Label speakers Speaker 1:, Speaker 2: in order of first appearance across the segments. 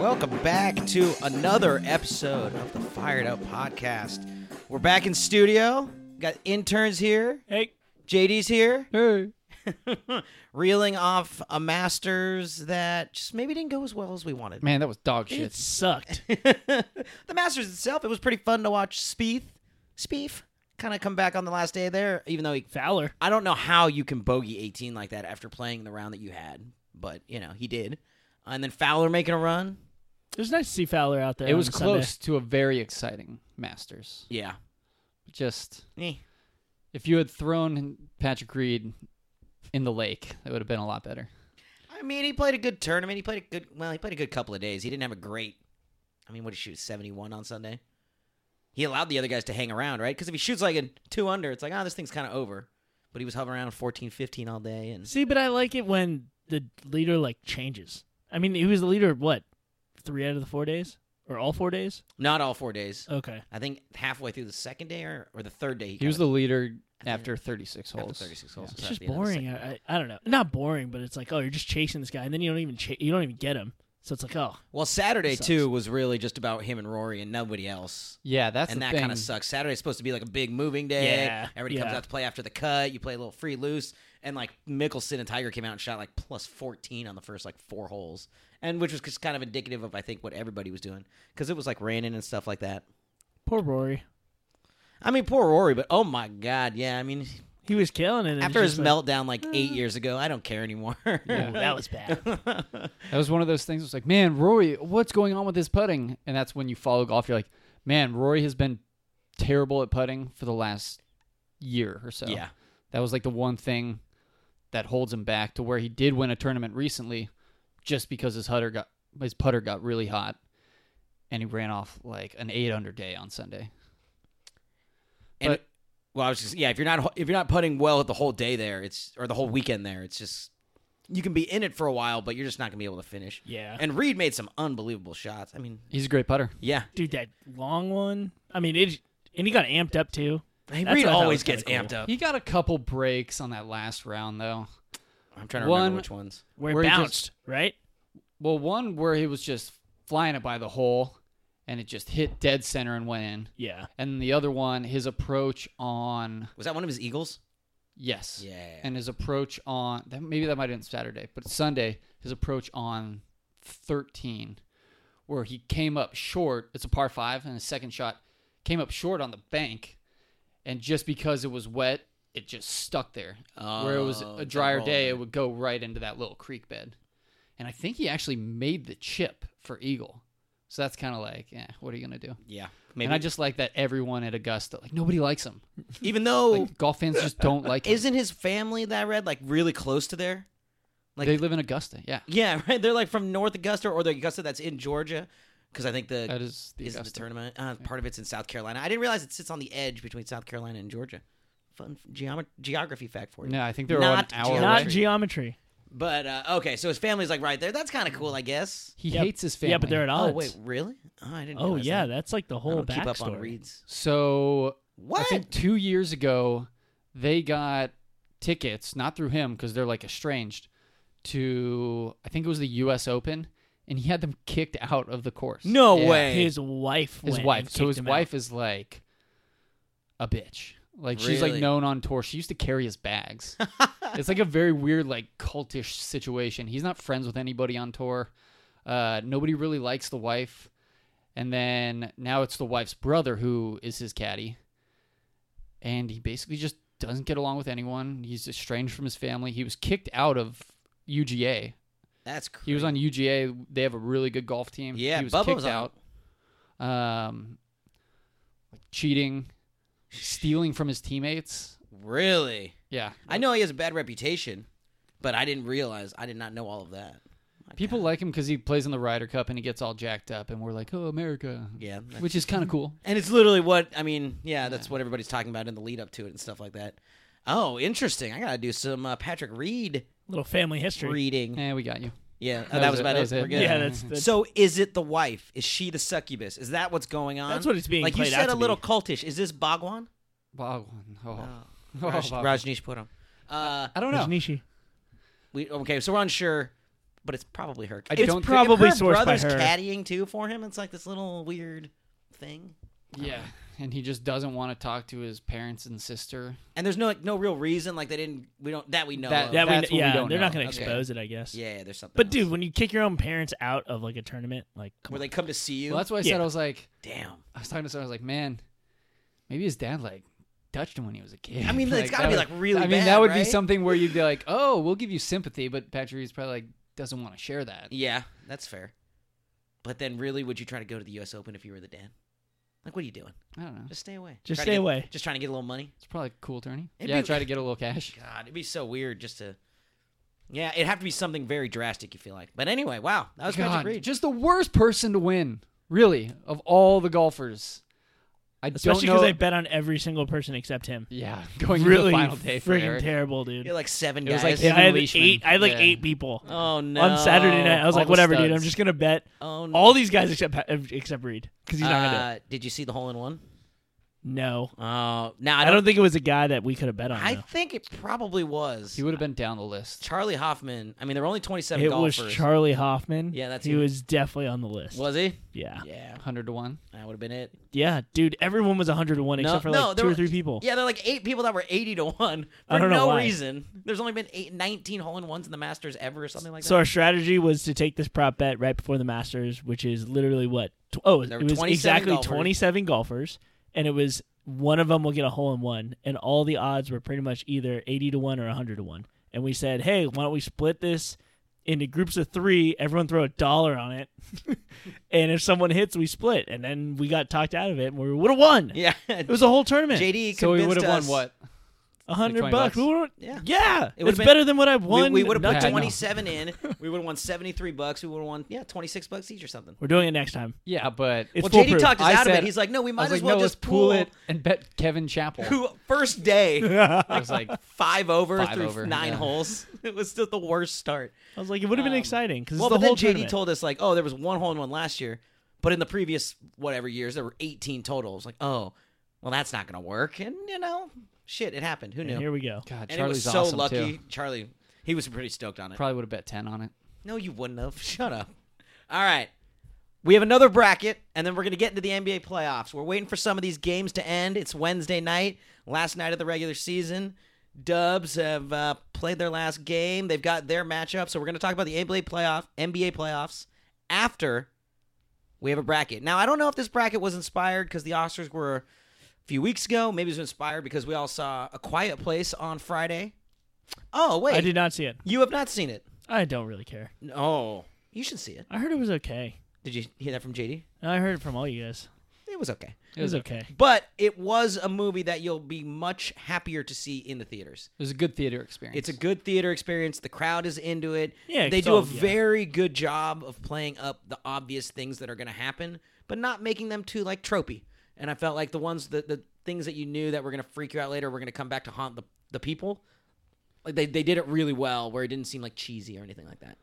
Speaker 1: welcome back to another episode of the Fired Up Podcast. We're back in studio. Got interns here.
Speaker 2: Hey,
Speaker 1: JD's here,
Speaker 2: hey.
Speaker 1: reeling off a Masters that just maybe didn't go as well as we wanted.
Speaker 3: Man, that was dog
Speaker 2: It
Speaker 3: shit.
Speaker 2: sucked.
Speaker 1: the Masters itself, it was pretty fun to watch Spieth, Spieth, kind of come back on the last day there, even though he
Speaker 2: Fowler.
Speaker 1: I don't know how you can bogey 18 like that after playing the round that you had, but you know he did. And then Fowler making a run,
Speaker 2: It was nice to see Fowler out there.
Speaker 3: It
Speaker 2: on
Speaker 3: was
Speaker 2: a Sunday.
Speaker 3: close to a very exciting Masters.
Speaker 1: yeah,
Speaker 3: Just
Speaker 1: Eh.
Speaker 3: if you had thrown Patrick Reed in the lake, that would have been a lot better.
Speaker 1: I mean he played a good tournament. He played a good well, he played a good couple of days. He didn't have a great. I mean, what did he shoot? 71 on Sunday. He allowed the other guys to hang around, right? Because if he shoots like a two under, it's like ah, this thing's kind of over. But he was hovering around 14, 15 all day, and
Speaker 2: See, but I like it when the leader like changes. I mean, he was the leader of what? Three out of the four days, or all four days?
Speaker 1: not all four days.
Speaker 2: Okay.
Speaker 1: I think halfway through the second day or, or the third day, he,
Speaker 3: He was
Speaker 1: kinda-
Speaker 3: the leader
Speaker 1: I think-
Speaker 3: after 36
Speaker 1: after
Speaker 3: holes.
Speaker 1: 36 holes.
Speaker 2: It's
Speaker 1: so at
Speaker 2: just
Speaker 1: the end of the
Speaker 2: boring.
Speaker 1: second-
Speaker 2: I, I I don't know. Not boring, but it's like, oh, you're just chasing this guy, and then you don't even cha- you don't even get him. So it's like, oh,
Speaker 1: Well, Saturday
Speaker 2: Sucks.
Speaker 1: too was really just about him and Rory and nobody else.
Speaker 3: Yeah, that's
Speaker 1: and
Speaker 3: the
Speaker 1: that
Speaker 3: thing.
Speaker 1: kind of sucks. Saturday's supposed to be like a big moving day.
Speaker 2: Yeah,
Speaker 1: Everybody comes
Speaker 2: yeah.
Speaker 1: out to play after the cut. You play a little free loose. And like Mickelson and Tiger came out and shot like plus 14 on the first like four holes. And which was just kind of indicative of, I think, what everybody was doing. Because it was like raining and stuff like that.
Speaker 2: poor Rory.
Speaker 1: I mean, poor Rory, but oh my God. Yeah. I mean,
Speaker 2: He was killing it. and
Speaker 1: after
Speaker 2: it's
Speaker 1: his
Speaker 2: just like,
Speaker 1: meltdown like eight years ago, I don't care anymore.
Speaker 2: "Ooh, that was bad.
Speaker 3: That was one of those things. It's like, man, Rory, what's going on with his putting? And that's when you follow golf. You're like, man, Rory has been terrible at putting for the last year or so.
Speaker 1: yeah.
Speaker 3: That was like the one thing that holds him back to where he did win a tournament recently just because his putter got his putter got really hot and he ran off like an 8 under day on Sunday.
Speaker 1: And
Speaker 3: But-
Speaker 1: well, I was just yeah. If you're not if you're not putting well the whole day there, it's or the whole weekend there, it's just you can be in it for a while, but you're just not gonna be able to finish.
Speaker 2: Yeah,
Speaker 1: And Reed made some unbelievable shots. I mean,
Speaker 3: He's a great putter.
Speaker 1: yeah,
Speaker 2: dude, that long one. I mean, it, and he got amped up too.
Speaker 1: Hey,
Speaker 2: That's
Speaker 1: Reed
Speaker 2: what I thought
Speaker 1: always
Speaker 2: was
Speaker 1: gets
Speaker 2: kinda cool.
Speaker 1: amped up.
Speaker 3: He got a couple breaks on that last round though.
Speaker 1: I'm trying to
Speaker 3: One-
Speaker 1: remember which ones.
Speaker 2: Where,
Speaker 3: Where
Speaker 2: it
Speaker 3: he just-
Speaker 2: bounced, right?
Speaker 3: Well, one where he was just flying it by the hole and it just hit dead center and went in.
Speaker 2: Yeah.
Speaker 3: And the other one, his approach on
Speaker 1: Was that one of his eagles?
Speaker 3: yes.
Speaker 1: Yeah.
Speaker 3: and his approach on that maybe that might have been Saturday, but Sunday, his approach on 13, where he came up short. It's a par five, and his second shot came up short on the bank, and just because it was wet, it just stuck there. where it was
Speaker 1: Oh,
Speaker 3: a
Speaker 1: that
Speaker 3: drier
Speaker 1: rolled
Speaker 3: day,
Speaker 1: it.
Speaker 3: it would go right into that little creek bed, and I think he actually made the chip for eagle. So that's kind of like, yeah, what are you gonna do?
Speaker 1: yeah. Maybe
Speaker 3: And I just like that everyone at Augusta, like nobody likes him.
Speaker 1: even though
Speaker 3: Like, golf fans just don't like him.
Speaker 1: isn't his family that I read like really close to there? like-
Speaker 3: they live in Augusta, yeah.
Speaker 1: Yeah, right. They're like from North Augusta or the Augusta that's in Georgia, because I think the
Speaker 3: That is the
Speaker 1: is the
Speaker 3: Augusta.
Speaker 1: tournament. Uh, Part of it's in South Carolina. I didn't realize it sits on the edge between South Carolina and Georgia. Fun geomet- geography fact for you.
Speaker 3: No, I think they're
Speaker 1: Not
Speaker 3: an hour
Speaker 1: geometry.
Speaker 2: Not
Speaker 3: away.
Speaker 2: geometry.
Speaker 1: But uh, okay, so his family's like right there. That's kind of cool, I guess.
Speaker 3: He
Speaker 2: Yeah,
Speaker 3: hates his family.
Speaker 2: Yeah, but they're at odds.
Speaker 1: Oh wait, really? Oh, I didn't.
Speaker 2: Oh
Speaker 1: realize
Speaker 2: yeah,
Speaker 1: that.
Speaker 2: that's like the
Speaker 1: I
Speaker 2: whole
Speaker 1: don't keep
Speaker 2: backstory.
Speaker 1: up on reads.
Speaker 3: so I
Speaker 1: What?
Speaker 3: think two years ago they got tickets, not through him because they're like estranged. To I think it was the U.S. Open, and he had them kicked out of the course.
Speaker 1: no
Speaker 3: Yeah.
Speaker 1: way.
Speaker 2: His wife.
Speaker 3: his
Speaker 2: went and
Speaker 3: wife. So
Speaker 2: kicked
Speaker 3: his
Speaker 2: him
Speaker 3: wife is like a bitch. Like she's like
Speaker 1: Really?
Speaker 3: known on tour. She used to carry his bags. it's like a very weird, like cultish situation. He's not friends with anybody on tour. Uh, nobody really likes the wife. And then now it's the wife's brother who is his caddy. And he basically just doesn't get along with anyone. He's estranged from his family. He was kicked out of UGA.
Speaker 1: that's crazy.
Speaker 3: He was on UGA. They have a really good golf team.
Speaker 1: Yeah,
Speaker 3: he was
Speaker 1: Bubba
Speaker 3: kicked
Speaker 1: was on.
Speaker 3: out. Um, like cheating, stealing from his teammates.
Speaker 1: Really?
Speaker 3: Yeah,
Speaker 1: I know he has a bad reputation, but I didn't realize. I did not know all of that. My
Speaker 3: people
Speaker 1: God.
Speaker 3: like him because he plays in the Ryder Cup and he gets all jacked up, and we're like, "Oh, America,"
Speaker 1: Yeah. that's-
Speaker 3: which is kind of cool.
Speaker 1: And it's literally what I mean. Yeah, that's what everybody's talking about in the lead up to it and stuff like that. Oh, interesting. I gotta do some uh, Patrick Reed
Speaker 2: Little family history.
Speaker 1: reading.
Speaker 3: And we got you.
Speaker 1: Yeah, oh, that was about it. We're
Speaker 2: Yeah,
Speaker 1: good.
Speaker 2: that's, that's
Speaker 1: so is it the wife? Is she the succubus? Is that what's going on?
Speaker 2: That's what it's being
Speaker 1: like. You
Speaker 2: played
Speaker 1: said
Speaker 2: out
Speaker 1: a
Speaker 2: to
Speaker 1: little
Speaker 2: be.
Speaker 1: cultish. Is this Bhagwan?
Speaker 3: Wow. Oh. Oh,
Speaker 1: Raj,
Speaker 3: Bhagwan.
Speaker 1: Rajneesh Puram. Uh,
Speaker 3: I don't know.
Speaker 2: Rajneeshi.
Speaker 1: we okay. So we're unsure. but it's probably her.
Speaker 3: I
Speaker 1: it's
Speaker 3: don't think-
Speaker 2: probably
Speaker 1: if her
Speaker 2: sourced by
Speaker 1: brother's
Speaker 2: her.
Speaker 1: caddying too for him. It's like this little weird thing.
Speaker 3: Yeah, and he just doesn't want to talk to his parents and sister.
Speaker 1: And there's no like, no real reason. Like they didn't. We don't that we know.
Speaker 3: That-
Speaker 1: of.
Speaker 2: That
Speaker 3: That's
Speaker 2: we,
Speaker 3: what we
Speaker 2: yeah,
Speaker 3: don't
Speaker 2: they're not
Speaker 3: know.
Speaker 2: going to
Speaker 1: Okay.
Speaker 2: expose it, I guess.
Speaker 1: yeah, there's something.
Speaker 2: But
Speaker 1: else.
Speaker 2: dude, when you kick your own parents out of like a tournament, like come
Speaker 1: where
Speaker 2: on.
Speaker 1: they come to see you.
Speaker 3: Well, that's why I
Speaker 2: Yeah.
Speaker 3: said I was like,
Speaker 1: Damn.
Speaker 3: I was talking to someone. I was like, man, maybe his dad like touched him when he was a kid.
Speaker 1: I mean, it's gotta
Speaker 3: that
Speaker 1: be,
Speaker 3: would-
Speaker 1: like, really
Speaker 3: I mean,
Speaker 1: bad,
Speaker 3: that would be
Speaker 1: right?
Speaker 3: something where you'd be like, oh, we'll give you sympathy, but Patrick Reed's probably like doesn't want to share that.
Speaker 1: Yeah, that's fair. But then, really, would you try to go to the U.S. Open if you were the dad? Like, what are you doing?
Speaker 3: I don't know.
Speaker 1: Just stay away.
Speaker 2: Just
Speaker 1: Try to
Speaker 2: stay
Speaker 1: get-
Speaker 2: away.
Speaker 1: Just trying to get a little money.
Speaker 3: It's probably a cool attorney.
Speaker 1: It'd
Speaker 3: yeah,
Speaker 1: be-
Speaker 3: try to get a little cash.
Speaker 1: God, it'd be so weird just to. Yeah, it'd have to be something very drastic. You feel like, but anyway, wow, that was
Speaker 3: God,
Speaker 1: Patrick Reed.
Speaker 3: just the worst person to win, really, of all the golfers. I
Speaker 2: especially
Speaker 3: don't
Speaker 2: because
Speaker 3: know.
Speaker 2: I bet on every single person except him.
Speaker 3: yeah, going into
Speaker 2: really
Speaker 3: the final day for
Speaker 2: freaking
Speaker 3: Eric.
Speaker 2: terrible, dude.
Speaker 1: You're like seven
Speaker 3: It was
Speaker 1: guys.
Speaker 3: like
Speaker 2: Yeah, I had
Speaker 3: Leishman.
Speaker 2: eight. I had like
Speaker 3: Yeah.
Speaker 2: eight people
Speaker 1: oh no!
Speaker 2: on Saturday night. I was
Speaker 3: All
Speaker 2: like,
Speaker 3: the
Speaker 2: whatever, dude.
Speaker 3: studs.
Speaker 2: I'm just gonna bet
Speaker 1: oh no!
Speaker 2: all these guys except Pa- except Reed because he's not gonna.
Speaker 1: Uh, did you see the hole in one?
Speaker 2: do it. No,
Speaker 1: Oh, now
Speaker 2: I don't think it was a guy that we could have bet on.
Speaker 1: I
Speaker 2: though.
Speaker 1: think it probably was
Speaker 3: He would have been down the list.
Speaker 1: Charlie Hoffman. I mean, there were only 27
Speaker 2: It
Speaker 1: golfers.
Speaker 2: was Charlie Hoffman.
Speaker 1: Yeah, that's
Speaker 2: he
Speaker 1: who-
Speaker 2: was definitely on the list.
Speaker 1: Was he?
Speaker 2: yeah,
Speaker 1: Yeah,
Speaker 3: Hundred to one.
Speaker 1: that would have been it.
Speaker 2: yeah, dude. Everyone was
Speaker 1: No,
Speaker 2: 101 except for
Speaker 1: no,
Speaker 2: like
Speaker 1: there
Speaker 2: two or
Speaker 1: were-
Speaker 2: three people.
Speaker 1: Yeah, they're like eight people that were 80 to 1 for
Speaker 2: I don't
Speaker 1: no
Speaker 2: know why.
Speaker 1: reason. There's only been eight, 19 hole in ones in the Masters ever or something like that.
Speaker 2: So our strategy was to take this prop bet right before the Masters, which is literally what? Tw- oh,
Speaker 1: There
Speaker 2: it
Speaker 1: were
Speaker 2: was
Speaker 1: 27
Speaker 2: exactly
Speaker 1: golfers.
Speaker 2: 27 golfers, and it was one of them will get a hole in one, and all the odds were pretty much either 80 to one or 100 to one. And we said, hey, why don't we split this into groups of three? Everyone throw a dollar on it, and if someone hits, we split. And then we got talked out of it, and we would have won.
Speaker 1: yeah.
Speaker 2: It was a whole tournament.
Speaker 1: JD
Speaker 3: So he would
Speaker 1: convinced
Speaker 3: have won
Speaker 1: us-
Speaker 3: what?
Speaker 2: A hundred
Speaker 3: 20
Speaker 2: bucks.
Speaker 3: bucks.
Speaker 2: We would've-
Speaker 1: Yeah.
Speaker 2: yeah.
Speaker 1: It
Speaker 2: it's
Speaker 1: would've been-
Speaker 2: better than what I've
Speaker 1: We,
Speaker 2: won.
Speaker 1: we would have
Speaker 3: Yeah,
Speaker 1: put
Speaker 3: I know.
Speaker 2: nothing.
Speaker 1: 27 in. We would have won 73 bucks. We would have won, yeah, 26 bucks each or something.
Speaker 2: We're doing it next time.
Speaker 3: Yeah, but
Speaker 2: It's
Speaker 1: Well, JD
Speaker 2: foolproof.
Speaker 1: talked us
Speaker 3: I
Speaker 1: out of it.
Speaker 3: said-
Speaker 1: He's like, no, we
Speaker 3: I
Speaker 1: might
Speaker 3: was
Speaker 1: as
Speaker 3: like,
Speaker 1: well
Speaker 3: no, let's
Speaker 1: just
Speaker 3: pool it and bet Kevin Chappell.
Speaker 1: Who first day
Speaker 3: I was like,
Speaker 1: five over
Speaker 3: Five
Speaker 1: through
Speaker 3: over,
Speaker 1: nine
Speaker 3: yeah.
Speaker 1: holes. It was still the worst start.
Speaker 2: I was like, it would have been
Speaker 1: Um,
Speaker 2: exciting because
Speaker 1: Well,
Speaker 2: the
Speaker 1: but then
Speaker 2: whole
Speaker 1: JD
Speaker 2: tournament.
Speaker 1: told us like, oh, there was one hole in one last year, but in the previous whatever years there were 18 total. I was like, oh, well that's not gonna work, and you know, shit, it happened. Who
Speaker 2: And
Speaker 1: knew?
Speaker 2: here we go.
Speaker 3: God,
Speaker 1: and it was
Speaker 3: Charlie's
Speaker 1: so
Speaker 3: awesome
Speaker 1: lucky.
Speaker 3: too.
Speaker 1: Charlie, he was pretty stoked on it.
Speaker 3: Probably would have bet ten on it.
Speaker 1: no, you wouldn't have. Shut up. All right. We have another bracket, and then we're going to get into the NBA playoffs. We're waiting for some of these games to end. It's Wednesday night, last night of the regular season. Dubs have uh, played their last game. They've got their matchup, so we're going to talk about the NBA playoff, NBA playoffs after we have a bracket. Now, I don't know if this bracket was inspired because the Oscars were a few weeks ago. Maybe it was inspired because we all saw A Quiet Place on Friday. Oh wait,
Speaker 2: I did not see it.
Speaker 1: you have not seen it.
Speaker 2: I don't really care. Oh.
Speaker 1: No, you should see it.
Speaker 2: I heard it was okay.
Speaker 1: Did you hear that from JD?
Speaker 2: No, I heard it from all you guys.
Speaker 1: It was okay.
Speaker 2: It was okay.
Speaker 1: But it was a movie that you'll be much happier to see in the theaters.
Speaker 3: It was a good theater experience.
Speaker 1: It's a good theater experience. The crowd is into it.
Speaker 2: Yeah,
Speaker 1: they
Speaker 2: it's
Speaker 1: do a
Speaker 2: all- yeah.
Speaker 1: very good job of playing up the obvious things that are going to happen, but not making them too like tropey. And I felt like the ones that the things that you knew that were going to freak you out later were going to come back to haunt the the people. Like they they did it really well, where it didn't seem like cheesy or anything like that.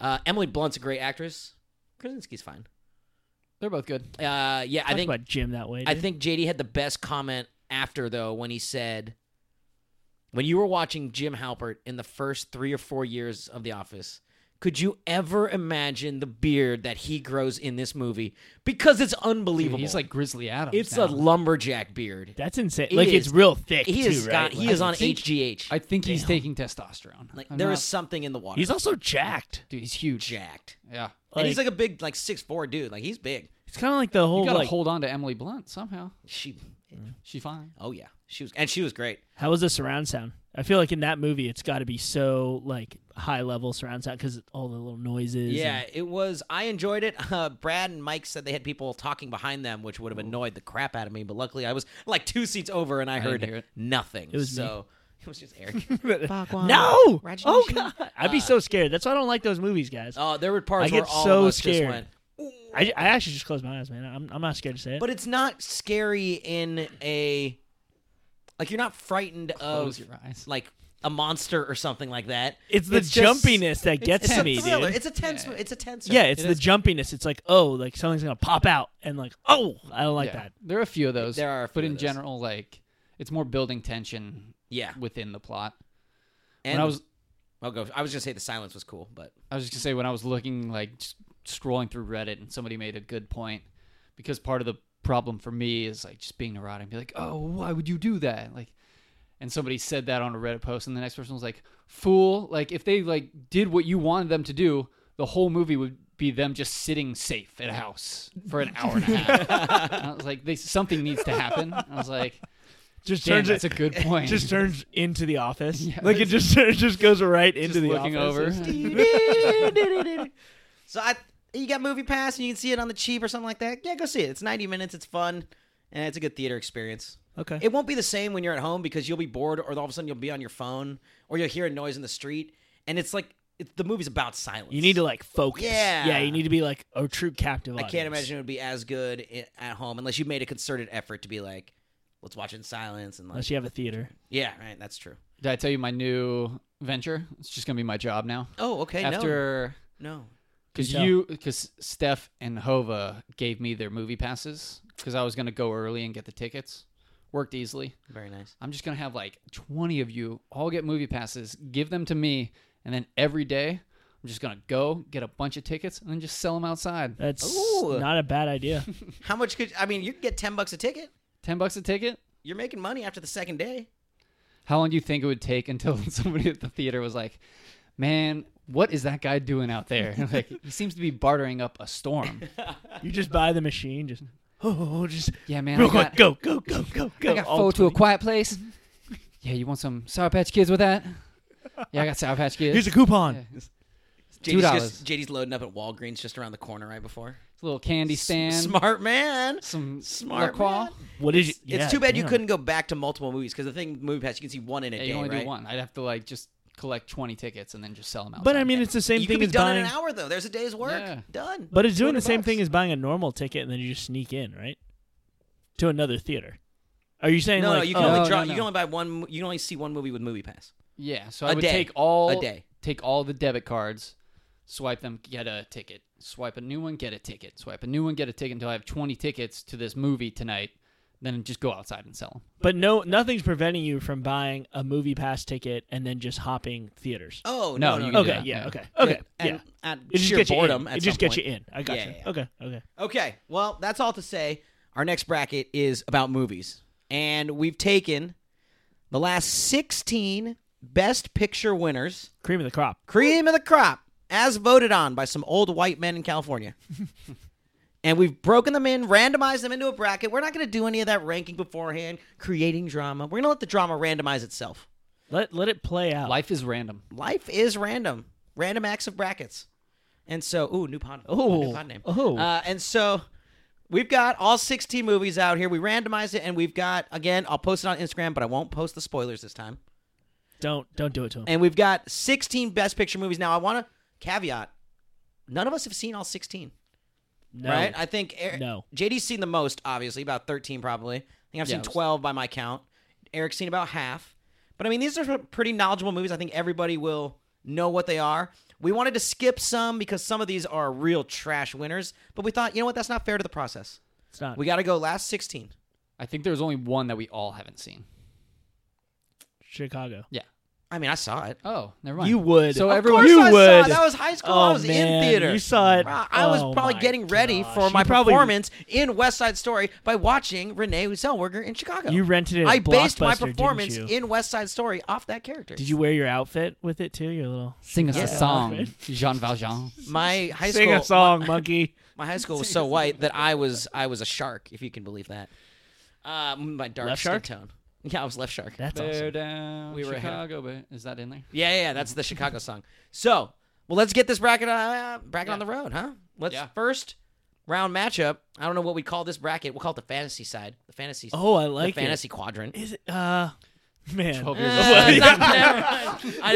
Speaker 1: Uh, Emily Blunt's a great actress. Krasinski's fine.
Speaker 3: They're both good.
Speaker 1: Uh, yeah, I
Speaker 2: Talk
Speaker 1: think
Speaker 2: about Jim that way.
Speaker 1: I
Speaker 2: dude.
Speaker 1: think JD had the best comment after though when he said, "When you were watching Jim Halpert in the first three or four years of The Office, could you ever imagine the beard that he grows in this movie? Because it's unbelievable.
Speaker 3: He's like Grizzly Adams.
Speaker 1: it's
Speaker 3: now.
Speaker 1: a lumberjack beard.
Speaker 2: that's insane.
Speaker 1: It
Speaker 2: like it's
Speaker 1: is-
Speaker 2: real thick.
Speaker 1: He is
Speaker 2: too,
Speaker 1: got-
Speaker 2: right?
Speaker 1: he
Speaker 2: Like,
Speaker 1: is on
Speaker 3: I think-
Speaker 1: HGH.
Speaker 3: I think he's taking testosterone.
Speaker 1: like
Speaker 3: I'm
Speaker 1: there
Speaker 3: not-
Speaker 1: is something in the water.
Speaker 2: He's also jacked.
Speaker 3: dude. He's huge.
Speaker 1: jacked,
Speaker 3: Yeah,
Speaker 1: and
Speaker 2: Like,
Speaker 1: he's like a big like six four dude. Like he's big.
Speaker 2: it's kind of like the
Speaker 1: Oh,
Speaker 3: you
Speaker 2: whole
Speaker 3: gotta
Speaker 2: like.
Speaker 3: hold on to Emily Blunt somehow.
Speaker 1: She,
Speaker 3: She fine.
Speaker 1: oh yeah, she was and she was great.
Speaker 2: How was the surround sound? I feel like in that movie, it's got to be so like high level surround sound because all the little noises.
Speaker 1: Yeah,
Speaker 2: and-
Speaker 1: it was. I enjoyed it. Uh, Brad and Mike said they had people talking behind them, which would have annoyed the crap out of me. But luckily, I was like two seats over, and I,
Speaker 3: didn't
Speaker 1: heard
Speaker 3: hear it.
Speaker 1: nothing.
Speaker 2: It was me.
Speaker 1: so it was just Eric.
Speaker 2: no.
Speaker 1: Rajneeshi.
Speaker 2: Oh god, I'd be so scared. That's why I don't like those movies, guys.
Speaker 1: Uh. Oh, there were parts
Speaker 2: I get
Speaker 1: where all
Speaker 2: so
Speaker 1: of us just
Speaker 2: scared.
Speaker 1: went.
Speaker 2: I, I actually just closed my eyes, man. I'm, I'm not scared to say it.
Speaker 1: But it's not scary in a like you're not frightened
Speaker 3: Close
Speaker 1: of
Speaker 3: your eyes.
Speaker 1: like a monster or something like that.
Speaker 2: it's the
Speaker 1: it's just-
Speaker 2: jumpiness that gets
Speaker 1: it's
Speaker 2: to
Speaker 1: a
Speaker 2: me,
Speaker 1: thriller.
Speaker 2: dude.
Speaker 1: It's a tense.
Speaker 3: Yeah.
Speaker 1: It's a tense.
Speaker 2: Yeah, it's
Speaker 3: It
Speaker 2: the
Speaker 3: is-
Speaker 2: jumpiness. It's like, oh, like something's gonna pop out, and like, oh, I don't like
Speaker 3: Yeah.
Speaker 2: that.
Speaker 3: There are a few of those.
Speaker 1: There are a few
Speaker 3: but
Speaker 1: of
Speaker 3: in
Speaker 1: those.
Speaker 3: general, like it's more building tension
Speaker 1: yeah.
Speaker 3: within the plot.
Speaker 1: And
Speaker 3: when I was
Speaker 1: I'll go. I was gonna say the silence was cool, but
Speaker 3: I was just gonna say when I was looking like just scrolling through Reddit and somebody made a good point because part of the problem for me is like just being neurotic and be like, oh, why would you do that? Like, and somebody said that on a Reddit post, and the next person was like, fool! Like if they like did what you wanted them to do, the whole movie would be them just sitting safe at a house for an hour and a half. And I was like, they, something needs to happen. I was like,
Speaker 2: Just
Speaker 3: damn,
Speaker 2: turns
Speaker 3: that's a
Speaker 2: it.
Speaker 3: good point.
Speaker 2: Just turns into the office.
Speaker 3: Yeah,
Speaker 2: like it just it just goes right into
Speaker 3: Just
Speaker 2: the
Speaker 3: looking
Speaker 2: office.
Speaker 3: over.
Speaker 1: so I, you got Movie Pass and you can see it on the cheap or something like that. Yeah, go see it. It's 90 minutes. It's fun, and it's a good theater experience.
Speaker 2: Okay.
Speaker 1: It won't be the same when you're at home because you'll be bored, or all of a sudden you'll be on your phone, or you'll hear a noise in the street, and it's like it's, the movie's about silence.
Speaker 2: you need to like focus.
Speaker 1: Yeah.
Speaker 2: Yeah. You need to be like a true captive.
Speaker 1: I
Speaker 2: Audience.
Speaker 1: can't imagine it would be as good i- at home unless you made a concerted effort to be like, let's watch it in silence and like,
Speaker 2: unless you have a theater.
Speaker 1: yeah, right, that's true.
Speaker 3: Did I tell you my new venture? It's just gonna be my job now.
Speaker 1: Oh, okay,
Speaker 3: After.
Speaker 1: no,
Speaker 3: Because
Speaker 2: Please tell.
Speaker 3: you, because Steph and Hova gave me their movie passes because I was gonna go early and get the tickets. Worked easily.
Speaker 1: no, very nice.
Speaker 3: I'm just gonna have like 20 of you all get movie passes, give them to me, and then every day I'm just gonna go get a bunch of tickets and then just sell them outside.
Speaker 2: That's
Speaker 1: Ooh.
Speaker 2: not a bad idea.
Speaker 1: How much could I mean? You could get ten bucks a ticket.
Speaker 3: Ten bucks a ticket.
Speaker 1: You're making money after the second day.
Speaker 3: How long do you think it would take until somebody at the theater was like, "Man, what is that guy doing out there? like, he seems to be bartering up a storm."
Speaker 2: you just buy the machine. Just oh, oh, oh, just
Speaker 3: Yeah, man.
Speaker 2: real
Speaker 3: I
Speaker 2: quick.
Speaker 3: got-
Speaker 2: go go go go go.
Speaker 3: I got
Speaker 2: all
Speaker 3: foe to a
Speaker 2: 20.
Speaker 3: quiet place. yeah, you want some Sour Patch Kids with that? Yeah, I got Sour Patch Kids.
Speaker 2: Here's a coupon.
Speaker 3: Yeah.
Speaker 1: JD's
Speaker 3: $2.
Speaker 1: just- JD's loading up at Walgreens just around the corner right before.
Speaker 3: It's a little candy stand.
Speaker 1: Smart man.
Speaker 3: some
Speaker 1: Smart
Speaker 3: LaCroix.
Speaker 1: man.
Speaker 2: What is
Speaker 1: It's,
Speaker 2: it? Yeah,
Speaker 1: too bad you
Speaker 2: damn.
Speaker 1: couldn't go back to multiple movies because the thing with movie pass you can see one in a
Speaker 3: Yeah,
Speaker 1: day.
Speaker 3: you only
Speaker 1: right?
Speaker 3: do one. I'd have to like just collect 20 tickets and then just sell them out.
Speaker 2: But I mean, it's the same
Speaker 1: you
Speaker 2: thing
Speaker 1: could be
Speaker 2: as
Speaker 1: done
Speaker 2: buying.
Speaker 1: in an hour though. There's a day's work
Speaker 3: Yeah.
Speaker 1: done.
Speaker 2: But it's doing the
Speaker 1: 200
Speaker 2: same
Speaker 1: bucks.
Speaker 2: thing as buying a normal ticket and then you just sneak in, right? To another theater. Are you saying
Speaker 1: No,
Speaker 2: like
Speaker 1: no, you can
Speaker 2: oh,
Speaker 3: No,
Speaker 1: only draw.
Speaker 3: no,
Speaker 1: You
Speaker 3: no.
Speaker 1: can only buy one. You can only see one movie with movie pass.
Speaker 3: yeah, so I
Speaker 1: A
Speaker 3: would
Speaker 1: day.
Speaker 3: take all
Speaker 1: A day.
Speaker 3: take all the debit cards, swipe them, get a ticket. Swipe a new one, get a ticket. Swipe a new one, get a ticket until I have 20 tickets to this movie tonight. Then just go outside and sell them.
Speaker 2: but no nothing's preventing you from buying a movie pass ticket and then just hopping theaters.
Speaker 1: Oh
Speaker 3: No,
Speaker 1: no, no, no.
Speaker 3: you can do
Speaker 2: okay,
Speaker 3: that,
Speaker 2: yeah,
Speaker 3: yeah.
Speaker 2: okay. Okay. Yeah.
Speaker 1: And at
Speaker 2: It just
Speaker 1: sheer
Speaker 2: gets you
Speaker 1: boredom.
Speaker 2: in.
Speaker 1: At
Speaker 2: It just
Speaker 1: some
Speaker 2: gets
Speaker 1: point.
Speaker 2: you in. I got
Speaker 1: Yeah,
Speaker 2: you.
Speaker 1: yeah, yeah.
Speaker 2: Okay, okay.
Speaker 1: Okay, well, that's all to say. Our next bracket is about movies. And we've taken the last 16 best picture winners,
Speaker 2: Cream of the crop.
Speaker 1: cream of the crop, as voted on by some old white men in California. and we've broken them in, randomized them into a bracket. We're not going to do any of that ranking beforehand, creating drama. We're going to let the drama randomize itself.
Speaker 2: Let let it play
Speaker 1: Oh.
Speaker 2: out.
Speaker 3: Life is random.
Speaker 1: Life is random, random acts of brackets. And so, ooh, new pod,
Speaker 2: Oh.
Speaker 1: new pod name.
Speaker 2: Oh.
Speaker 1: Uh, and so we've got all 16 movies out here. We randomized it, and we've got, again, I'll post it on Instagram, but I won't post the spoilers this time.
Speaker 2: don't don't do it to him.
Speaker 1: And we've got 16 Best Picture movies. Now, I want to caveat none of us have seen all 16,
Speaker 2: No.
Speaker 1: right? I think Eric,
Speaker 2: No.
Speaker 1: JD's seen the most, obviously, about 13 probably. I think I've
Speaker 3: Yeah,
Speaker 1: seen
Speaker 3: it was-
Speaker 1: 12 by my count. Eric's seen about half. But I mean, these are pretty knowledgeable movies. I think everybody will know what they are. We wanted to skip some because some of these are real trash winners, but we thought, you know what, that's not fair to the process.
Speaker 2: It's not.
Speaker 1: We got to go last 16.
Speaker 3: I think there's only one that we all haven't seen.
Speaker 2: Chicago.
Speaker 1: I mean, I saw it.
Speaker 3: Oh, never mind.
Speaker 2: You would.
Speaker 3: So
Speaker 2: Of
Speaker 3: everyone,
Speaker 1: course
Speaker 2: You
Speaker 1: I
Speaker 2: would.
Speaker 1: saw it. That was high school.
Speaker 2: Oh,
Speaker 1: I was
Speaker 2: man,
Speaker 1: in theater.
Speaker 2: you saw it.
Speaker 1: Bro, I was
Speaker 2: Oh,
Speaker 1: probably
Speaker 2: my
Speaker 1: getting ready
Speaker 2: gosh.
Speaker 1: for my
Speaker 2: You probably-
Speaker 1: performance in West Side Story by watching Renee Zellweger in Chicago.
Speaker 2: You rented it. At
Speaker 1: I based my
Speaker 2: Blockbuster, didn't
Speaker 1: performance
Speaker 2: you?
Speaker 1: in West Side Story off that character.
Speaker 2: Did you wear your outfit with it too? Your little
Speaker 3: Sing us
Speaker 1: Yeah.
Speaker 3: a song, Jean Valjean.
Speaker 1: My high
Speaker 2: sing
Speaker 1: school.
Speaker 2: a song, monkey.
Speaker 1: My high school was so white that I was I was a shark, if you can believe that. Um, my dark
Speaker 2: Left
Speaker 1: skin
Speaker 2: shark?
Speaker 1: tone. Yeah, I was left shark.
Speaker 2: That's
Speaker 3: Bear
Speaker 2: awesome.
Speaker 3: down,
Speaker 1: We were ahead of-
Speaker 3: Chicago. Bear. Is that in there?
Speaker 1: Yeah, yeah, yeah, that's the Chicago song. So, well, let's get this bracket uh, bracket on the
Speaker 3: Yeah.
Speaker 1: road, huh? Let's
Speaker 3: Yeah.
Speaker 1: first round matchup. I don't know what we call this bracket. We'll call it the fantasy side, the fantasy,
Speaker 2: Oh, I
Speaker 1: the
Speaker 2: like it.
Speaker 1: fantasy quadrant.
Speaker 2: Is it? Uh, man.
Speaker 3: 12 years
Speaker 1: Uh,
Speaker 3: old.
Speaker 1: it's not- never mind. I, didn't, I,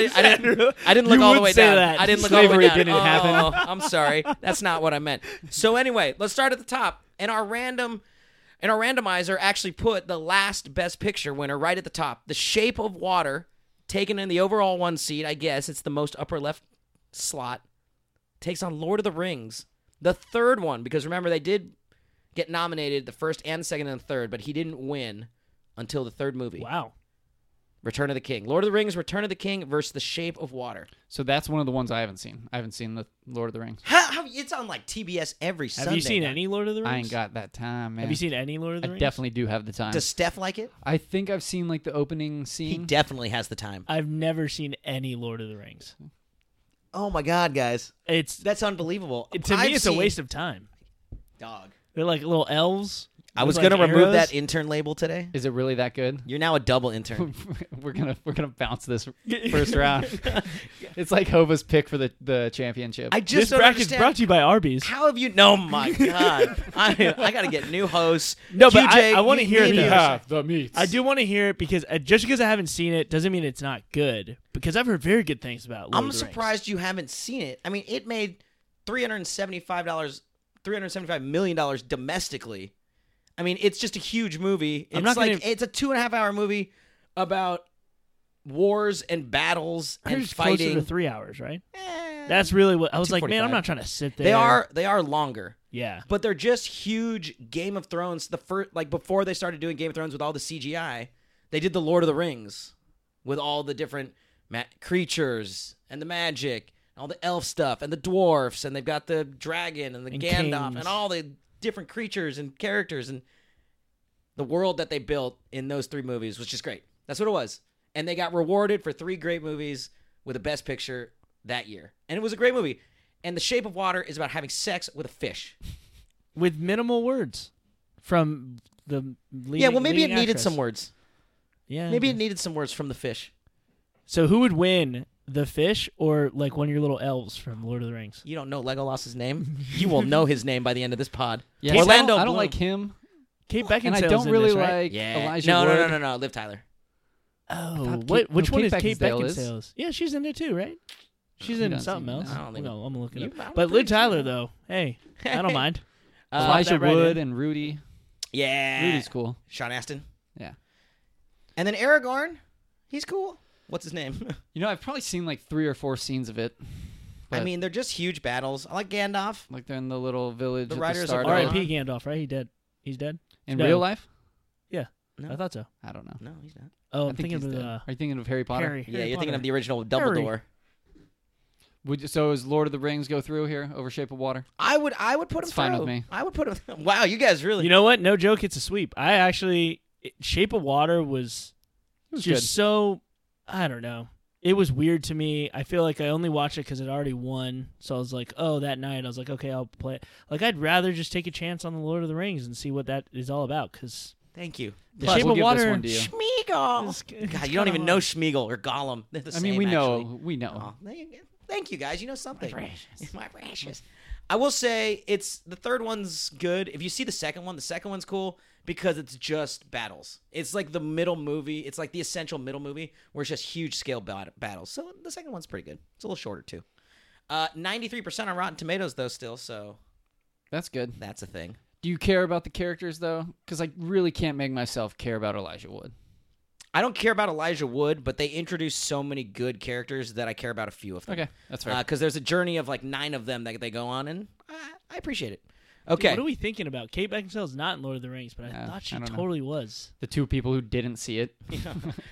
Speaker 1: didn't, I didn't look
Speaker 2: You
Speaker 1: all the
Speaker 2: would
Speaker 1: way
Speaker 2: say
Speaker 1: down.
Speaker 2: that.
Speaker 1: I didn't look all the
Speaker 2: Slavery
Speaker 1: way down.
Speaker 2: didn't happen.
Speaker 1: Oh, I'm sorry. That's not what I meant. So anyway, let's start at the top. And our random and our randomizer actually put the last best picture winner right at the top. The shape of water taken in the overall one seed, I guess it's the most upper left slot. Takes on Lord of the Rings. The third one, because remember they did get nominated the first and second and third, but he didn't win until the third movie.
Speaker 2: Wow.
Speaker 1: Return of the King. Lord of the Rings, Return of the King versus The Shape of Water.
Speaker 3: So that's one of the ones I haven't seen. I haven't seen the Lord of the Rings.
Speaker 1: How, how it's on like TBS every
Speaker 2: Have
Speaker 1: Sunday.
Speaker 2: you seen
Speaker 1: now.
Speaker 2: any Lord of the Rings?
Speaker 3: I ain't got that time, man.
Speaker 2: Have you seen any Lord of
Speaker 3: I
Speaker 2: the Rings?
Speaker 3: definitely do have the time.
Speaker 1: Does Steph like it?
Speaker 3: I think I've seen like the
Speaker 1: He
Speaker 3: opening
Speaker 2: Mm-hmm.
Speaker 3: scene.
Speaker 1: definitely has the time.
Speaker 2: I've never seen any Lord of the Rings.
Speaker 1: Oh my god, guys,
Speaker 2: It's
Speaker 1: that's unbelievable.
Speaker 2: to
Speaker 1: I've
Speaker 2: me, it's
Speaker 1: seen-
Speaker 2: a waste of time.
Speaker 1: Dog.
Speaker 2: They're like little elves.
Speaker 1: I
Speaker 2: with,
Speaker 1: was
Speaker 2: like,
Speaker 1: gonna remove
Speaker 2: arrows.
Speaker 1: that intern label today.
Speaker 3: Is it really that good?
Speaker 1: You're now a double intern.
Speaker 3: we're gonna we're gonna bounce this first round. it's like Hova's pick for the the championship.
Speaker 1: I
Speaker 2: This
Speaker 1: just don't
Speaker 2: bracket's
Speaker 1: understand.
Speaker 2: brought to you by Arby's.
Speaker 1: How have you? No, my God! I, I got to get new hosts.
Speaker 2: No, but
Speaker 1: QJ,
Speaker 2: I- I wanna
Speaker 1: you-
Speaker 2: hear
Speaker 1: me
Speaker 2: uh,
Speaker 1: and
Speaker 2: this.
Speaker 1: you.
Speaker 2: Yeah.
Speaker 3: the meat.
Speaker 2: I do want to hear it because uh, just because I haven't seen it doesn't mean it's not good. Because I've heard very good things about. Lord
Speaker 1: I'm
Speaker 2: of the Rings.
Speaker 1: surprised you haven't seen it. I mean, it made three hundred seventy-five dollars, three hundred seventy-five million dollars domestically. I mean, it's just a huge movie. It's
Speaker 2: I'm not
Speaker 1: like
Speaker 2: gonna-
Speaker 1: it's a two and a half hour movie about wars and battles
Speaker 2: I heard
Speaker 1: and
Speaker 2: it's closer
Speaker 1: fighting.
Speaker 2: to three hours, right?
Speaker 1: Eh,
Speaker 2: That's really what I was like. Man,
Speaker 1: 245.
Speaker 2: I'm not trying to sit there.
Speaker 1: they are they are longer.
Speaker 2: Yeah.
Speaker 1: but they're just huge Game of Thrones. The first, like before they started doing Game of Thrones with all the CGI, they did the Lord of the Rings with all the different ma- creatures and the magic, and all the elf stuff and the dwarfs, and they've got the dragon and the
Speaker 2: And
Speaker 1: Gandalf
Speaker 2: kings.
Speaker 1: and all the different creatures and characters and the world that they built in those three movies was just great. That's what it was, and they got rewarded for three great movies with a Best Picture that year, and it was a great movie. And The Shape of Water is about having sex with a fish.
Speaker 2: with minimal words from the leading,
Speaker 1: yeah, well, maybe it
Speaker 2: leading
Speaker 1: needed
Speaker 2: actress.
Speaker 1: some words.
Speaker 2: Yeah,
Speaker 1: Maybe it
Speaker 2: okay.
Speaker 1: needed some words from the fish.
Speaker 2: so who would win, the fish or like one of your little elves from Lord of the Rings?
Speaker 1: You don't know Legolas's name. you will know his name by the end of this pod.
Speaker 3: yeah,
Speaker 1: Orlando
Speaker 3: I don't, I don't
Speaker 1: Bloom.
Speaker 3: like him,
Speaker 2: Kate Beckinsale,
Speaker 3: Oh, and I don't really like
Speaker 1: Yeah.
Speaker 3: Elijah.
Speaker 1: no, no,
Speaker 3: Wood.
Speaker 1: no, no, no. Liv Tyler.
Speaker 2: Oh,
Speaker 3: thought
Speaker 2: what?
Speaker 3: Kate-
Speaker 2: Which
Speaker 3: no,
Speaker 2: one
Speaker 3: Kate
Speaker 2: is Kate
Speaker 3: Beckinsale is.
Speaker 2: Beckinsale's? Yeah, she's in there too, right? She's
Speaker 3: You
Speaker 2: in
Speaker 3: don't
Speaker 2: something
Speaker 3: see-
Speaker 2: else.
Speaker 1: I don't think-
Speaker 2: Well, I'm gonna look it
Speaker 1: You-
Speaker 2: up.
Speaker 1: I'm
Speaker 2: But Liv
Speaker 1: pretty sure.
Speaker 2: Tyler, though, hey, I don't mind.
Speaker 1: Uh,
Speaker 3: Elijah
Speaker 2: that right
Speaker 3: Wood Eh.
Speaker 2: in.
Speaker 3: and Rudy.
Speaker 1: Yeah.
Speaker 3: Rudy's cool.
Speaker 1: Sean Astin.
Speaker 3: Yeah.
Speaker 1: And then Aragorn. He's cool. What's his name?
Speaker 3: You know, I've probably seen like three or four scenes of it.
Speaker 1: I
Speaker 3: But-
Speaker 1: mean, they're just huge battles. I like Gandalf.
Speaker 3: Like they're in the little village
Speaker 1: The
Speaker 3: at
Speaker 1: Riders
Speaker 3: the
Speaker 1: of
Speaker 3: start.
Speaker 1: Rohan.
Speaker 3: of it.
Speaker 2: R.I.P. Gandalf, right? He dead. He's dead.
Speaker 3: In
Speaker 2: No.
Speaker 3: real life,
Speaker 1: No.
Speaker 2: I thought so.
Speaker 3: I don't know.
Speaker 1: No, he's not.
Speaker 2: Oh,
Speaker 3: I
Speaker 2: I'm
Speaker 3: think
Speaker 2: thinking
Speaker 3: he's
Speaker 2: of
Speaker 3: dead.
Speaker 2: the
Speaker 3: Are you thinking of Harry Potter?
Speaker 2: Harry.
Speaker 1: yeah,
Speaker 2: Harry
Speaker 1: you're thinking
Speaker 2: Potter.
Speaker 1: of the original
Speaker 2: Harry.
Speaker 1: Dumbledore.
Speaker 3: Would you, so is Lord of the Rings go through here over Shape of Water?
Speaker 1: I would, I would put
Speaker 3: It's
Speaker 1: him
Speaker 3: fine with
Speaker 1: through.
Speaker 3: me.
Speaker 1: I would put him. Wow, you guys really.
Speaker 2: You know what? No joke. It's a sweep. I actually, it- Shape of Water was,
Speaker 3: was
Speaker 2: just
Speaker 3: good.
Speaker 2: so. I don't know. It was weird to me. I feel like I only watched it because it already won. So I was like, oh, that night I was like, okay, I'll play. it. Like I'd rather just take a chance on the Lord of the Rings and see what that is all about. Because
Speaker 1: Thank you.
Speaker 2: The
Speaker 3: Plus,
Speaker 2: Shape
Speaker 3: we'll
Speaker 2: of
Speaker 3: give this
Speaker 2: Water-
Speaker 3: one to you.
Speaker 1: Schmeagol. God, you don't even know Schmeagol or Gollum. They're the
Speaker 3: I mean,
Speaker 1: same,
Speaker 3: we know,
Speaker 1: actually.
Speaker 3: we know.
Speaker 1: Aw, there you go. Thank you guys. You know something. My precious. I will say it's the third one's good. If you see the second one, the second one's cool because it's just battles. It's like the middle movie. It's like the essential middle movie where it's just huge scale bat- battles. So the second one's pretty good. It's a little shorter too. Uh, 93% on Rotten Tomatoes though still, so
Speaker 3: That's good.
Speaker 1: that's a thing.
Speaker 3: Do you care about the characters though? Because I really can't make myself care about Elijah Wood.
Speaker 1: I don't care about Elijah Wood, but they introduced so many good characters that I care about a few of them.
Speaker 3: Okay, that's fair.
Speaker 1: Because there's a journey of like nine of them that they go on, and I, I appreciate it.
Speaker 2: Okay.
Speaker 1: Okay.
Speaker 2: What are we thinking about? Kate Beckinsale's not in Lord of the Rings, but I
Speaker 3: Yeah,
Speaker 2: thought she
Speaker 3: I don't know.
Speaker 2: totally was.
Speaker 3: the two people who didn't see it.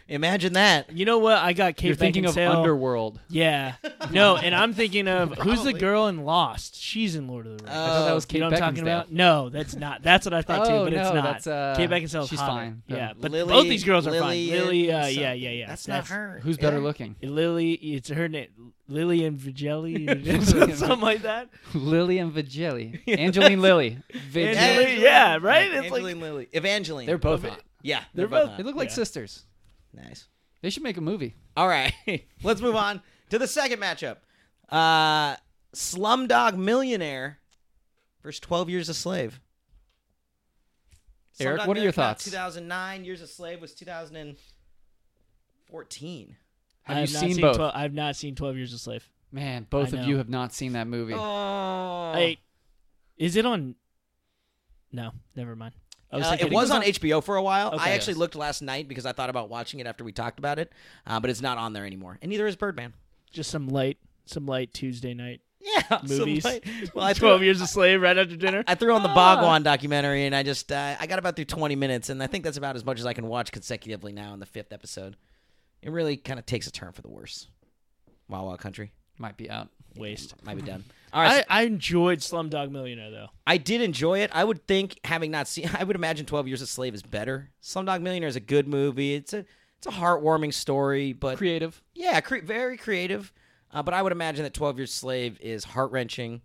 Speaker 1: Imagine that.
Speaker 2: You know what? I got Kate
Speaker 3: You're thinking of
Speaker 2: Beckinsale.
Speaker 3: Underworld.
Speaker 2: Yeah. No, and I'm thinking of who's the
Speaker 1: Probably. Uh,
Speaker 2: girl in Lost? She's in Lord of the Rings.
Speaker 1: I thought that was
Speaker 2: you know
Speaker 3: Kate
Speaker 2: what I'm talking
Speaker 3: Beckinsale.
Speaker 2: about? No, that's not. That's what I thought
Speaker 3: Oh,
Speaker 2: too, but it's
Speaker 3: no,
Speaker 2: not.
Speaker 3: that's, uh,
Speaker 2: Kate Beckinsale's
Speaker 3: she's
Speaker 2: hotter.
Speaker 3: fine.
Speaker 2: Yeah,
Speaker 3: Yeah.
Speaker 2: but
Speaker 1: Lily-
Speaker 2: both these girls are
Speaker 1: Lillian
Speaker 2: fine. Lily, uh,
Speaker 1: something.
Speaker 2: yeah, yeah, yeah.
Speaker 1: That's, not her.
Speaker 3: Who's better
Speaker 1: Yeah.
Speaker 3: looking?
Speaker 2: Lily, it's her name, Lily and Vigeli,
Speaker 3: Lillian-
Speaker 2: something like that.
Speaker 3: Lily and Vigeli. Angeline Lily. Vigeli.
Speaker 2: Angeline- yeah, right? It's like-
Speaker 1: Angeline Lilly. Evangeline.
Speaker 3: They're both hot.
Speaker 1: yeah,
Speaker 2: they're
Speaker 1: they're, both.
Speaker 2: both-
Speaker 3: They
Speaker 1: hot.
Speaker 3: look like
Speaker 2: Yeah.
Speaker 3: sisters.
Speaker 1: Nice.
Speaker 3: They should make a movie.
Speaker 1: All right. Let's move on to the second matchup. Uh, Slumdog Millionaire versus 12 Years a Slave.
Speaker 3: Eric,
Speaker 1: Slumdog
Speaker 3: what are your
Speaker 1: Millionaire came out
Speaker 3: thoughts?
Speaker 1: 2009. Years a Slave was 2014.
Speaker 3: Have
Speaker 2: I
Speaker 3: you
Speaker 2: not
Speaker 3: seen both?
Speaker 2: 12 I've not seen Twelve Years a Slave.
Speaker 3: Man, both
Speaker 2: I
Speaker 3: of
Speaker 2: know.
Speaker 3: you have not seen that movie.
Speaker 1: Oh.
Speaker 2: Like, is it on? No, never mind. I
Speaker 1: Uh,
Speaker 2: thinking
Speaker 1: it was on HBO for a while. I
Speaker 2: Okay.
Speaker 1: actually looked last night because I thought about watching it after we talked about it, uh, but it's not on there anymore. And neither is Birdman.
Speaker 2: just some light, some light Tuesday night
Speaker 1: Yeah, some
Speaker 2: movies.
Speaker 1: light- well, I
Speaker 2: Twelve
Speaker 1: threw,
Speaker 2: Years Ah. a Slave right after dinner.
Speaker 1: I threw on the Bhagwan documentary, and I just uh, I got about through twenty minutes, and I think that's about as much as I can watch consecutively now in the fifth episode. it really kind of takes a turn for the worse. Wawa Country
Speaker 3: Might be out.
Speaker 2: Waste.
Speaker 1: might be done. All right, so-
Speaker 2: I, I enjoyed Slumdog Millionaire though.
Speaker 1: I did enjoy it. I would think having not seen, I would imagine Twelve Years a Slave is better. Slumdog Millionaire is a good movie. It's a it's a heartwarming story, but
Speaker 3: Creative.
Speaker 1: yeah, cre- very creative. Uh, but I would imagine that Twelve Years a Slave is heart wrenching,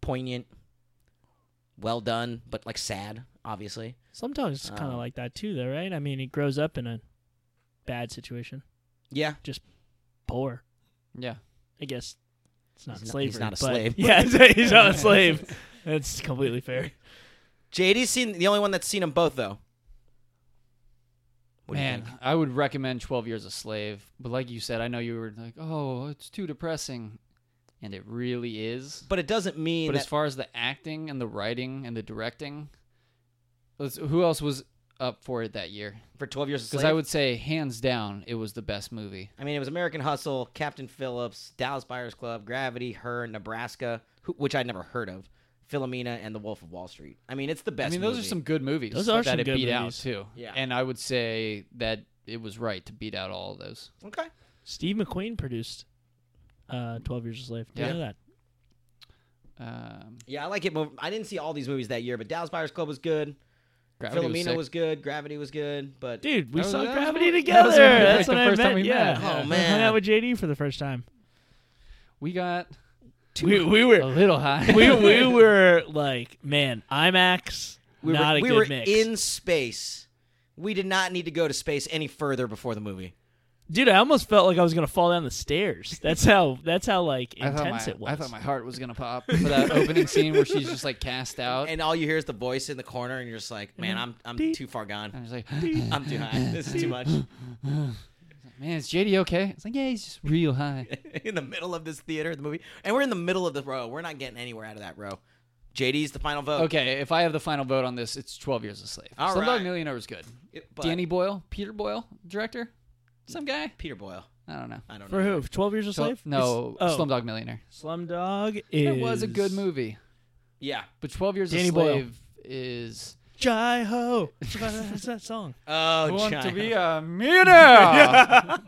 Speaker 1: poignant, well done, but like sad, obviously.
Speaker 2: Slumdog's kind of
Speaker 1: Um,
Speaker 2: like that too, though, right? I mean, he grows up in a bad situation,
Speaker 1: Yeah,
Speaker 2: poor.
Speaker 3: Yeah.
Speaker 2: I guess it's not
Speaker 1: He's not-
Speaker 2: slavery.
Speaker 1: he's not a
Speaker 2: but-
Speaker 1: slave.
Speaker 2: Yeah, it's- he's not a slave. That's completely fair.
Speaker 1: JD's seen the only one that's seen them both though. What do you
Speaker 3: Man,
Speaker 1: think?
Speaker 3: I would recommend 12 Years a Slave, but like you said, I know you were like, "Oh, it's too depressing." And it really is.
Speaker 1: but it doesn't mean
Speaker 3: But
Speaker 1: that
Speaker 3: as far as the acting and the writing and the directing, let's, who else was up for it that year?
Speaker 1: for Twelve Years a
Speaker 3: Because
Speaker 1: Slave.
Speaker 3: I would say hands down, it was the best movie.
Speaker 1: I mean, it was American Hustle, Captain Phillips, Dallas Buyers Club, Gravity, Her, Nebraska, who, which I'd never heard of, Philomena, and The Wolf of Wall Street. I mean, it's the best.
Speaker 3: I mean, those
Speaker 1: movie.
Speaker 3: are some good movies
Speaker 2: Those are
Speaker 3: that
Speaker 2: some
Speaker 3: it
Speaker 2: good
Speaker 3: beat out
Speaker 2: movies.
Speaker 3: too.
Speaker 1: Yeah.
Speaker 3: and I would say that it was right to beat out all of those.
Speaker 1: okay.
Speaker 2: Steve McQueen produced uh, Twelve Years a Slave. Do
Speaker 3: Yeah.
Speaker 2: you know that?
Speaker 3: Um,
Speaker 1: Yeah, I like it. More. I didn't see all these movies that year, but Dallas Buyers Club was good.
Speaker 3: Gravity
Speaker 1: Philomena was,
Speaker 3: sick.
Speaker 1: good. Gravity was good. But
Speaker 2: Dude, we
Speaker 3: That was-
Speaker 2: saw
Speaker 3: that was
Speaker 2: Gravity
Speaker 3: what- that
Speaker 2: together.
Speaker 3: was what we-
Speaker 2: That's
Speaker 3: like, the
Speaker 2: what I
Speaker 3: first time
Speaker 2: met,
Speaker 3: we
Speaker 2: yeah.
Speaker 3: met.
Speaker 1: Oh,
Speaker 2: I hung
Speaker 1: man.
Speaker 2: out with JD for the first time.
Speaker 3: We got
Speaker 2: We, we
Speaker 3: a
Speaker 2: were
Speaker 3: little high.
Speaker 2: we, we were like, man, IMAX,
Speaker 1: we were,
Speaker 2: not a
Speaker 1: we
Speaker 2: good
Speaker 1: were
Speaker 2: mix.
Speaker 1: in space. We did not need to go to space any further before the movie.
Speaker 2: Dude, I almost felt like I was gonna fall down the stairs. That's how that's how like
Speaker 3: I thought,
Speaker 2: intense
Speaker 3: my,
Speaker 2: it was.
Speaker 3: I thought my heart was gonna pop for that opening scene where she's just like cast out, and,
Speaker 1: And all you hear is the voice in the corner, and you're just like, "Man, I'm I'm
Speaker 2: Beep.
Speaker 1: too far gone.
Speaker 3: I was like,
Speaker 1: I'm too high. This is too much."
Speaker 3: "Man, is JD okay?" It's like, "Yeah, he's just real high."
Speaker 1: in the middle of this theater, the movie, and we're in the middle of the row. We're not getting anywhere out of that row. JD's the final vote.
Speaker 3: Okay, if I have the final vote on this, it's 12 Years a Slave.
Speaker 1: All
Speaker 3: Slumdog
Speaker 1: right.
Speaker 3: Millionaire was good.
Speaker 1: It- but-
Speaker 3: Danny Boyle, Peter Boyle, director, some guy.
Speaker 1: Peter Boyle.
Speaker 3: I don't know.
Speaker 1: I don't
Speaker 2: For
Speaker 1: know.
Speaker 2: who? Twelve Years a
Speaker 3: So-
Speaker 2: Slave?
Speaker 3: no,
Speaker 2: It's- oh,
Speaker 3: Slumdog Millionaire.
Speaker 2: Slumdog is.
Speaker 3: It was a good movie,
Speaker 1: Yeah.
Speaker 3: but 12 Years
Speaker 2: Danny
Speaker 3: a
Speaker 2: Boyle.
Speaker 3: Slave is.
Speaker 2: Jai Ho. That's that song.
Speaker 1: Oh, China.
Speaker 3: a millionaire?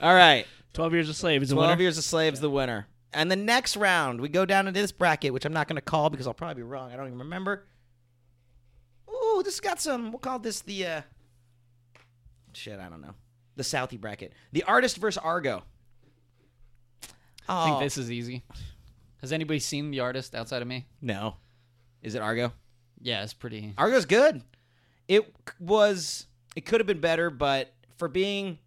Speaker 1: All right.
Speaker 2: Twelve Years a Slave is a
Speaker 1: Twelve
Speaker 2: winner.
Speaker 1: Years a Slave's the winner. And the next round, we go down into this bracket, which I'm not going to call because I'll probably be wrong. I don't even remember. Ooh, this has got some. We'll call this the. Uh, shit, I don't know. The Southie bracket. The artist versus Argo.
Speaker 3: I think
Speaker 1: Oh,
Speaker 3: this is easy. Has anybody seen The Artist outside of me?
Speaker 1: no. Is it Argo?
Speaker 3: Yeah, it's pretty.
Speaker 1: Argo's good. It c- was. It could have been better, but for being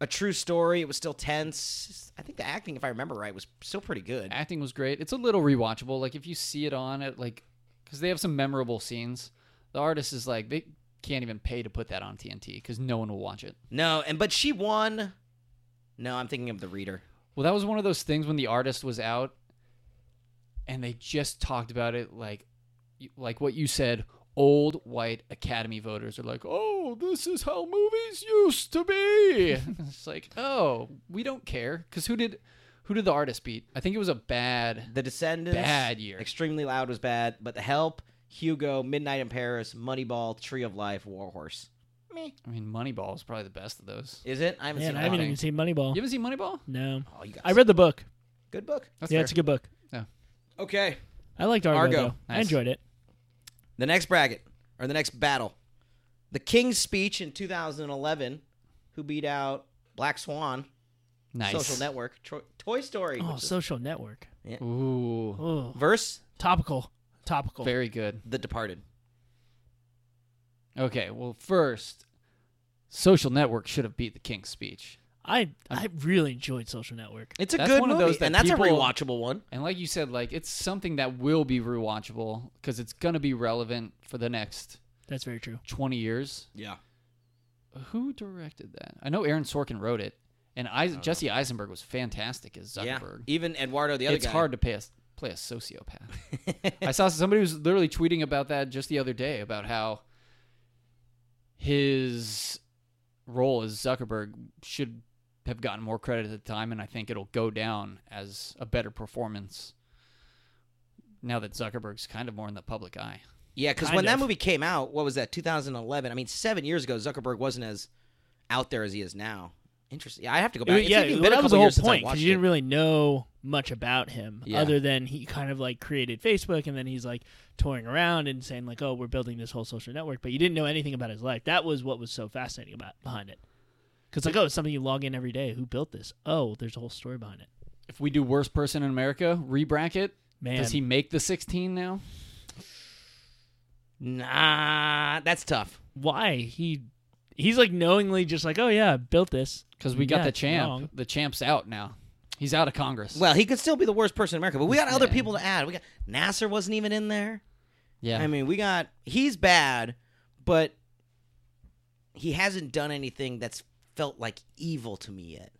Speaker 1: a true story, it was still tense. I think the acting, if I remember right, was still pretty good.
Speaker 3: Acting was great. It's a little rewatchable. Like if you see it on it, like because they have some memorable scenes. The artist is like they can't even pay to put that on TNT because no one will watch it.
Speaker 1: No, and but she won. No, I'm thinking of the reader.
Speaker 3: Well, that was one of those things when the artist was out, and they just talked about it like, like what you said. Old white Academy voters are like, "Oh, this is how movies used to be." it's like, oh, we don't care because who did, who did the artist beat? I think it was a bad.
Speaker 1: The Descendants,
Speaker 3: Bad year.
Speaker 1: Extremely Loud was bad, but The Help, Hugo, Midnight in Paris, Moneyball, Tree of Life, Warhorse.
Speaker 3: I mean, Moneyball is probably the best of those.
Speaker 1: Is it? I haven't
Speaker 2: Man,
Speaker 1: seen.
Speaker 2: I
Speaker 1: it.
Speaker 2: haven't
Speaker 3: Moneyball.
Speaker 2: even seen Moneyball.
Speaker 3: You haven't seen Moneyball?
Speaker 2: No,
Speaker 1: Oh, you guys.
Speaker 2: I read the book.
Speaker 1: good book.
Speaker 3: That's
Speaker 2: yeah,
Speaker 3: fair.
Speaker 2: it's a good book.
Speaker 1: Okay.
Speaker 2: I liked Argo.
Speaker 1: Argo.
Speaker 2: though. I
Speaker 3: Nice.
Speaker 2: enjoyed it.
Speaker 1: The next bracket or the next battle, the King's Speech in 2011, who beat out Black Swan,
Speaker 3: nice.
Speaker 1: Social Network, Tro- Toy Story
Speaker 2: Oh,
Speaker 1: which is-
Speaker 2: Social Network.
Speaker 3: Ooh,
Speaker 2: Oh,
Speaker 1: versus
Speaker 2: topical, topical.
Speaker 3: very good.
Speaker 1: The Departed.
Speaker 3: Okay, well, first, Social Network should have beat The King's Speech.
Speaker 2: I I really enjoyed Social Network.
Speaker 1: It's a
Speaker 3: That's
Speaker 1: good
Speaker 3: one of
Speaker 1: movie,
Speaker 3: those that
Speaker 1: and that's
Speaker 3: people-
Speaker 1: a rewatchable one.
Speaker 3: And like you said, like it's something that will be rewatchable because it's gonna be relevant for the next
Speaker 2: That's very true.
Speaker 3: twenty years.
Speaker 1: Yeah.
Speaker 3: Who directed that? I know Aaron Sorkin wrote it, and I, Jesse Eisenberg was fantastic as
Speaker 1: Yeah.
Speaker 3: Zuckerberg.
Speaker 1: Even Eduardo, the other
Speaker 3: it's
Speaker 1: guy.
Speaker 3: hard to pay a, play a sociopath. I saw somebody was literally tweeting about that just the other day about how his role as Zuckerberg should have gotten more credit at the time, and I think it'll go down as a better performance now that Zuckerberg's kind of more in the public eye.
Speaker 1: Yeah, because
Speaker 2: Kind
Speaker 1: when that
Speaker 2: of.
Speaker 1: movie came out, what was that, 2011? I mean, seven years ago, Zuckerberg wasn't as out there as he is now. Interesting. Yeah, I have to go
Speaker 2: It
Speaker 1: back.
Speaker 2: was-
Speaker 1: It's
Speaker 2: yeah,
Speaker 1: even
Speaker 2: well,
Speaker 1: been a
Speaker 2: that was
Speaker 1: couple
Speaker 2: the whole
Speaker 1: years since I
Speaker 2: point because
Speaker 1: watched
Speaker 2: you didn't
Speaker 1: it.
Speaker 2: really know much about him
Speaker 1: Yeah.
Speaker 2: other than he kind of like created Facebook and then he's like touring around and saying like, "Oh, we're building this whole social network," but you didn't know anything about his life. That was what was so fascinating about behind it. Because like, oh, it's something you log in every day. Who built this? Oh, there's a whole story behind it.
Speaker 3: If we do worst person in America, rebracket.
Speaker 2: Man,
Speaker 3: Does he make the 16 now?
Speaker 1: Nah, that's tough.
Speaker 2: why he he's like knowingly just like, "Oh yeah, I built this."
Speaker 3: Because we got
Speaker 2: Yeah,
Speaker 3: the
Speaker 2: it's
Speaker 3: champ.
Speaker 2: wrong.
Speaker 3: The champ's out now. He's out of Congress.
Speaker 1: Well, he could still be the worst person in America, but we got other
Speaker 3: Yeah.
Speaker 1: people to add. We got Nasser wasn't even in there.
Speaker 3: yeah.
Speaker 1: I mean, we got he's bad, but he hasn't done anything that's felt like evil to me yet.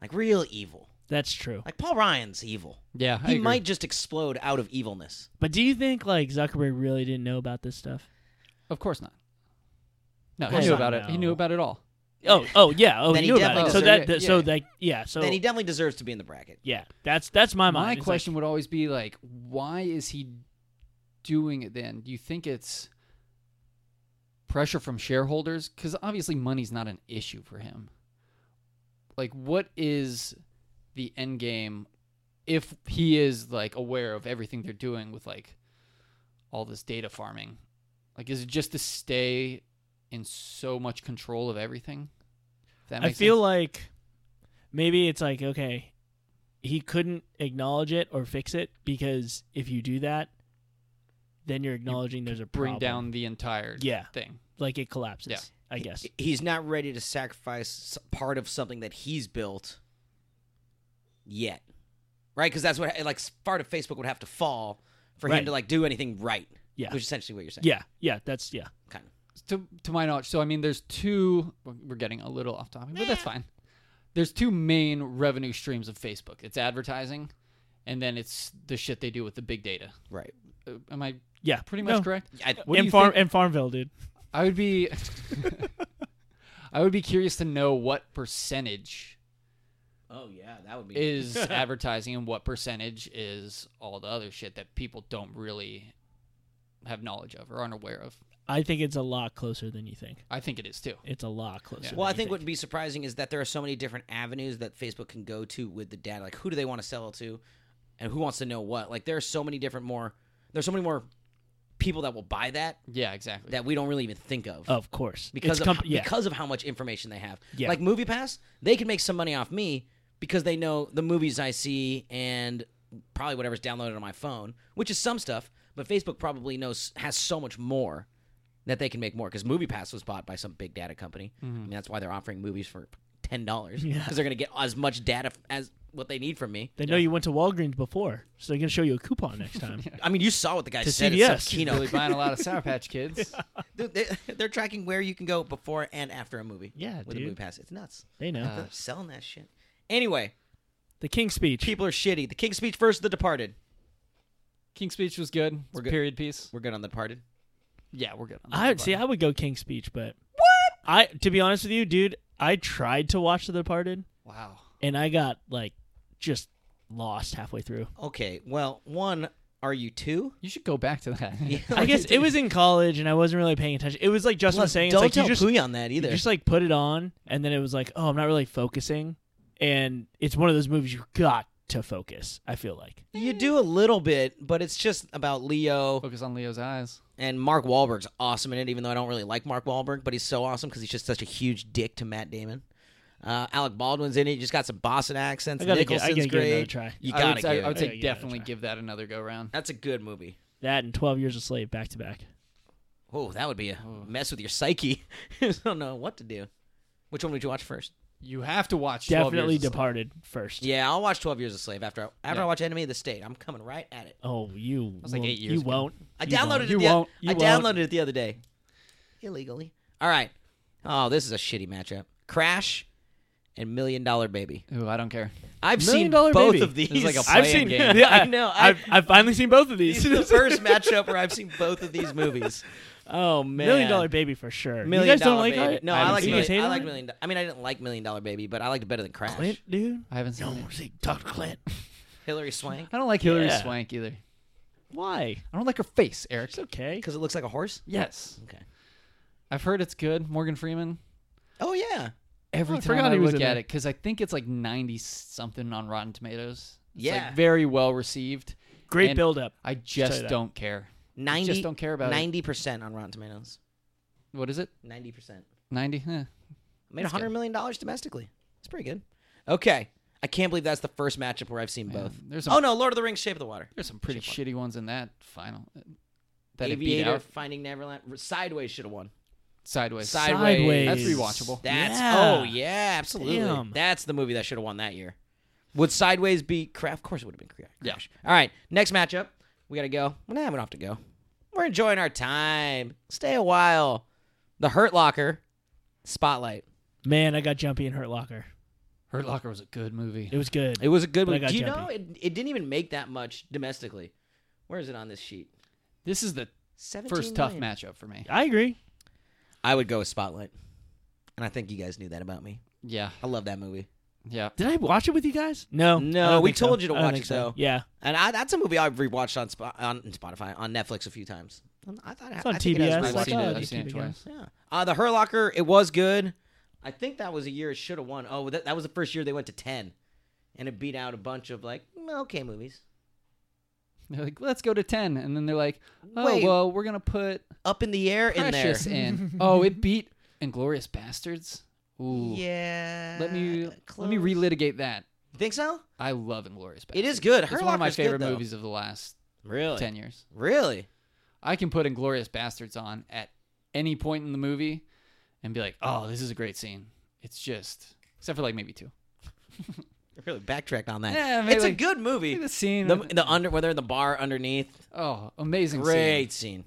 Speaker 1: Like real evil.
Speaker 2: That's true.
Speaker 1: Like Paul Ryan's evil.
Speaker 3: yeah. I
Speaker 1: He
Speaker 3: agree.
Speaker 1: might just explode out of evilness.
Speaker 2: But do you think like Zuckerberg really didn't know about this stuff?
Speaker 3: Of course not. No, he
Speaker 2: Course
Speaker 3: knew
Speaker 2: not,
Speaker 3: about it. He
Speaker 2: no.
Speaker 3: knew about it all.
Speaker 2: Oh, oh yeah. Oh,
Speaker 1: Then
Speaker 2: he
Speaker 1: he
Speaker 2: knew about
Speaker 1: definitely
Speaker 2: it. So
Speaker 3: deserved
Speaker 2: that,
Speaker 3: it.
Speaker 2: that- so
Speaker 3: Yeah.
Speaker 2: like yeah. So
Speaker 1: then he definitely deserves to be in the bracket.
Speaker 2: yeah. That's that's my mind.
Speaker 3: My
Speaker 2: It's like,
Speaker 3: question would always be like, why is he doing it then? Do you think it's pressure from shareholders? Because obviously money's not an issue for him. Like, what is the end game if he is like aware of everything they're doing with like all this data farming? Like, is it just to stay in so much control of everything? If that
Speaker 2: I
Speaker 3: makes
Speaker 2: feel
Speaker 3: sense.
Speaker 2: like maybe it's like okay, he couldn't acknowledge it or fix it because if you do that, then you're acknowledging there's a
Speaker 3: bring
Speaker 2: problem.
Speaker 3: down the entire
Speaker 2: Yeah.
Speaker 3: thing.
Speaker 2: like it collapses.
Speaker 3: Yeah.
Speaker 2: I guess.
Speaker 1: He's not ready to sacrifice s- part of something that he's built yet. Right? Cuz that's what eh, like part of Facebook would have to fall for
Speaker 2: Right.
Speaker 1: him to like do anything right.
Speaker 2: Yeah.
Speaker 1: Which is essentially what you're saying.
Speaker 2: Yeah, yeah, that's yeah.
Speaker 1: Kind of.
Speaker 3: to to my knowledge, so I mean, there's two. we're- We're getting a little off topic, but that's fine. There's two main revenue streams of Facebook. It's advertising, and then it's the shit they do with the big data.
Speaker 1: Right.
Speaker 3: Uh, am I
Speaker 2: Yeah,
Speaker 3: pretty much
Speaker 2: no.
Speaker 3: correct?
Speaker 1: I,
Speaker 3: What do
Speaker 2: and
Speaker 3: you
Speaker 2: farm
Speaker 3: think-
Speaker 2: and Farmville, dude.
Speaker 3: I would be. I would be curious to know what percentage
Speaker 1: oh yeah, that would be
Speaker 3: is advertising and what percentage is all the other shit that people don't really have knowledge of or aren't aware of.
Speaker 2: I think it's a lot closer than you think.
Speaker 3: I think it is too.
Speaker 2: It's a lot closer.
Speaker 3: Yeah.
Speaker 2: than
Speaker 1: Well, I
Speaker 2: you
Speaker 1: think what would be surprising is that there are so many different avenues that Facebook can go to with the data. Like, who do they want to sell it to, and who wants to know what? Like, there are so many different more. There's so many more people that will buy that
Speaker 3: Yeah, exactly.
Speaker 1: that we don't really even think of
Speaker 2: Of course,
Speaker 1: because
Speaker 2: it's
Speaker 1: of
Speaker 2: comp-
Speaker 1: how,
Speaker 2: yeah.
Speaker 1: because of how much information they have.
Speaker 2: Yeah.
Speaker 1: Like MoviePass, they can make some money off me because they know the movies I see and probably whatever's downloaded on my phone, which is some stuff. But Facebook probably knows has so much more that they can make more because MoviePass was bought by some big data company. I mean, that's why they're offering movies for ten dollars because
Speaker 2: Mm-hmm. Yeah.
Speaker 1: they're going to get as much data f- as what they need from me.
Speaker 2: They know you went to Walgreens before, so they're gonna show you a coupon next time.
Speaker 1: I mean, you saw what the guy
Speaker 2: To
Speaker 1: said. at some
Speaker 2: CVS.
Speaker 1: keynote.
Speaker 3: really buying a lot of Sour Patch Kids.
Speaker 1: Dude, they, they're tracking where you can go before and after a movie.
Speaker 2: Yeah,
Speaker 1: with a
Speaker 2: dude.
Speaker 1: movie pass, it's nuts.
Speaker 2: They know
Speaker 3: Uh,
Speaker 1: They're Uh, selling that shit. Anyway,
Speaker 2: the King's Speech.
Speaker 1: people are shitty. The King's Speech versus The Departed.
Speaker 3: King's Speech was good.
Speaker 1: We're
Speaker 3: We're
Speaker 1: good.
Speaker 3: Period piece.
Speaker 1: We're good on The Departed.
Speaker 3: Yeah, we're good. On that
Speaker 2: I would
Speaker 3: one.
Speaker 2: see. I would go King's Speech, but what? I to be honest with you, dude, I tried to watch The Departed
Speaker 3: Wow.
Speaker 2: and I got like just lost halfway through.
Speaker 1: Okay, well, one, are you two?
Speaker 3: You should go back to that.
Speaker 2: I guess it was in college and I wasn't really paying attention. It was like Justin was
Speaker 1: Plus,
Speaker 2: saying,
Speaker 1: don't
Speaker 2: it's like
Speaker 1: tell
Speaker 2: you just
Speaker 1: Puya on that
Speaker 2: you
Speaker 1: either.
Speaker 2: just like put it on and then it was like, oh, I'm not really focusing, and it's one of those movies you got to focus. I feel like.
Speaker 1: you do a little bit, but it's just about Leo
Speaker 3: Focus on Leo's eyes.
Speaker 1: and Mark Wahlberg's awesome in it. Even though I don't really like Mark Wahlberg, but he's so awesome because he's just such a huge dick to Matt Damon. Uh, Alec Baldwin's in it. You just got some Boston accents.
Speaker 2: I gotta get- I
Speaker 1: Nicholson's
Speaker 2: gotta give it
Speaker 1: great.
Speaker 2: another try.
Speaker 1: You
Speaker 3: I
Speaker 1: gotta
Speaker 3: would, say-
Speaker 1: give
Speaker 3: I would
Speaker 1: it.
Speaker 2: Yeah,
Speaker 3: say
Speaker 2: you gotta
Speaker 3: definitely
Speaker 2: try.
Speaker 3: give that another go round.
Speaker 1: That's a good movie.
Speaker 2: That and Twelve Years a Slave back to back.
Speaker 1: Oh, that would be a mess with your psyche. I don't know what to do. Which one would you watch first?
Speaker 3: You have to watch. 12
Speaker 2: Definitely
Speaker 3: Years a Slave.
Speaker 2: Departed first.
Speaker 1: Yeah, I'll watch Twelve Years a Slave after I, after
Speaker 3: Yeah.
Speaker 1: I watch Enemy of the State. I'm coming right at it.
Speaker 2: Oh, you.
Speaker 3: was like
Speaker 2: won't-
Speaker 3: eight years
Speaker 2: You
Speaker 3: ago.
Speaker 2: won't.
Speaker 1: I
Speaker 2: You won't.
Speaker 1: downloaded it.
Speaker 3: You
Speaker 1: the oth-
Speaker 3: won't.
Speaker 1: I
Speaker 3: You
Speaker 1: downloaded
Speaker 3: won't.
Speaker 1: it the other day, illegally. All right. Oh, this is a shitty matchup. Crash and Million Dollar Baby.
Speaker 3: Ooh, I don't care.
Speaker 1: I've
Speaker 2: Million
Speaker 1: seen
Speaker 2: Dollar
Speaker 1: both
Speaker 2: Baby.
Speaker 1: of these.
Speaker 3: This is like a
Speaker 2: I've
Speaker 3: play-in
Speaker 2: seen.
Speaker 3: game.
Speaker 2: Yeah, I,
Speaker 1: I know, I-
Speaker 2: I've, I've finally seen both
Speaker 1: this
Speaker 2: of these.
Speaker 1: is the first matchup where I've seen both of these movies. Oh man,
Speaker 2: Million Dollar Baby for sure.
Speaker 1: Million
Speaker 2: you guys don't
Speaker 1: Dollar
Speaker 2: like
Speaker 1: Baby.
Speaker 2: it?
Speaker 1: No,
Speaker 2: haven't
Speaker 1: I like
Speaker 2: seen it.
Speaker 1: million,
Speaker 2: You guys hate
Speaker 1: I
Speaker 2: on
Speaker 1: like
Speaker 2: it?
Speaker 1: Million. Do- I mean, I didn't like Million Dollar Baby, but I liked it better than Crash.
Speaker 2: Clint, dude.
Speaker 3: I haven't seen it.
Speaker 2: see, talk Clint.
Speaker 1: Hillary Swank
Speaker 3: I don't like Hillary
Speaker 2: Yeah.
Speaker 3: Swank either.
Speaker 2: Why?
Speaker 3: I don't like her face, Eric.
Speaker 2: It's okay.
Speaker 1: because it looks like a horse.
Speaker 3: Yes.
Speaker 1: Okay.
Speaker 3: I've heard it's good. Morgan Freeman.
Speaker 1: Oh yeah,
Speaker 3: Every
Speaker 2: I
Speaker 3: time
Speaker 2: forgot
Speaker 3: I
Speaker 2: he was
Speaker 3: look
Speaker 2: in
Speaker 3: at
Speaker 2: there.
Speaker 3: it, because I think it's like ninety something on Rotten Tomatoes. It's
Speaker 1: Yeah.
Speaker 3: like very well received.
Speaker 2: Great
Speaker 3: And-
Speaker 2: build up.
Speaker 3: I
Speaker 2: you
Speaker 3: just
Speaker 2: that.
Speaker 3: don't care. I
Speaker 1: ninety.
Speaker 3: just don't care about it.
Speaker 1: Ninety percent on Rotten Tomatoes.
Speaker 3: What is it?
Speaker 1: Ninety percent.
Speaker 3: Ninety? Eh.
Speaker 1: Made
Speaker 3: That's
Speaker 1: hundred
Speaker 3: good.
Speaker 1: million dollars domestically. It's pretty good. Okay, I can't believe that's the first matchup where I've seen
Speaker 3: Man,
Speaker 1: both.
Speaker 3: There's some
Speaker 1: Oh no, Lord of the Rings: Shape of the Water.
Speaker 3: there's some pretty
Speaker 1: Shit
Speaker 3: shitty ones in that final. uh, That it beat
Speaker 1: Aviator,
Speaker 3: out
Speaker 1: Finding Neverland, Sideways should have won.
Speaker 3: sideways.
Speaker 1: Sideways.
Speaker 3: That's rewatchable.
Speaker 1: That's
Speaker 2: Yeah.
Speaker 1: oh yeah, absolutely.
Speaker 2: Damn.
Speaker 1: That's the movie that should have won that year. Would Sideways be Crash? Of course, it would have been Cra-
Speaker 3: Yeah.
Speaker 1: Crash. All right, next matchup. We gotta go. Well, nah, we don't have to go. We're enjoying our time. Stay a while. The Hurt Locker, Spotlight.
Speaker 2: Man, I got jumpy in Hurt Locker.
Speaker 3: Hurt Locker was a good movie.
Speaker 2: It was good.
Speaker 1: It was a good
Speaker 2: But I
Speaker 1: one.
Speaker 2: got
Speaker 1: Do you
Speaker 2: jumpy.
Speaker 1: know it, it didn't even make that much domestically? Where is it on this sheet?
Speaker 3: This is the
Speaker 1: 17
Speaker 3: first tough
Speaker 1: million.
Speaker 3: matchup for me.
Speaker 2: I agree.
Speaker 1: I would go with Spotlight, and I think you guys knew that about me.
Speaker 3: Yeah,
Speaker 1: I love that movie.
Speaker 3: yeah.
Speaker 2: Did I watch it with you guys? No.
Speaker 1: No,
Speaker 2: I don't
Speaker 1: we
Speaker 2: think so.
Speaker 1: told you to
Speaker 2: I don't
Speaker 1: watch
Speaker 2: think
Speaker 1: it,
Speaker 2: so.
Speaker 1: though.
Speaker 2: Yeah.
Speaker 1: And I, that's a movie I've rewatched on Spo- on Spotify on Netflix a few times. I thought
Speaker 2: It's
Speaker 1: I,
Speaker 2: on
Speaker 1: I think it has
Speaker 2: TBS.
Speaker 3: I've
Speaker 1: rewatched-
Speaker 2: like,
Speaker 3: seen
Speaker 2: oh,
Speaker 3: it.
Speaker 2: you
Speaker 3: I've seen
Speaker 2: keep
Speaker 3: it
Speaker 2: it going.
Speaker 3: twice.
Speaker 1: Yeah. Uh, the Hurt Locker, it was good. I think that was a year it should have won. Oh, that, that was the first year they went to ten, and it beat out a bunch of like mm, okay movies.
Speaker 3: They're like, let's go to ten, and then they're like, oh
Speaker 1: Wait.
Speaker 3: well, we're gonna put
Speaker 1: Up in the air
Speaker 3: Precious
Speaker 1: in
Speaker 3: in. Oh, it beat Inglorious Bastards. Ooh,
Speaker 1: there. Yeah.
Speaker 3: Let me
Speaker 1: close.
Speaker 3: let me relitigate that.
Speaker 1: You Think so?
Speaker 3: I love Inglorious Bastards.
Speaker 1: It is good.
Speaker 3: It's
Speaker 1: Hurt
Speaker 3: one of my
Speaker 1: Locker's good,
Speaker 3: favorite
Speaker 1: though.
Speaker 3: movies of the last
Speaker 1: Really?
Speaker 3: ten years.
Speaker 1: Really?
Speaker 3: I can put Inglorious Bastards on at any point in the movie and be like, oh, this is a great scene. It's just, except for like maybe two.
Speaker 1: Really backtracked on that.
Speaker 3: Yeah,
Speaker 1: it's a
Speaker 3: maybe-
Speaker 1: good movie.
Speaker 3: The scene,
Speaker 1: The, the under where they're in the bar underneath.
Speaker 3: oh, amazing scene.
Speaker 1: Great scene.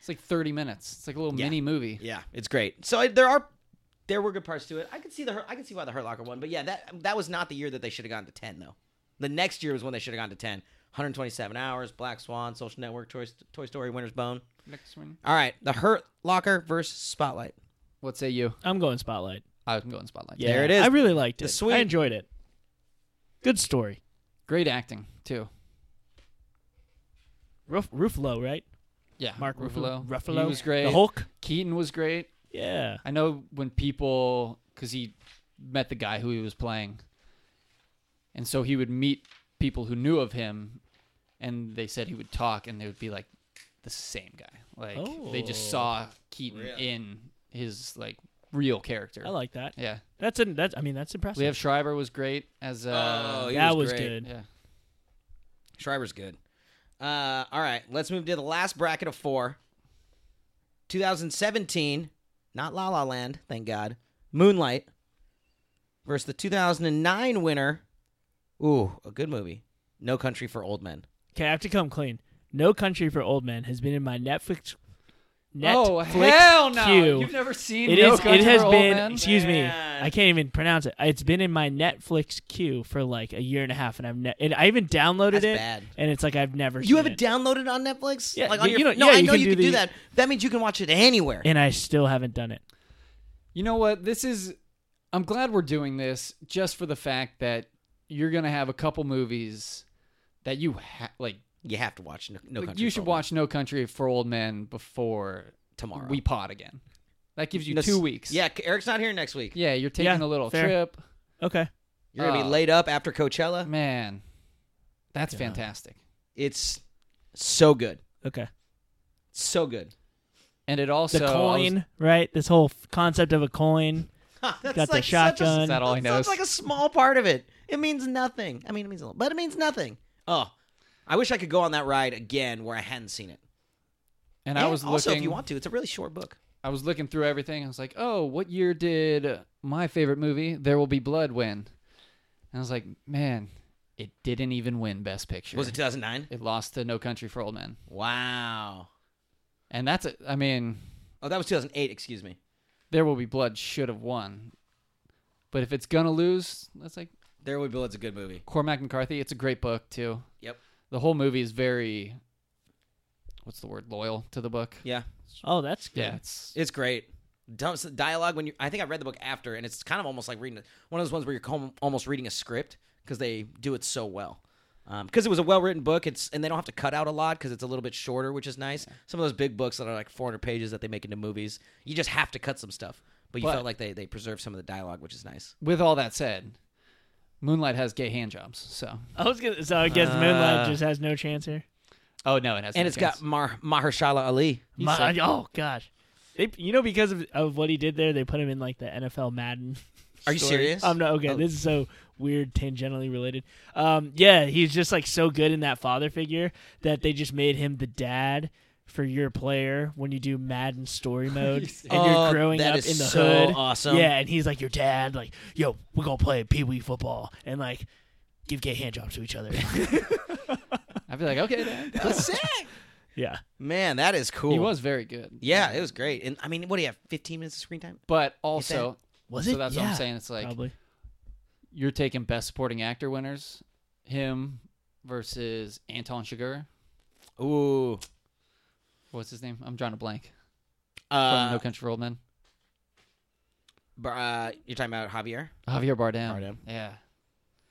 Speaker 3: It's like 30 minutes. It's like a little
Speaker 1: Yeah.
Speaker 3: mini movie.
Speaker 1: Yeah, it's great. So I, there are there were good parts to it. I could see the Hurt- I could see why the Hurt Locker won, but yeah, that that was not the year that they should have gone to ten though. The next year was when they should have gone to ten. 127 hours, Black Swan, Social Network, Toy, Toy Story, Winter's Bone.
Speaker 3: Next one.
Speaker 1: All right, the Hurt Locker versus Spotlight.
Speaker 3: What say you?
Speaker 2: I'm going Spotlight.
Speaker 3: I'm going Spotlight.
Speaker 2: Yeah,
Speaker 1: There it is.
Speaker 2: I really liked
Speaker 1: The
Speaker 2: it.
Speaker 1: sweet-
Speaker 2: I enjoyed it. Good story.
Speaker 3: Great acting, too.
Speaker 2: Roof, Ruffalo, right?
Speaker 3: Yeah.
Speaker 2: Mark
Speaker 3: Ruffalo.
Speaker 2: Ruffalo. Ruffalo.
Speaker 3: He was great.
Speaker 2: The Hulk.
Speaker 3: Keaton was great.
Speaker 2: Yeah.
Speaker 3: I know when people, because he met the guy who he was playing, and so he would meet people who knew of him, and they said he would talk, and they would be like the same guy. Like they just
Speaker 2: Oh.
Speaker 3: saw Keaton
Speaker 1: Really?
Speaker 3: in his like real character.
Speaker 2: I like that.
Speaker 3: yeah,
Speaker 2: That's an that's I mean that's impressive.
Speaker 3: Liev Schreiber was great as. Uh,
Speaker 1: Oh, he
Speaker 2: that
Speaker 1: was
Speaker 2: was,
Speaker 1: great.
Speaker 2: good.
Speaker 3: yeah.
Speaker 1: Schreiber's good. Uh, all right, let's move to the last bracket of four. 2017, not La La Land, thank God. Moonlight versus the 2009 winner. Ooh, a good movie. No Country for Old Men.
Speaker 2: Okay, I have to come clean. No Country for Old Men has been in my Netflix. Netflix
Speaker 3: oh hell no!
Speaker 2: queue.
Speaker 3: You've never seen
Speaker 2: It
Speaker 3: No
Speaker 2: is-
Speaker 3: Country
Speaker 2: It has
Speaker 3: for Old
Speaker 2: been.
Speaker 3: Men?
Speaker 2: Excuse
Speaker 1: Man.
Speaker 2: me. I can't even pronounce it. It's been in my Netflix queue for like a year and a half, and I've ne- and I even downloaded
Speaker 1: That's
Speaker 2: it,
Speaker 1: bad.
Speaker 2: and it's like I've never.
Speaker 1: You
Speaker 2: seen
Speaker 1: have it
Speaker 2: it.
Speaker 1: downloaded on Netflix?
Speaker 2: Yeah,
Speaker 1: like on
Speaker 2: you-
Speaker 1: your,
Speaker 2: you
Speaker 1: no,
Speaker 2: know-
Speaker 1: I
Speaker 2: yeah, you
Speaker 1: know
Speaker 2: can
Speaker 1: you
Speaker 2: do
Speaker 1: can do
Speaker 2: the-
Speaker 1: that. That means you can watch it anywhere.
Speaker 2: and I still haven't done it.
Speaker 3: You know what? This is. I'm glad we're doing this just for the fact that you're gonna have a couple movies that you ha- like.
Speaker 1: you have to watch No, no
Speaker 3: like,
Speaker 1: Country.
Speaker 3: you
Speaker 1: for
Speaker 3: should
Speaker 1: Old
Speaker 3: watch No Country for Old Men before
Speaker 1: Men tomorrow.
Speaker 3: we pod again. That gives you
Speaker 1: Nas-
Speaker 3: two weeks.
Speaker 1: Yeah, Eric's not here next week.
Speaker 3: yeah. You're taking
Speaker 2: Yeah,
Speaker 3: a little
Speaker 2: fair.
Speaker 3: trip,
Speaker 2: Okay.
Speaker 1: You're gonna be
Speaker 3: Oh.
Speaker 1: laid up after Coachella.
Speaker 3: man. That's
Speaker 2: God.
Speaker 3: fantastic,
Speaker 1: It's so good,
Speaker 2: Okay.
Speaker 1: so good.
Speaker 3: and it also
Speaker 2: The
Speaker 3: I was-
Speaker 2: coin, right? This whole f- concept of a coin.
Speaker 1: That's
Speaker 2: got the
Speaker 1: like Such
Speaker 2: shotgun.
Speaker 1: a,
Speaker 3: Is that all he
Speaker 1: that's
Speaker 3: knows?
Speaker 1: like a small part of it. It means nothing. I mean, it means a little, but it means nothing. Oh, I wish I could go on that ride again where I hadn't seen it.
Speaker 3: and I was
Speaker 1: also, if
Speaker 3: looking.
Speaker 1: you want to, it's a really short book.
Speaker 3: I was looking through everything. I was like, oh, what year did uh, my favorite movie, There Will Be Blood, win? And I was like, man, it didn't even win Best Picture.
Speaker 1: Was it 2009?
Speaker 3: It lost to No Country for Old Men.
Speaker 1: Wow.
Speaker 3: And that's it. I mean,
Speaker 1: Oh, that was 2008. Excuse me.
Speaker 3: There Will Be Blood should have won. But if it's going to lose, that's like
Speaker 1: There Will Be Blood's a good movie.
Speaker 3: Cormac McCarthy. It's a great book, too.
Speaker 1: Yep.
Speaker 3: The whole movie is very, what's the word, loyal to the book.
Speaker 1: Yeah,
Speaker 2: Oh, that's good.
Speaker 3: Yeah. It's,
Speaker 1: it's great. Dumb- s- Dialogue when you. I think I read the book after, and it's kind of almost like reading a- one of those ones where you're com- almost reading a script because they do it so well. Because it was a well-written book, it's and they don't have to cut out a lot because it's a little bit shorter, which is nice. Some of those big books that are like 400 pages that they make into movies, you just have to cut some stuff. But you
Speaker 3: But-
Speaker 1: felt like they, they preserved some of the dialogue, which is nice.
Speaker 3: With all that said, Moonlight has gay hand jobs. So
Speaker 2: I was gonna. So I guess
Speaker 1: Uh,
Speaker 2: Moonlight just has no chance here.
Speaker 3: oh no, it has.
Speaker 1: And
Speaker 3: no
Speaker 1: it's
Speaker 3: chance.
Speaker 1: got Mar- Mahershala Ali.
Speaker 2: My-
Speaker 3: said-
Speaker 2: oh gosh, they, you know because of, of what he did there, they put him in like the NFL Madden.
Speaker 1: Are you
Speaker 2: story.
Speaker 1: serious?
Speaker 2: I'm not okay.
Speaker 1: Oh.
Speaker 2: This is so weird, tangentially related. Um, yeah, he's just like so good in that father figure that they just made him the dad for your player when you do Madden story mode and
Speaker 1: Oh,
Speaker 2: you're growing
Speaker 1: that
Speaker 2: up
Speaker 1: is
Speaker 2: in the
Speaker 1: so
Speaker 2: hood.
Speaker 1: awesome.
Speaker 2: Yeah, and he's like your dad, like yo, we're gonna play pee wee football and like give gay hand jobs to each other.
Speaker 3: I'd be like, okay, Dad.
Speaker 1: That's sick.
Speaker 2: yeah,
Speaker 1: Man, that is cool.
Speaker 3: he was very good.
Speaker 1: Yeah, it was great. And I mean, what do you have? 15 minutes of screen time?
Speaker 3: But also,
Speaker 2: was it?
Speaker 3: so that's what
Speaker 2: Yeah,
Speaker 3: I'm saying. It's like
Speaker 2: probably.
Speaker 3: you're taking best supporting actor winners, him versus Anton Chigurh.
Speaker 1: Ooh.
Speaker 3: What's his name? I'm drawing a blank. From
Speaker 1: Uh,
Speaker 3: No Country for Old Men.
Speaker 1: br- uh, you're talking about Javier?
Speaker 3: Javier Bardem.
Speaker 1: Bardem.
Speaker 3: Yeah.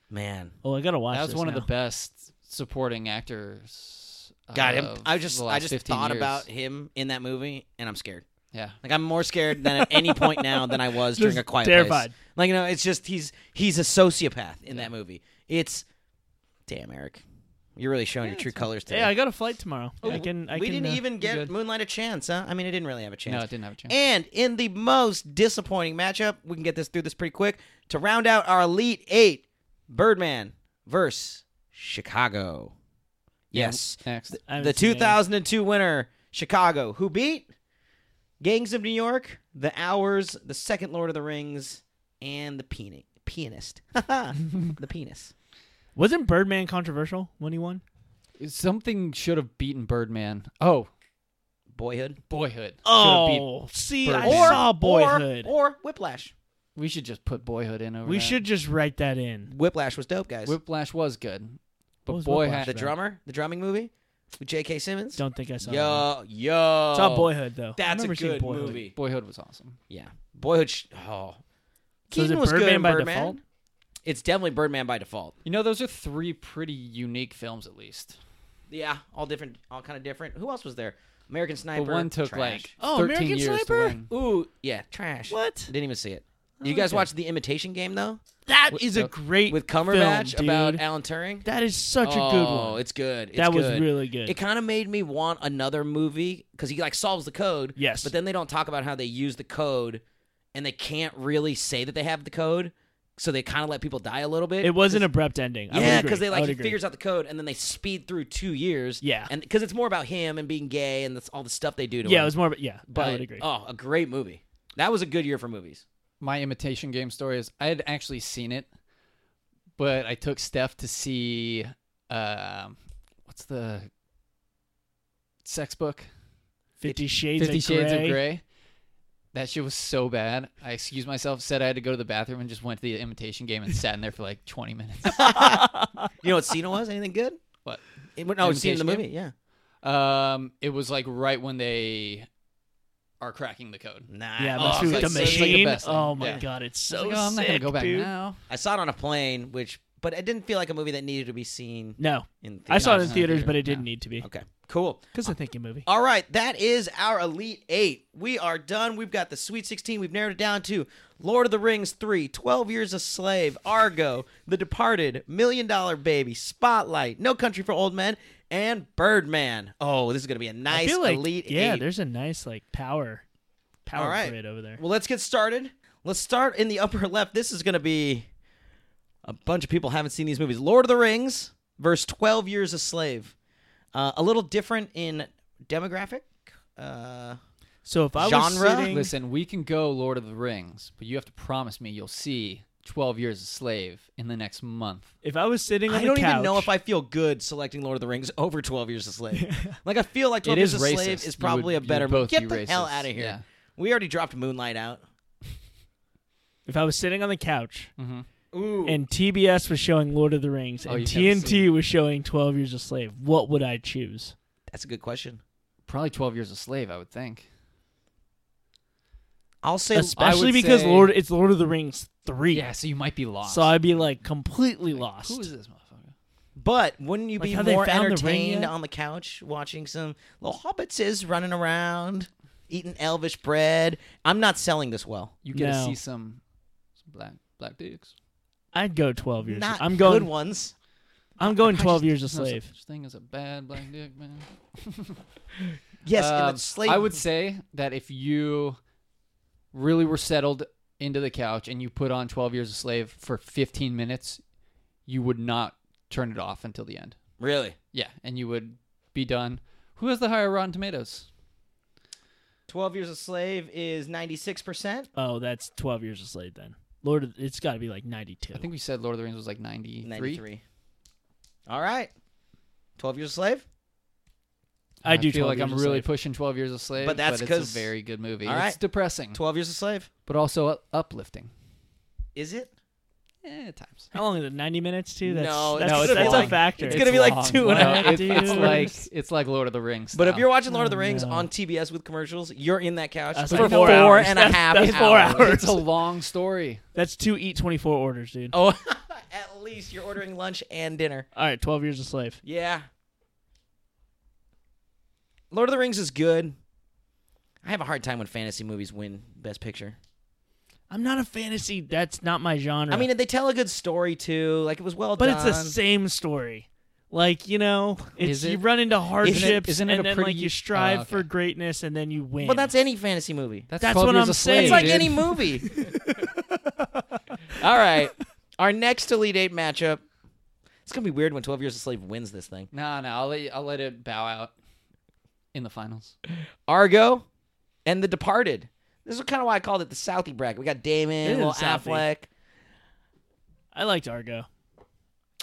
Speaker 1: Man.
Speaker 2: Oh, I gotta watch.
Speaker 3: that was
Speaker 2: this
Speaker 3: one
Speaker 2: now.
Speaker 3: of the best supporting actors.
Speaker 1: God, him,
Speaker 3: of
Speaker 1: I just
Speaker 3: Uh, the
Speaker 1: I
Speaker 3: last
Speaker 1: just
Speaker 3: 15
Speaker 1: thought
Speaker 3: years.
Speaker 1: about him in that movie, and I'm scared.
Speaker 3: Yeah.
Speaker 1: Like I'm more scared than at any point now than I was during
Speaker 2: Just
Speaker 1: a quiet
Speaker 2: terrified.
Speaker 1: place. Like you know, it's just he's he's a sociopath in
Speaker 3: Yeah.
Speaker 1: that movie. It's damn Eric, you're really showing your true colors today.
Speaker 2: Yeah, I got a flight tomorrow. I
Speaker 1: Oh,
Speaker 2: can. I
Speaker 1: we
Speaker 2: can,
Speaker 1: didn't
Speaker 2: uh,
Speaker 1: even get
Speaker 3: good.
Speaker 1: Moonlight a chance, huh? I mean, it didn't really have a chance.
Speaker 3: No, it didn't have a chance.
Speaker 1: And in the most disappointing matchup, we can get this through this pretty quick. To round out our Elite Eight, Birdman versus Chicago. Yes.
Speaker 3: Next.
Speaker 2: I haven't
Speaker 1: the
Speaker 2: seen any.
Speaker 1: 2002 winner, Chicago, who beat Gangs of New York, The Hours, The Second Lord of the Rings, and The Peni- Pianist. the Penis.
Speaker 2: Wasn't Birdman controversial when he won?
Speaker 3: Something should have beaten Birdman. Oh,
Speaker 1: Boyhood.
Speaker 3: Boyhood. Should have beat-
Speaker 2: Oh, see, I
Speaker 3: Birdman.
Speaker 2: saw Boyhood.
Speaker 1: Or, or Whiplash.
Speaker 3: we should just put Boyhood in over
Speaker 2: we
Speaker 3: that.
Speaker 2: should just write that in.
Speaker 1: Whiplash was dope, guys.
Speaker 3: Whiplash was good. But
Speaker 2: was
Speaker 3: Boyhood.
Speaker 2: Whiplash?
Speaker 1: the drummer, the drumming movie with J.K. Simmons.
Speaker 2: Don't think I saw. that.
Speaker 1: yo, yo.
Speaker 2: I saw Boyhood though. I
Speaker 1: That's a
Speaker 2: remember seeing
Speaker 1: good
Speaker 2: Boyhood.
Speaker 1: movie.
Speaker 3: Boyhood was awesome.
Speaker 1: Yeah. Boyhood. Sh- oh.
Speaker 2: So is
Speaker 1: Keaton
Speaker 2: it
Speaker 1: was good
Speaker 2: Birdman
Speaker 1: in
Speaker 2: by
Speaker 1: Birdman.
Speaker 2: default?
Speaker 1: It's definitely Birdman by default.
Speaker 3: You know, those are three pretty unique films, at least.
Speaker 1: Yeah, all different, all kind of different. Who else was there? American Sniper.
Speaker 3: but one took
Speaker 1: trash.
Speaker 3: like
Speaker 2: Oh,
Speaker 3: 13
Speaker 2: American
Speaker 3: years
Speaker 2: Sniper?
Speaker 3: to win.
Speaker 1: Ooh, yeah, trash.
Speaker 2: What?
Speaker 1: Didn't even see it. You guys
Speaker 2: okay.
Speaker 1: watched The Imitation Game though,
Speaker 2: That
Speaker 3: What
Speaker 2: is a
Speaker 3: the-
Speaker 2: great
Speaker 1: with
Speaker 2: film,
Speaker 1: Cumberbatch
Speaker 2: dude.
Speaker 1: about Alan Turing.
Speaker 2: that is such
Speaker 1: oh,
Speaker 2: a good one.
Speaker 1: It's good. It's
Speaker 2: that was
Speaker 1: good.
Speaker 2: really good.
Speaker 1: It kind of made me want another movie because he like solves the code.
Speaker 2: Yes.
Speaker 1: But then they don't talk about how they use the code, and they can't really say that they have the code, so they kind of let people die a little bit.
Speaker 2: it was an abrupt ending. I would
Speaker 1: Yeah,
Speaker 2: agree.
Speaker 1: because they
Speaker 2: I
Speaker 1: like
Speaker 2: would
Speaker 1: he
Speaker 2: agree.
Speaker 1: figures out the code, and then they speed through two years.
Speaker 2: Yeah.
Speaker 1: and because it's more about him and being gay and that's all the stuff they do to him.
Speaker 2: Yeah, it was more. But yeah,
Speaker 1: But
Speaker 2: I would agree.
Speaker 1: oh, a great movie. That was a good year for movies.
Speaker 3: my imitation game story is I had actually seen it, but I took Steph to see um, what's the sex book?
Speaker 2: Fifty Shades.
Speaker 3: Fifty
Speaker 2: of
Speaker 3: Shades
Speaker 2: Grey.
Speaker 3: of Grey. That shit was so bad. I excused myself, said I had to go to the bathroom, and just went to the imitation game and sat in there for like 20 minutes.
Speaker 1: You know what Cena was? Anything good?
Speaker 3: What?
Speaker 1: It, no, Cena in the
Speaker 3: Imitation
Speaker 1: movie. Yeah,
Speaker 3: Um, it was like right when they are cracking the code.
Speaker 1: nah.
Speaker 2: Yeah,
Speaker 1: oh,
Speaker 3: must
Speaker 2: must
Speaker 1: I
Speaker 3: be
Speaker 2: be
Speaker 1: was
Speaker 3: with
Speaker 1: like,
Speaker 2: with the
Speaker 3: so it's like the
Speaker 2: machine.
Speaker 3: best thing.
Speaker 2: oh my
Speaker 3: Yeah.
Speaker 2: god, it's
Speaker 3: I was
Speaker 2: so
Speaker 3: like, oh, I'm not gonna
Speaker 2: sick,
Speaker 3: go back
Speaker 2: dude.
Speaker 3: now.
Speaker 1: I saw it on a plane, which but it didn't feel like a movie that needed to be seen
Speaker 2: No,
Speaker 1: in. Theaters.
Speaker 2: I saw it
Speaker 3: it's
Speaker 2: in
Speaker 3: not a
Speaker 2: theaters,
Speaker 3: theater.
Speaker 2: but it didn't
Speaker 3: No.
Speaker 2: need to be
Speaker 1: Okay, cool.
Speaker 2: because I think a movie.
Speaker 1: All right, that is our Elite Eight. We are done. We've got the Sweet 16. We've narrowed it down to Lord of the Rings 3, 12 Years a Slave, Argo, The Departed, Million Dollar Baby, Spotlight, No Country for Old Men, and Birdman. Oh, this is going to be a nice
Speaker 2: I feel like,
Speaker 1: Elite
Speaker 2: yeah,
Speaker 1: Eight.
Speaker 2: there's a nice like power, power
Speaker 1: All right.
Speaker 2: grid over there.
Speaker 1: Well, let's get started. Let's start in the upper left. This is going to be a bunch of people haven't seen these movies. Lord of the Rings versus 12 Years a Slave. Uh, a little different in demographic. Uh,
Speaker 2: So if I
Speaker 1: genre?
Speaker 2: was sitting,
Speaker 3: Listen, we can go Lord of the Rings, but you have to promise me you'll see 12 Years a Slave in the next month.
Speaker 2: if I was sitting on
Speaker 1: I
Speaker 2: the
Speaker 1: don't even know
Speaker 2: couch-
Speaker 1: if I feel good selecting Lord of the Rings over Twelve Years a Slave. like I feel like Twelve
Speaker 3: It
Speaker 1: Years
Speaker 3: is
Speaker 1: a
Speaker 3: racist.
Speaker 1: Slave is
Speaker 3: You
Speaker 1: probably a
Speaker 3: would- you
Speaker 1: better.
Speaker 3: would both
Speaker 1: Get the
Speaker 3: be
Speaker 1: hell
Speaker 3: racist.
Speaker 1: out of here!
Speaker 3: Yeah.
Speaker 1: We already dropped Moonlight out.
Speaker 2: if I was sitting on the couch
Speaker 1: Ooh,
Speaker 2: and TBS was showing Lord of the Rings
Speaker 3: Oh,
Speaker 2: and
Speaker 3: you've never
Speaker 2: TNT was showing Twelve Years a Slave, what would I choose?
Speaker 1: that's a good question.
Speaker 3: Probably 12 Years a Slave, I would think.
Speaker 1: I'll say
Speaker 2: Especially
Speaker 3: would
Speaker 2: because
Speaker 3: say-
Speaker 2: Lord, it's Lord of the Rings three.
Speaker 3: Yeah, so you might be lost.
Speaker 2: So I'd be like completely lost.
Speaker 3: Who is this motherfucker?
Speaker 1: But wouldn't you
Speaker 2: Like
Speaker 1: be
Speaker 2: how they
Speaker 1: more
Speaker 2: found the ring
Speaker 1: entertained
Speaker 2: yet?
Speaker 1: on the couch watching some little hobbitses running around? eating elvish bread. I'm not selling this well.
Speaker 3: You get to
Speaker 2: No.
Speaker 3: see some, some black black dicks.
Speaker 2: I'd go 12 years.
Speaker 1: Not
Speaker 2: I'm
Speaker 1: good
Speaker 2: going.
Speaker 1: ones.
Speaker 2: I'm going
Speaker 3: I
Speaker 2: 12
Speaker 3: just-
Speaker 2: years a
Speaker 3: no
Speaker 2: slave.
Speaker 3: such thing as a bad black dick, man.
Speaker 1: Yes, and
Speaker 3: Um,
Speaker 1: the slave.
Speaker 3: I would say that if you really were settled into the couch and you put on 12 Years a Slave for 15 minutes, you would not turn it off until the end.
Speaker 1: really
Speaker 3: Yeah, and you would be done. Who has the higher Rotten Tomatoes?
Speaker 1: twelve years a slave is ninety six percent.
Speaker 2: Oh, that's 12 years a slave then. Lord, of- it's got to be like 92.
Speaker 3: I think we said Lord of the Rings was like 93.
Speaker 1: Ninety E three. All right, twelve years a slave.
Speaker 2: I do
Speaker 3: feel
Speaker 2: 12
Speaker 3: like
Speaker 2: Years
Speaker 3: I'm
Speaker 2: a
Speaker 3: really
Speaker 2: Slave.
Speaker 3: pushing 12 Years a Slave,
Speaker 1: But that's
Speaker 3: it's a
Speaker 1: 'cause-
Speaker 3: very good movie.
Speaker 1: All
Speaker 3: It's
Speaker 1: right.
Speaker 3: depressing,
Speaker 1: Twelve years a slave.
Speaker 3: but also u- uplifting.
Speaker 1: Is it?
Speaker 3: Eh, at times.
Speaker 2: How long is it? 90 minutes too? That's,
Speaker 1: No,
Speaker 2: that's,
Speaker 1: it's
Speaker 2: that's,
Speaker 1: long.
Speaker 2: a factor.
Speaker 1: It's gonna be like two and a
Speaker 2: Wow,
Speaker 1: half
Speaker 3: it's, it's
Speaker 2: dude.
Speaker 3: like it's like Lord of the Rings.
Speaker 1: But if
Speaker 3: style.
Speaker 1: you're watching Lord of the
Speaker 2: Oh,
Speaker 1: Rings
Speaker 2: no.
Speaker 1: on TBS with commercials, you're in that couch
Speaker 2: That's
Speaker 1: for
Speaker 2: like
Speaker 1: four
Speaker 2: four hours.
Speaker 1: and a
Speaker 2: That's-
Speaker 1: half
Speaker 2: that's four
Speaker 1: hours.
Speaker 2: hours.
Speaker 3: it's a long story.
Speaker 2: That's two eat 24 orders, dude.
Speaker 1: Oh, at least you're ordering lunch and dinner.
Speaker 2: All right, 12 years a slave.
Speaker 1: Yeah. Lord of the Rings is good. I have a hard time when fantasy movies win Best Picture.
Speaker 2: I'm not a fantasy. That's not my genre.
Speaker 1: I mean, they tell a good story too. Like it was well
Speaker 2: but
Speaker 1: done.
Speaker 2: it's the same story. Like you know, it's
Speaker 3: Is it-
Speaker 2: you run into hardships,
Speaker 3: isn't it
Speaker 2: and
Speaker 3: a
Speaker 2: then
Speaker 3: pretty-
Speaker 2: like you strive
Speaker 3: Oh, okay.
Speaker 2: for greatness, and then you win.
Speaker 1: Well, that's any fantasy movie.
Speaker 3: That's,
Speaker 2: That's
Speaker 3: 12
Speaker 2: what
Speaker 3: years
Speaker 2: I'm
Speaker 3: a slave,
Speaker 2: saying.
Speaker 1: it's like
Speaker 3: dude.
Speaker 1: any movie. All right. Our next Elite Eight matchup. It's gonna be weird when Twelve Years a Slave wins this thing.
Speaker 3: No, no, I'll let you, I'll let it bow out in the finals.
Speaker 1: Argo and The Departed. This is kind of why I called it the Southie bracket. We got
Speaker 2: It is
Speaker 1: Damon, Will
Speaker 2: Southie.
Speaker 1: Affleck.
Speaker 2: I liked Argo.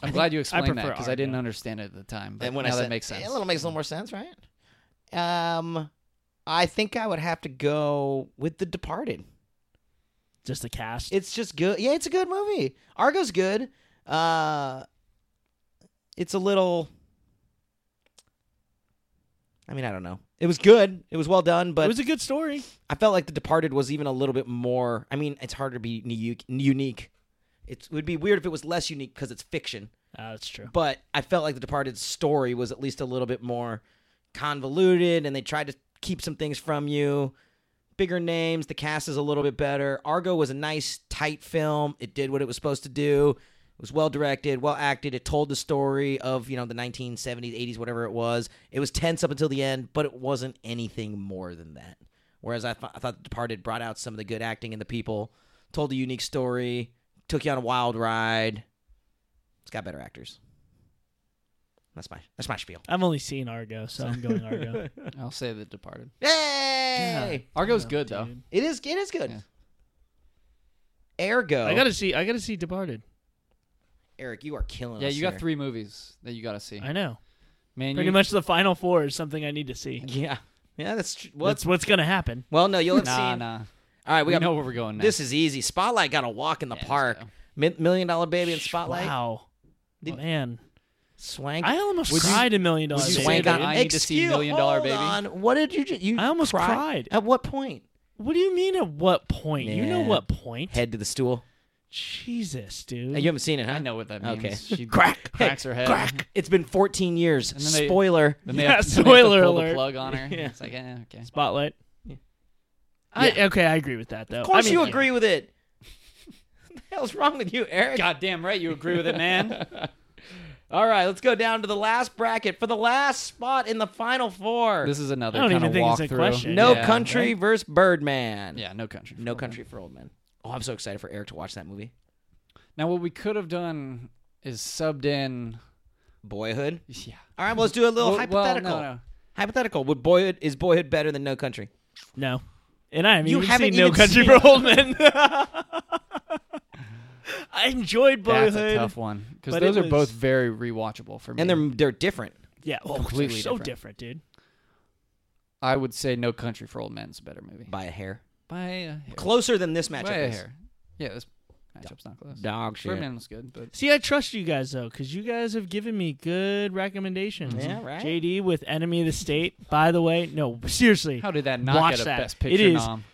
Speaker 3: I'm glad you explained that
Speaker 2: prefer
Speaker 3: because I didn't
Speaker 2: Argo.
Speaker 3: understand it at the time. But
Speaker 1: And when
Speaker 3: now
Speaker 1: I said,
Speaker 3: that makes sense.
Speaker 1: It little makes a little more sense, right? Um, I think I would have to go with The Departed.
Speaker 2: Just the cast.
Speaker 1: It's just good. Yeah, it's a good movie. Argo's good. Uh, it's a little. I mean, I don't know. It was good. It was well done,
Speaker 2: it
Speaker 1: but
Speaker 2: was a good story.
Speaker 1: I felt like The Departed was even a little bit more. I mean, it's harder to be nu- unique. It would be weird if it was less unique because it's fiction.
Speaker 2: Ah, that's true.
Speaker 1: But I felt like The Departed story was at least a little bit more convoluted, and they tried to keep some things from you. Bigger names, the cast is a little bit better. Argo was a nice, tight film. It did what it was supposed to do. It was well directed, well acted. It told the story of you know the 1970s, 80s, whatever it was. It was tense up until the end, but it wasn't anything more than that. Whereas I, th- I thought The Departed brought out some of the good acting in the people, told a unique story, took you on a wild ride. It's got better actors. That's my that's my spiel.
Speaker 2: I've only seen Argo, so I'm going Argo.
Speaker 3: I'll say The Departed.
Speaker 1: Yay!
Speaker 3: Yeah. Argo's good though.
Speaker 2: Dude.
Speaker 1: It is it is good.
Speaker 3: Yeah.
Speaker 1: Ergo,
Speaker 2: I gotta see. I gotta see Departed.
Speaker 1: Eric, you are killing
Speaker 3: Yeah,
Speaker 1: us.
Speaker 3: you got
Speaker 1: here.
Speaker 3: three movies that you got to see.
Speaker 2: I know.
Speaker 3: Man,
Speaker 2: Pretty
Speaker 3: you,
Speaker 2: much the final four is something I need to see.
Speaker 1: Yeah, yeah, that's tr- well.
Speaker 2: What's what's gonna happen?
Speaker 1: well, no, you'll have
Speaker 3: nah,
Speaker 1: seen.
Speaker 3: nah.
Speaker 1: All right, we,
Speaker 3: We,
Speaker 1: got
Speaker 3: know where we're going next.
Speaker 1: this is easy. Spotlight got a walk in the
Speaker 3: Yeah, let's
Speaker 1: park.
Speaker 3: go.
Speaker 1: Mi- Million Dollar Baby and Spotlight.
Speaker 2: Wow.
Speaker 1: Did-
Speaker 2: Man,
Speaker 1: Swank.
Speaker 2: I almost
Speaker 3: Would you-
Speaker 2: cried in Million Dollar
Speaker 3: would you
Speaker 2: Baby.
Speaker 3: swank on
Speaker 2: dude.
Speaker 3: I need to see
Speaker 1: Excuse-
Speaker 3: Million Dollar
Speaker 1: hold
Speaker 3: Baby.
Speaker 1: on. What did you? ju- You
Speaker 2: I almost
Speaker 1: cried?
Speaker 2: cried.
Speaker 1: At what point?
Speaker 2: What do you mean at what point? You know
Speaker 1: Man.
Speaker 2: what point?
Speaker 1: Head to the stool.
Speaker 2: Jesus,
Speaker 1: Uh,
Speaker 2: dude.
Speaker 1: You haven't seen it, huh?
Speaker 3: Mm. I know what that means.
Speaker 1: Okay.
Speaker 3: She
Speaker 1: Crack.
Speaker 3: cracks her head.
Speaker 1: Crack. It's been 14 years.
Speaker 3: And then they-
Speaker 1: Spoiler.
Speaker 3: Then they
Speaker 2: Yeah,
Speaker 3: have to, then they have to
Speaker 2: spoiler
Speaker 3: pull
Speaker 2: alert.
Speaker 3: The plug on her.
Speaker 2: Yeah.
Speaker 3: It's like, eh, okay.
Speaker 2: Spotlight.
Speaker 1: Yeah.
Speaker 2: I, okay, I agree with that though.
Speaker 1: Of course
Speaker 2: I mean,
Speaker 1: you
Speaker 2: yeah.
Speaker 1: agree with it. what the hell's wrong with you, Eric?
Speaker 3: Goddamn right, you agree with it, man.
Speaker 1: All right, let's go down to the last bracket for the last spot in the final four.
Speaker 3: this is another
Speaker 2: I don't
Speaker 3: kind
Speaker 2: even
Speaker 3: of
Speaker 2: think it's a
Speaker 3: walkthrough.
Speaker 2: question.
Speaker 1: no
Speaker 3: Yeah.
Speaker 1: Country versus Birdman.
Speaker 3: Yeah, no country.
Speaker 1: No
Speaker 3: for
Speaker 1: Country for Old Men. Oh, I'm so excited for Eric to watch that movie.
Speaker 3: Now, what we could have done is subbed in.
Speaker 1: Boyhood.
Speaker 3: Yeah.
Speaker 1: All right, well, let's do a little
Speaker 3: Well- well,
Speaker 1: hypothetical.
Speaker 3: no, no.
Speaker 1: Hypothetical. Would Boyhood is Boyhood better than No Country?
Speaker 2: No. And I haven't
Speaker 1: You
Speaker 2: even
Speaker 1: haven't
Speaker 2: seen No
Speaker 1: even
Speaker 2: Country
Speaker 1: seen it.
Speaker 2: for Old Men. I enjoyed Boyhood.
Speaker 3: That's a tough one because
Speaker 2: But
Speaker 3: those
Speaker 2: it
Speaker 3: are both
Speaker 2: was-
Speaker 3: very rewatchable for me.
Speaker 1: And they're they're different.
Speaker 2: Yeah, oh,
Speaker 3: Completely
Speaker 2: completely so
Speaker 3: different.
Speaker 2: different, dude.
Speaker 3: I would say No Country for Old Men's a better movie. uh,
Speaker 1: By a hair.
Speaker 3: By a hair.
Speaker 1: Closer than this matchup
Speaker 3: By a
Speaker 1: is.
Speaker 3: hair. uh, Yeah, this matchup's not close.
Speaker 1: Dog shit.
Speaker 3: Birdman was good, but
Speaker 2: See, I trust you guys though, because you guys have given me good recommendations.
Speaker 1: Yeah, right.
Speaker 2: JD with Enemy of the State. By the way, no, seriously,
Speaker 3: how did that not
Speaker 2: Watch
Speaker 3: get a
Speaker 2: that.
Speaker 3: Best
Speaker 2: It
Speaker 3: Picture
Speaker 2: is-
Speaker 3: nom?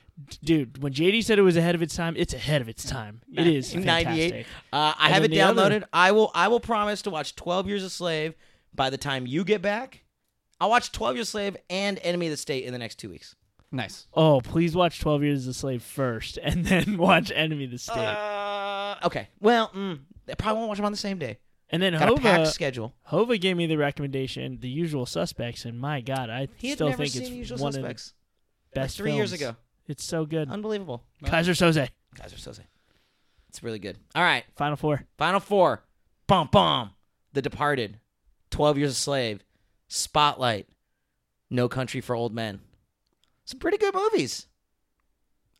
Speaker 2: dude. When JD said it was ahead of its time, it's ahead of its time. It is
Speaker 1: 98.
Speaker 2: fantastic.
Speaker 1: Uh, I
Speaker 2: And
Speaker 1: have it
Speaker 2: then the
Speaker 1: downloaded.
Speaker 2: other-
Speaker 1: I will. I will promise to watch Twelve Years a Slave by the time you get back. I'll watch Twelve Years a Slave and Enemy of the State in the next two weeks.
Speaker 3: Nice.
Speaker 2: Oh, please watch Twelve Years a Slave first, and then watch Enemy of the State,
Speaker 1: Uh, okay. Well, mm, I probably won't watch them on the same day.
Speaker 2: and then
Speaker 1: Got a packed
Speaker 2: Hova.
Speaker 1: schedule.
Speaker 2: Hova gave me the recommendation, The Usual Suspects, and my God, I
Speaker 1: He had
Speaker 2: still
Speaker 1: never
Speaker 2: think
Speaker 1: seen
Speaker 2: it's
Speaker 1: Usual
Speaker 2: one
Speaker 1: Suspects.
Speaker 2: of the best
Speaker 1: like three years
Speaker 2: films.
Speaker 1: ago.
Speaker 2: It's so good.
Speaker 1: Unbelievable.
Speaker 2: Kaiser Soze,
Speaker 1: Guys are so sick. It's really good. All right,
Speaker 2: Final Four.
Speaker 1: final four. Bum bum. The Departed, Twelve Years a Slave, Spotlight, No Country for Old Men. Some pretty good movies.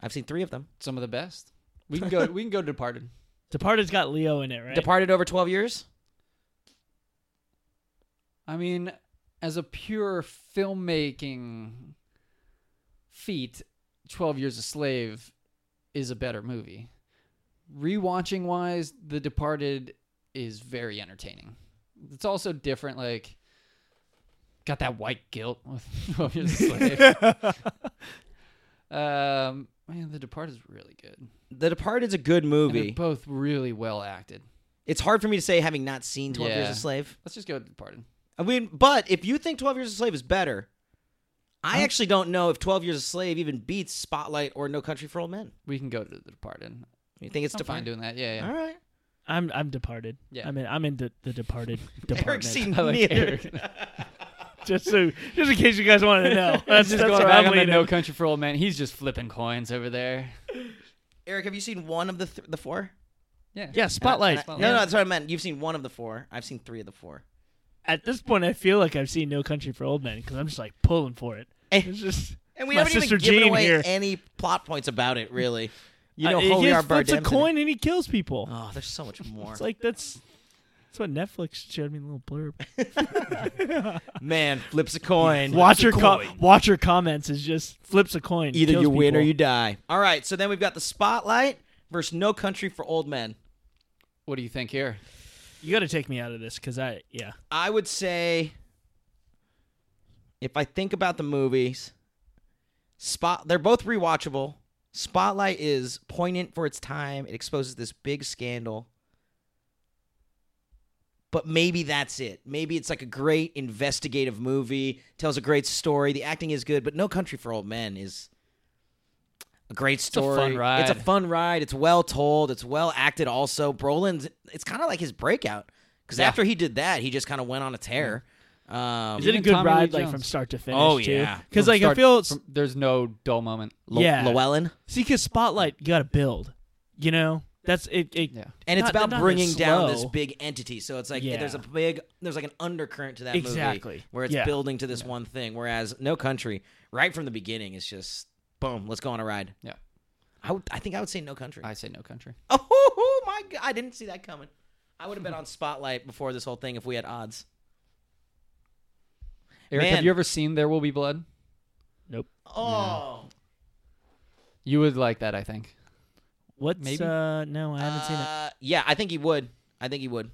Speaker 1: I've seen three of them.
Speaker 3: Some of the best. We can go. we can go to Departed.
Speaker 2: Departed's got Leo in it, right?
Speaker 1: Departed over twelve years.
Speaker 3: I mean, as a pure filmmaking feat, 12 Years a Slave is a better movie. Rewatching wise, The Departed is very entertaining. It's also different, like, got that white guilt with 12 Years a Slave. um, man, The Departed is really good.
Speaker 1: The Departed's a good
Speaker 3: And they're
Speaker 1: movie.
Speaker 3: both really well acted.
Speaker 1: It's hard for me to say having not seen Twelve Years
Speaker 3: Yeah.
Speaker 1: a Slave.
Speaker 3: Let's just go with The Departed.
Speaker 1: I mean, but if you think Twelve Years a Slave is better, I actually don't know if Twelve Years a Slave even beats Spotlight or No Country for Old Men.
Speaker 3: We can go to The Departed.
Speaker 1: You think it's
Speaker 3: It's I'm fine
Speaker 1: defined?
Speaker 3: doing that. Yeah, yeah.
Speaker 1: All right.
Speaker 2: I'm I'm Departed.
Speaker 3: Yeah.
Speaker 2: I mean, I'm in the, the Departed
Speaker 1: Eric's
Speaker 2: department.
Speaker 1: seen
Speaker 3: I like
Speaker 1: neither.
Speaker 3: Eric.
Speaker 2: just so just in case you guys wanted to know. That's
Speaker 3: Just
Speaker 2: that's
Speaker 3: going
Speaker 2: where
Speaker 3: back
Speaker 2: I'm
Speaker 3: on the
Speaker 2: leaning.
Speaker 3: No Country for Old Men. He's just flipping coins over there.
Speaker 1: Eric, have you seen one of the th- the four?
Speaker 3: Yeah.
Speaker 2: Yeah, Spotlight.
Speaker 1: No,
Speaker 3: Yeah.
Speaker 1: no, that's what I meant. You've seen one of the four. I've seen three of the four.
Speaker 2: At this point, I feel like I've seen No Country for Old Men because I'm just like pulling for it.
Speaker 1: Eh.
Speaker 2: It's just
Speaker 1: And we
Speaker 2: My
Speaker 1: haven't
Speaker 2: sister
Speaker 1: even given
Speaker 2: Jean
Speaker 1: away
Speaker 2: here.
Speaker 1: any plot points about it, really. You know,
Speaker 2: I, uh,
Speaker 1: Javier
Speaker 2: he just flips a
Speaker 1: Bardem's in it.
Speaker 2: coin and he kills people.
Speaker 1: Oh, there's so much more.
Speaker 2: It's like that's that's what Netflix showed me in a little blurb.
Speaker 1: Man flips a coin.
Speaker 2: Watch your co- watch your comments is just flips a coin.
Speaker 1: Either
Speaker 2: kills
Speaker 1: you win or
Speaker 2: people.
Speaker 1: you die. All right, so then we've got the spotlight versus No Country for Old Men.
Speaker 3: What do you think here?
Speaker 2: You got to take me out of this because I yeah.
Speaker 1: I would say, if I think about the movies, spot they're both rewatchable. Spotlight is poignant for its time. It exposes this big scandal. But maybe that's it. Maybe it's like a great investigative movie, tells a great story. The acting is good, but No Country for Old Men is a great
Speaker 3: a fun
Speaker 1: story. It's a
Speaker 3: ride.
Speaker 1: fun ride. It's well told. It's well acted. Also, Brolin's. It's kind of like his breakout because
Speaker 3: Yeah.
Speaker 1: after he did that, he just kind of went on a tear. Um,
Speaker 2: Is it a
Speaker 3: Even
Speaker 2: good
Speaker 3: Tommy Lee
Speaker 2: ride like
Speaker 3: Jones.
Speaker 2: from start to finish?
Speaker 1: Oh,
Speaker 2: too?
Speaker 1: yeah.
Speaker 2: because
Speaker 3: From
Speaker 2: like I
Speaker 3: start-
Speaker 2: feel
Speaker 3: from- there's no dull moment.
Speaker 1: L-
Speaker 2: yeah.
Speaker 1: Llewellyn,
Speaker 2: see because Spotlight you got to build. You know that's it. it
Speaker 3: Yeah.
Speaker 1: and it's
Speaker 2: Not-
Speaker 1: about
Speaker 2: not as
Speaker 1: bringing down this
Speaker 2: slow.
Speaker 1: big entity. So it's like
Speaker 2: Yeah.
Speaker 1: there's a big, there's like an undercurrent to that movie
Speaker 2: Exactly.
Speaker 1: where it's
Speaker 2: Yeah.
Speaker 1: building to this one thing. Whereas No Country, right from the beginning, it's just boom, let's go on a ride.
Speaker 3: Yeah.
Speaker 1: I would, I think I would say No Country.
Speaker 3: I say no country.
Speaker 1: oh, hoo, hoo, my god, I didn't see that coming. I would have been on Spotlight before this whole thing if we had odds.
Speaker 3: Eric,
Speaker 1: Man.
Speaker 3: have you ever seen There Will Be Blood?
Speaker 2: Nope.
Speaker 1: Oh,
Speaker 3: You would like that, I think.
Speaker 2: What's
Speaker 3: Maybe?
Speaker 2: uh no, I haven't seen it.
Speaker 1: Uh, Yeah, I think he would. I think he would.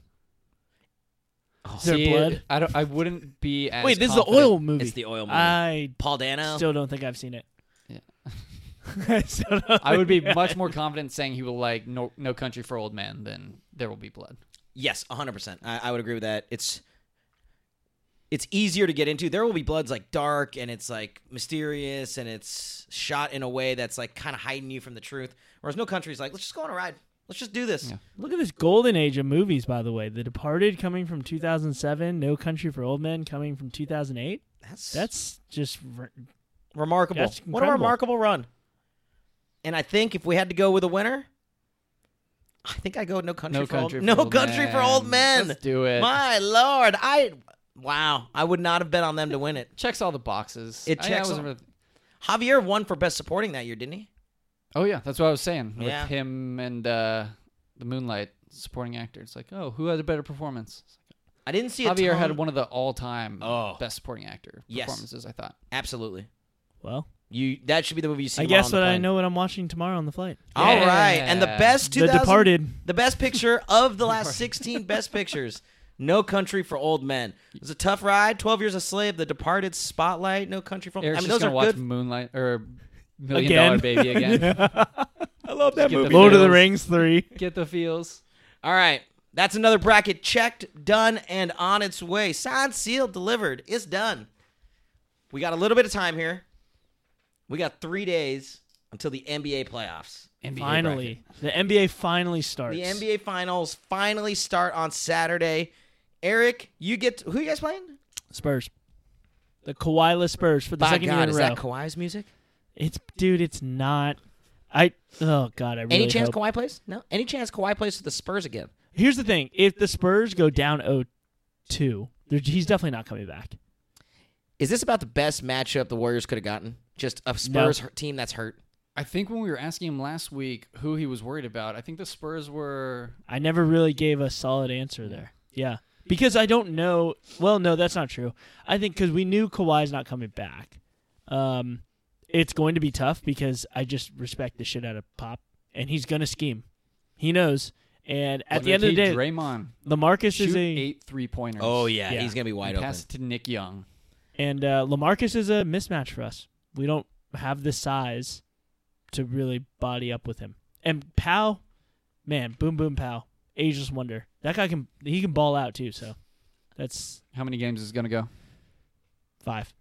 Speaker 3: Is
Speaker 2: there blood?
Speaker 3: I don't. I wouldn't be Uh, as.
Speaker 2: Wait, this is the
Speaker 3: confident.
Speaker 2: oil movie. Uh,
Speaker 1: It's the oil movie.
Speaker 2: I
Speaker 1: Paul Dano.
Speaker 2: still don't think I've seen it.
Speaker 3: Yeah.
Speaker 2: I still don't
Speaker 3: I would be
Speaker 2: think-
Speaker 3: much more confident saying he will like no, no Country for Old Men than There Will Be Blood.
Speaker 1: yes, 100%. I, I would agree with that. It's it's easier to get into. There will be bloods like dark and it's like mysterious and it's shot in a way that's like kind of hiding you from the truth. Whereas no country's like, let's just go on a ride. Let's just do this.
Speaker 3: Yeah.
Speaker 2: Look at this golden age of movies, by the way. The Departed coming from 2007, No Country for Old Men coming from 2008.
Speaker 1: That's
Speaker 2: That's just r-
Speaker 1: remarkable.
Speaker 2: that's
Speaker 1: what a
Speaker 2: incredible.
Speaker 1: remarkable run. And I think if we had to go with a winner, I think I go with no country
Speaker 3: No
Speaker 1: for old,
Speaker 3: Country.
Speaker 1: no
Speaker 3: for old
Speaker 1: country
Speaker 3: men.
Speaker 1: for old men.
Speaker 3: Let's do it.
Speaker 1: My lord, I wow, I would not have bet on them to win it.
Speaker 3: checks all the boxes.
Speaker 1: It
Speaker 3: I- I
Speaker 1: checks
Speaker 3: wasn't
Speaker 1: all-
Speaker 3: really-
Speaker 1: Javier won for best supporting that year, didn't he?
Speaker 3: Oh yeah, that's what I was saying with
Speaker 1: Yeah.
Speaker 3: him and uh, the Moonlight supporting actor. It's like, oh, who had a better performance?
Speaker 1: I didn't see a
Speaker 3: Javier
Speaker 1: ton-
Speaker 3: had one of the all-time
Speaker 1: Oh.
Speaker 3: best supporting actor
Speaker 1: Yes.
Speaker 3: performances. I thought.
Speaker 1: Absolutely,
Speaker 2: well.
Speaker 1: you that should be the movie you see.
Speaker 2: I
Speaker 1: while
Speaker 2: guess
Speaker 1: on the
Speaker 2: that I
Speaker 1: plane.
Speaker 2: know what I'm watching tomorrow on the flight.
Speaker 1: All right,
Speaker 3: Yeah.
Speaker 1: and the best
Speaker 2: The
Speaker 1: 2000
Speaker 2: Departed.
Speaker 1: the best picture of the last sixteen best pictures. No Country for Old Men. It was a tough ride. Twelve Years a Slave, The Departed, Spotlight, No Country for.
Speaker 3: Eric's
Speaker 1: I mean,
Speaker 3: just
Speaker 1: those
Speaker 3: gonna
Speaker 1: are
Speaker 3: watch
Speaker 1: good.
Speaker 3: Moonlight or Million
Speaker 2: Again.
Speaker 3: Dollar Baby again.
Speaker 2: I love that
Speaker 3: get the movie.
Speaker 2: Lord of the
Speaker 3: feels.
Speaker 2: Rings 3.
Speaker 3: Get the feels.
Speaker 1: All right, that's another bracket checked, done, and on its way. Signed, sealed, delivered. It's done. We got a little bit of time here. We got three days until the NBA playoffs.
Speaker 3: NBA
Speaker 2: finally, the NBA finally starts.
Speaker 1: The NBA finals finally start on Saturday. Eric, you get who you guys playing?
Speaker 2: Spurs, the Kawhi Spurs for the
Speaker 1: By
Speaker 2: second year
Speaker 1: God,
Speaker 2: in a
Speaker 1: is
Speaker 2: row.
Speaker 1: that Kawhi's music?
Speaker 2: It's dude, it's not. I oh god, I really
Speaker 1: Any chance
Speaker 2: hope-
Speaker 1: Kawhi plays? No. Any chance Kawhi plays with the Spurs again?
Speaker 2: Here's the thing: if the Spurs go down 0-2, they're- he's definitely not coming back.
Speaker 1: Is this about the best matchup the Warriors could have gotten? Just a Spurs hurt- team that's hurt.
Speaker 3: I think when we were asking him last week who he was worried about, I think the Spurs were
Speaker 2: I never really gave a solid answer there. Yeah, because I don't know. Well, no, that's not true. I think because we knew Kawhi's not coming back. Um, it's going to be tough because I just respect the shit out of Pop, and he's gonna scheme. He knows. And at the end of the day,
Speaker 3: Draymond
Speaker 2: Lamarcus
Speaker 3: shoot
Speaker 2: is a
Speaker 3: eight three pointers.
Speaker 1: Oh, yeah,
Speaker 2: Yeah.
Speaker 1: he's gonna be wide open.
Speaker 3: pass it to Nick Young.
Speaker 2: And uh, Lamarcus is a mismatch for us. We don't have the size to really body up with him. And Pow, man, boom boom Pow, ageless wonder. That guy can he can ball out too. So that's
Speaker 3: How many games is it gonna go?
Speaker 2: five.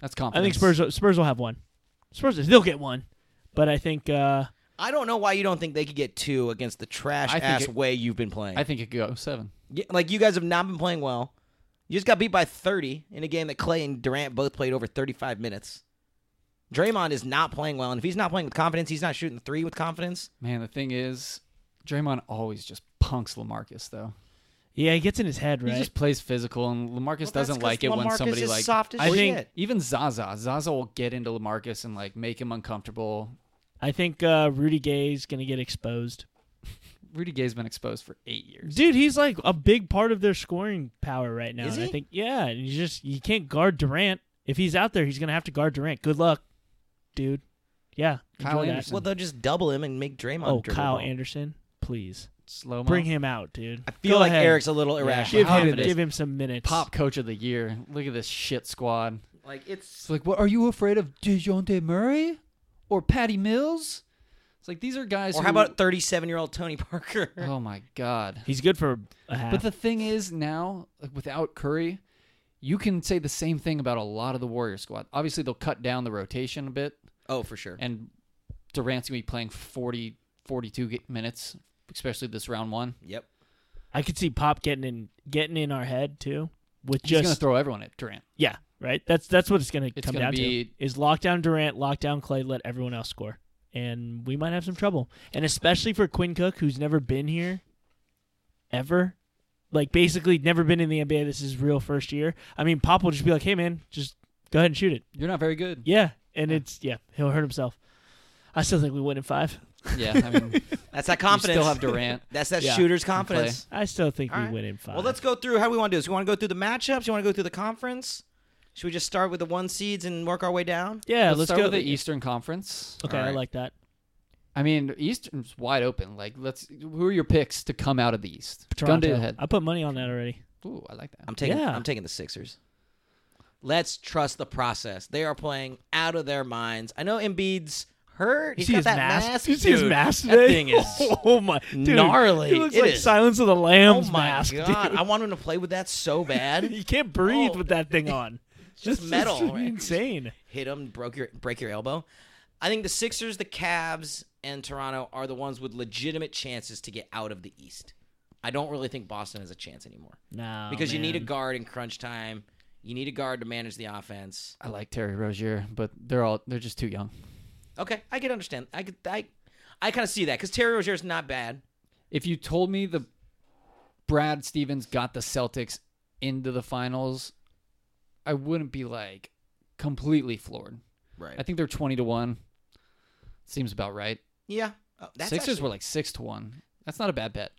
Speaker 3: That's
Speaker 2: I think
Speaker 3: confidence.
Speaker 2: Spurs Spurs will have one. Spurs they'll get one, but I think uh,
Speaker 1: I don't know why you don't think they could get two against the trash
Speaker 3: I think
Speaker 1: ass
Speaker 3: it-
Speaker 1: way you've been playing.
Speaker 3: I think it could go seven.
Speaker 1: Yeah, like you guys have not been playing well. You just got beat by 30 in a game that Clay and Durant both played over 35 minutes. Draymond is not playing well, and if he's not playing with confidence, he's not shooting three with confidence.
Speaker 3: Man, the thing is, Draymond always just punks Lamarcus though.
Speaker 2: yeah, he gets in his head right.
Speaker 3: He just plays physical, and Lamarcus doesn't like it when somebody like
Speaker 1: soft as
Speaker 2: I think-
Speaker 1: shit.
Speaker 3: even Zaza. Zaza will get into Lamarcus and like make him uncomfortable.
Speaker 2: I think uh, Rudy Gay's gonna get exposed.
Speaker 3: Rudy Gay's been exposed for eight years.
Speaker 2: Dude, he's like a big part of their scoring power right now.
Speaker 1: Is
Speaker 2: and I
Speaker 1: he?
Speaker 2: think yeah, and you just you can't guard Durant. If he's out there, he's gonna have to guard Durant. Good luck, dude. Yeah,
Speaker 3: Kyle
Speaker 2: enjoy that.
Speaker 3: Anderson.
Speaker 1: Well, they'll just double him and make Draymond.
Speaker 2: Oh,
Speaker 1: dribble
Speaker 2: Kyle
Speaker 1: the ball.
Speaker 2: Anderson, please
Speaker 3: Slow mo.
Speaker 2: bring him out, dude.
Speaker 1: I feel
Speaker 2: Go
Speaker 1: like
Speaker 2: ahead.
Speaker 1: Eric's a little irrational.
Speaker 2: Give
Speaker 3: How
Speaker 2: him,
Speaker 3: did this-
Speaker 2: give him some minutes.
Speaker 3: pop coach of the year. Look at this shit squad.
Speaker 1: Like
Speaker 3: It's
Speaker 1: it's
Speaker 3: like, what are you afraid of, Dejounte Murray or Patty Mills? It's like these are guys.
Speaker 1: or
Speaker 3: who,
Speaker 1: how about 37 year old Tony Parker?
Speaker 3: Oh my god!
Speaker 2: He's good for a half.
Speaker 3: But the thing is now, like without Curry, you can say the same thing about a lot of the Warrior squad. Obviously, they'll cut down the rotation a bit,
Speaker 1: Oh, for sure.
Speaker 3: and Durant's gonna be playing 40, 42 ga- minutes, especially this round one.
Speaker 1: Yep.
Speaker 2: I could see Pop getting in getting in our head too with
Speaker 3: He's gonna
Speaker 2: just
Speaker 3: throw everyone at Durant.
Speaker 2: yeah, right? That's that's what it's going to
Speaker 3: It's
Speaker 2: come
Speaker 3: gonna
Speaker 2: down
Speaker 3: be-
Speaker 2: to. Is lockdown Durant, lockdown Clay, let everyone else score. And we might have some trouble. And especially for Quinn Cook who's never been here ever. Like basically never been in the NBA. This is real first year. I mean, Pop will just be like, "Hey man, just go ahead and shoot it."
Speaker 3: You're not very good.
Speaker 2: Yeah, and it's yeah, he'll hurt himself. I still think we win in 5.
Speaker 3: Yeah, I mean,
Speaker 1: That's that
Speaker 3: you
Speaker 1: confidence.
Speaker 3: still have Durant.
Speaker 1: That's that
Speaker 2: Yeah.
Speaker 1: shooter's confidence.
Speaker 2: I still think
Speaker 1: All
Speaker 2: we
Speaker 1: right.
Speaker 2: win in 5.
Speaker 1: Well, let's go through. How do we want to do this? You want to go through the matchups? You want to go through the conference? Should we just start with the one seeds and work our way down?
Speaker 2: Yeah,
Speaker 3: let's,
Speaker 2: let's,
Speaker 3: start
Speaker 2: go
Speaker 3: with the Eastern Conference.
Speaker 2: Okay,
Speaker 1: All
Speaker 2: I
Speaker 1: right.
Speaker 2: like that.
Speaker 3: I mean, Eastern's wide open. Like, let's. Who are your picks to come out of the East? Gun to
Speaker 2: Toronto.
Speaker 3: the head.
Speaker 2: I put money on that already.
Speaker 3: Ooh, I like that.
Speaker 1: I'm taking.
Speaker 2: Yeah.
Speaker 1: I'm taking the Sixers. Let's trust the process. They are playing out of their minds. I know Embiid's hurt.
Speaker 2: You
Speaker 1: He's
Speaker 2: see
Speaker 1: got
Speaker 2: his
Speaker 1: that
Speaker 2: mask?
Speaker 1: mask.
Speaker 2: You see his
Speaker 1: Dude,
Speaker 2: mask
Speaker 1: That
Speaker 2: today?
Speaker 1: thing is.
Speaker 2: oh my, dude,
Speaker 1: gnarly.
Speaker 2: He looks
Speaker 1: It
Speaker 2: like
Speaker 1: is-
Speaker 2: Silence of the
Speaker 1: oh
Speaker 2: Lambs
Speaker 1: my
Speaker 2: mask.
Speaker 1: god!
Speaker 2: dude.
Speaker 1: I want him to play with that so bad.
Speaker 2: you can't breathe
Speaker 1: Oh.
Speaker 2: with that thing on.
Speaker 1: Just
Speaker 2: This is
Speaker 1: metal, right?
Speaker 2: insane.
Speaker 1: Hit him. Broke your. Break your elbow. I think the Sixers, the Cavs, and Toronto are the ones with legitimate chances to get out of the East. I don't really think Boston has a chance anymore.
Speaker 2: No,
Speaker 1: because you need a guard in crunch time. You need a guard to manage the offense.
Speaker 3: I like Terry Rozier, but they're all they're just too young.
Speaker 1: Okay, I could understand. I could, I, I kind of see that because Terry Rozier's not bad.
Speaker 3: If you told me the Brad Stevens got the Celtics into the finals, I wouldn't be like completely floored.
Speaker 1: Right.
Speaker 3: I think they're twenty to one. Seems about right.
Speaker 1: yeah. Oh, that's
Speaker 3: Sixers
Speaker 1: actually-
Speaker 3: were like six to one. That's not a bad bet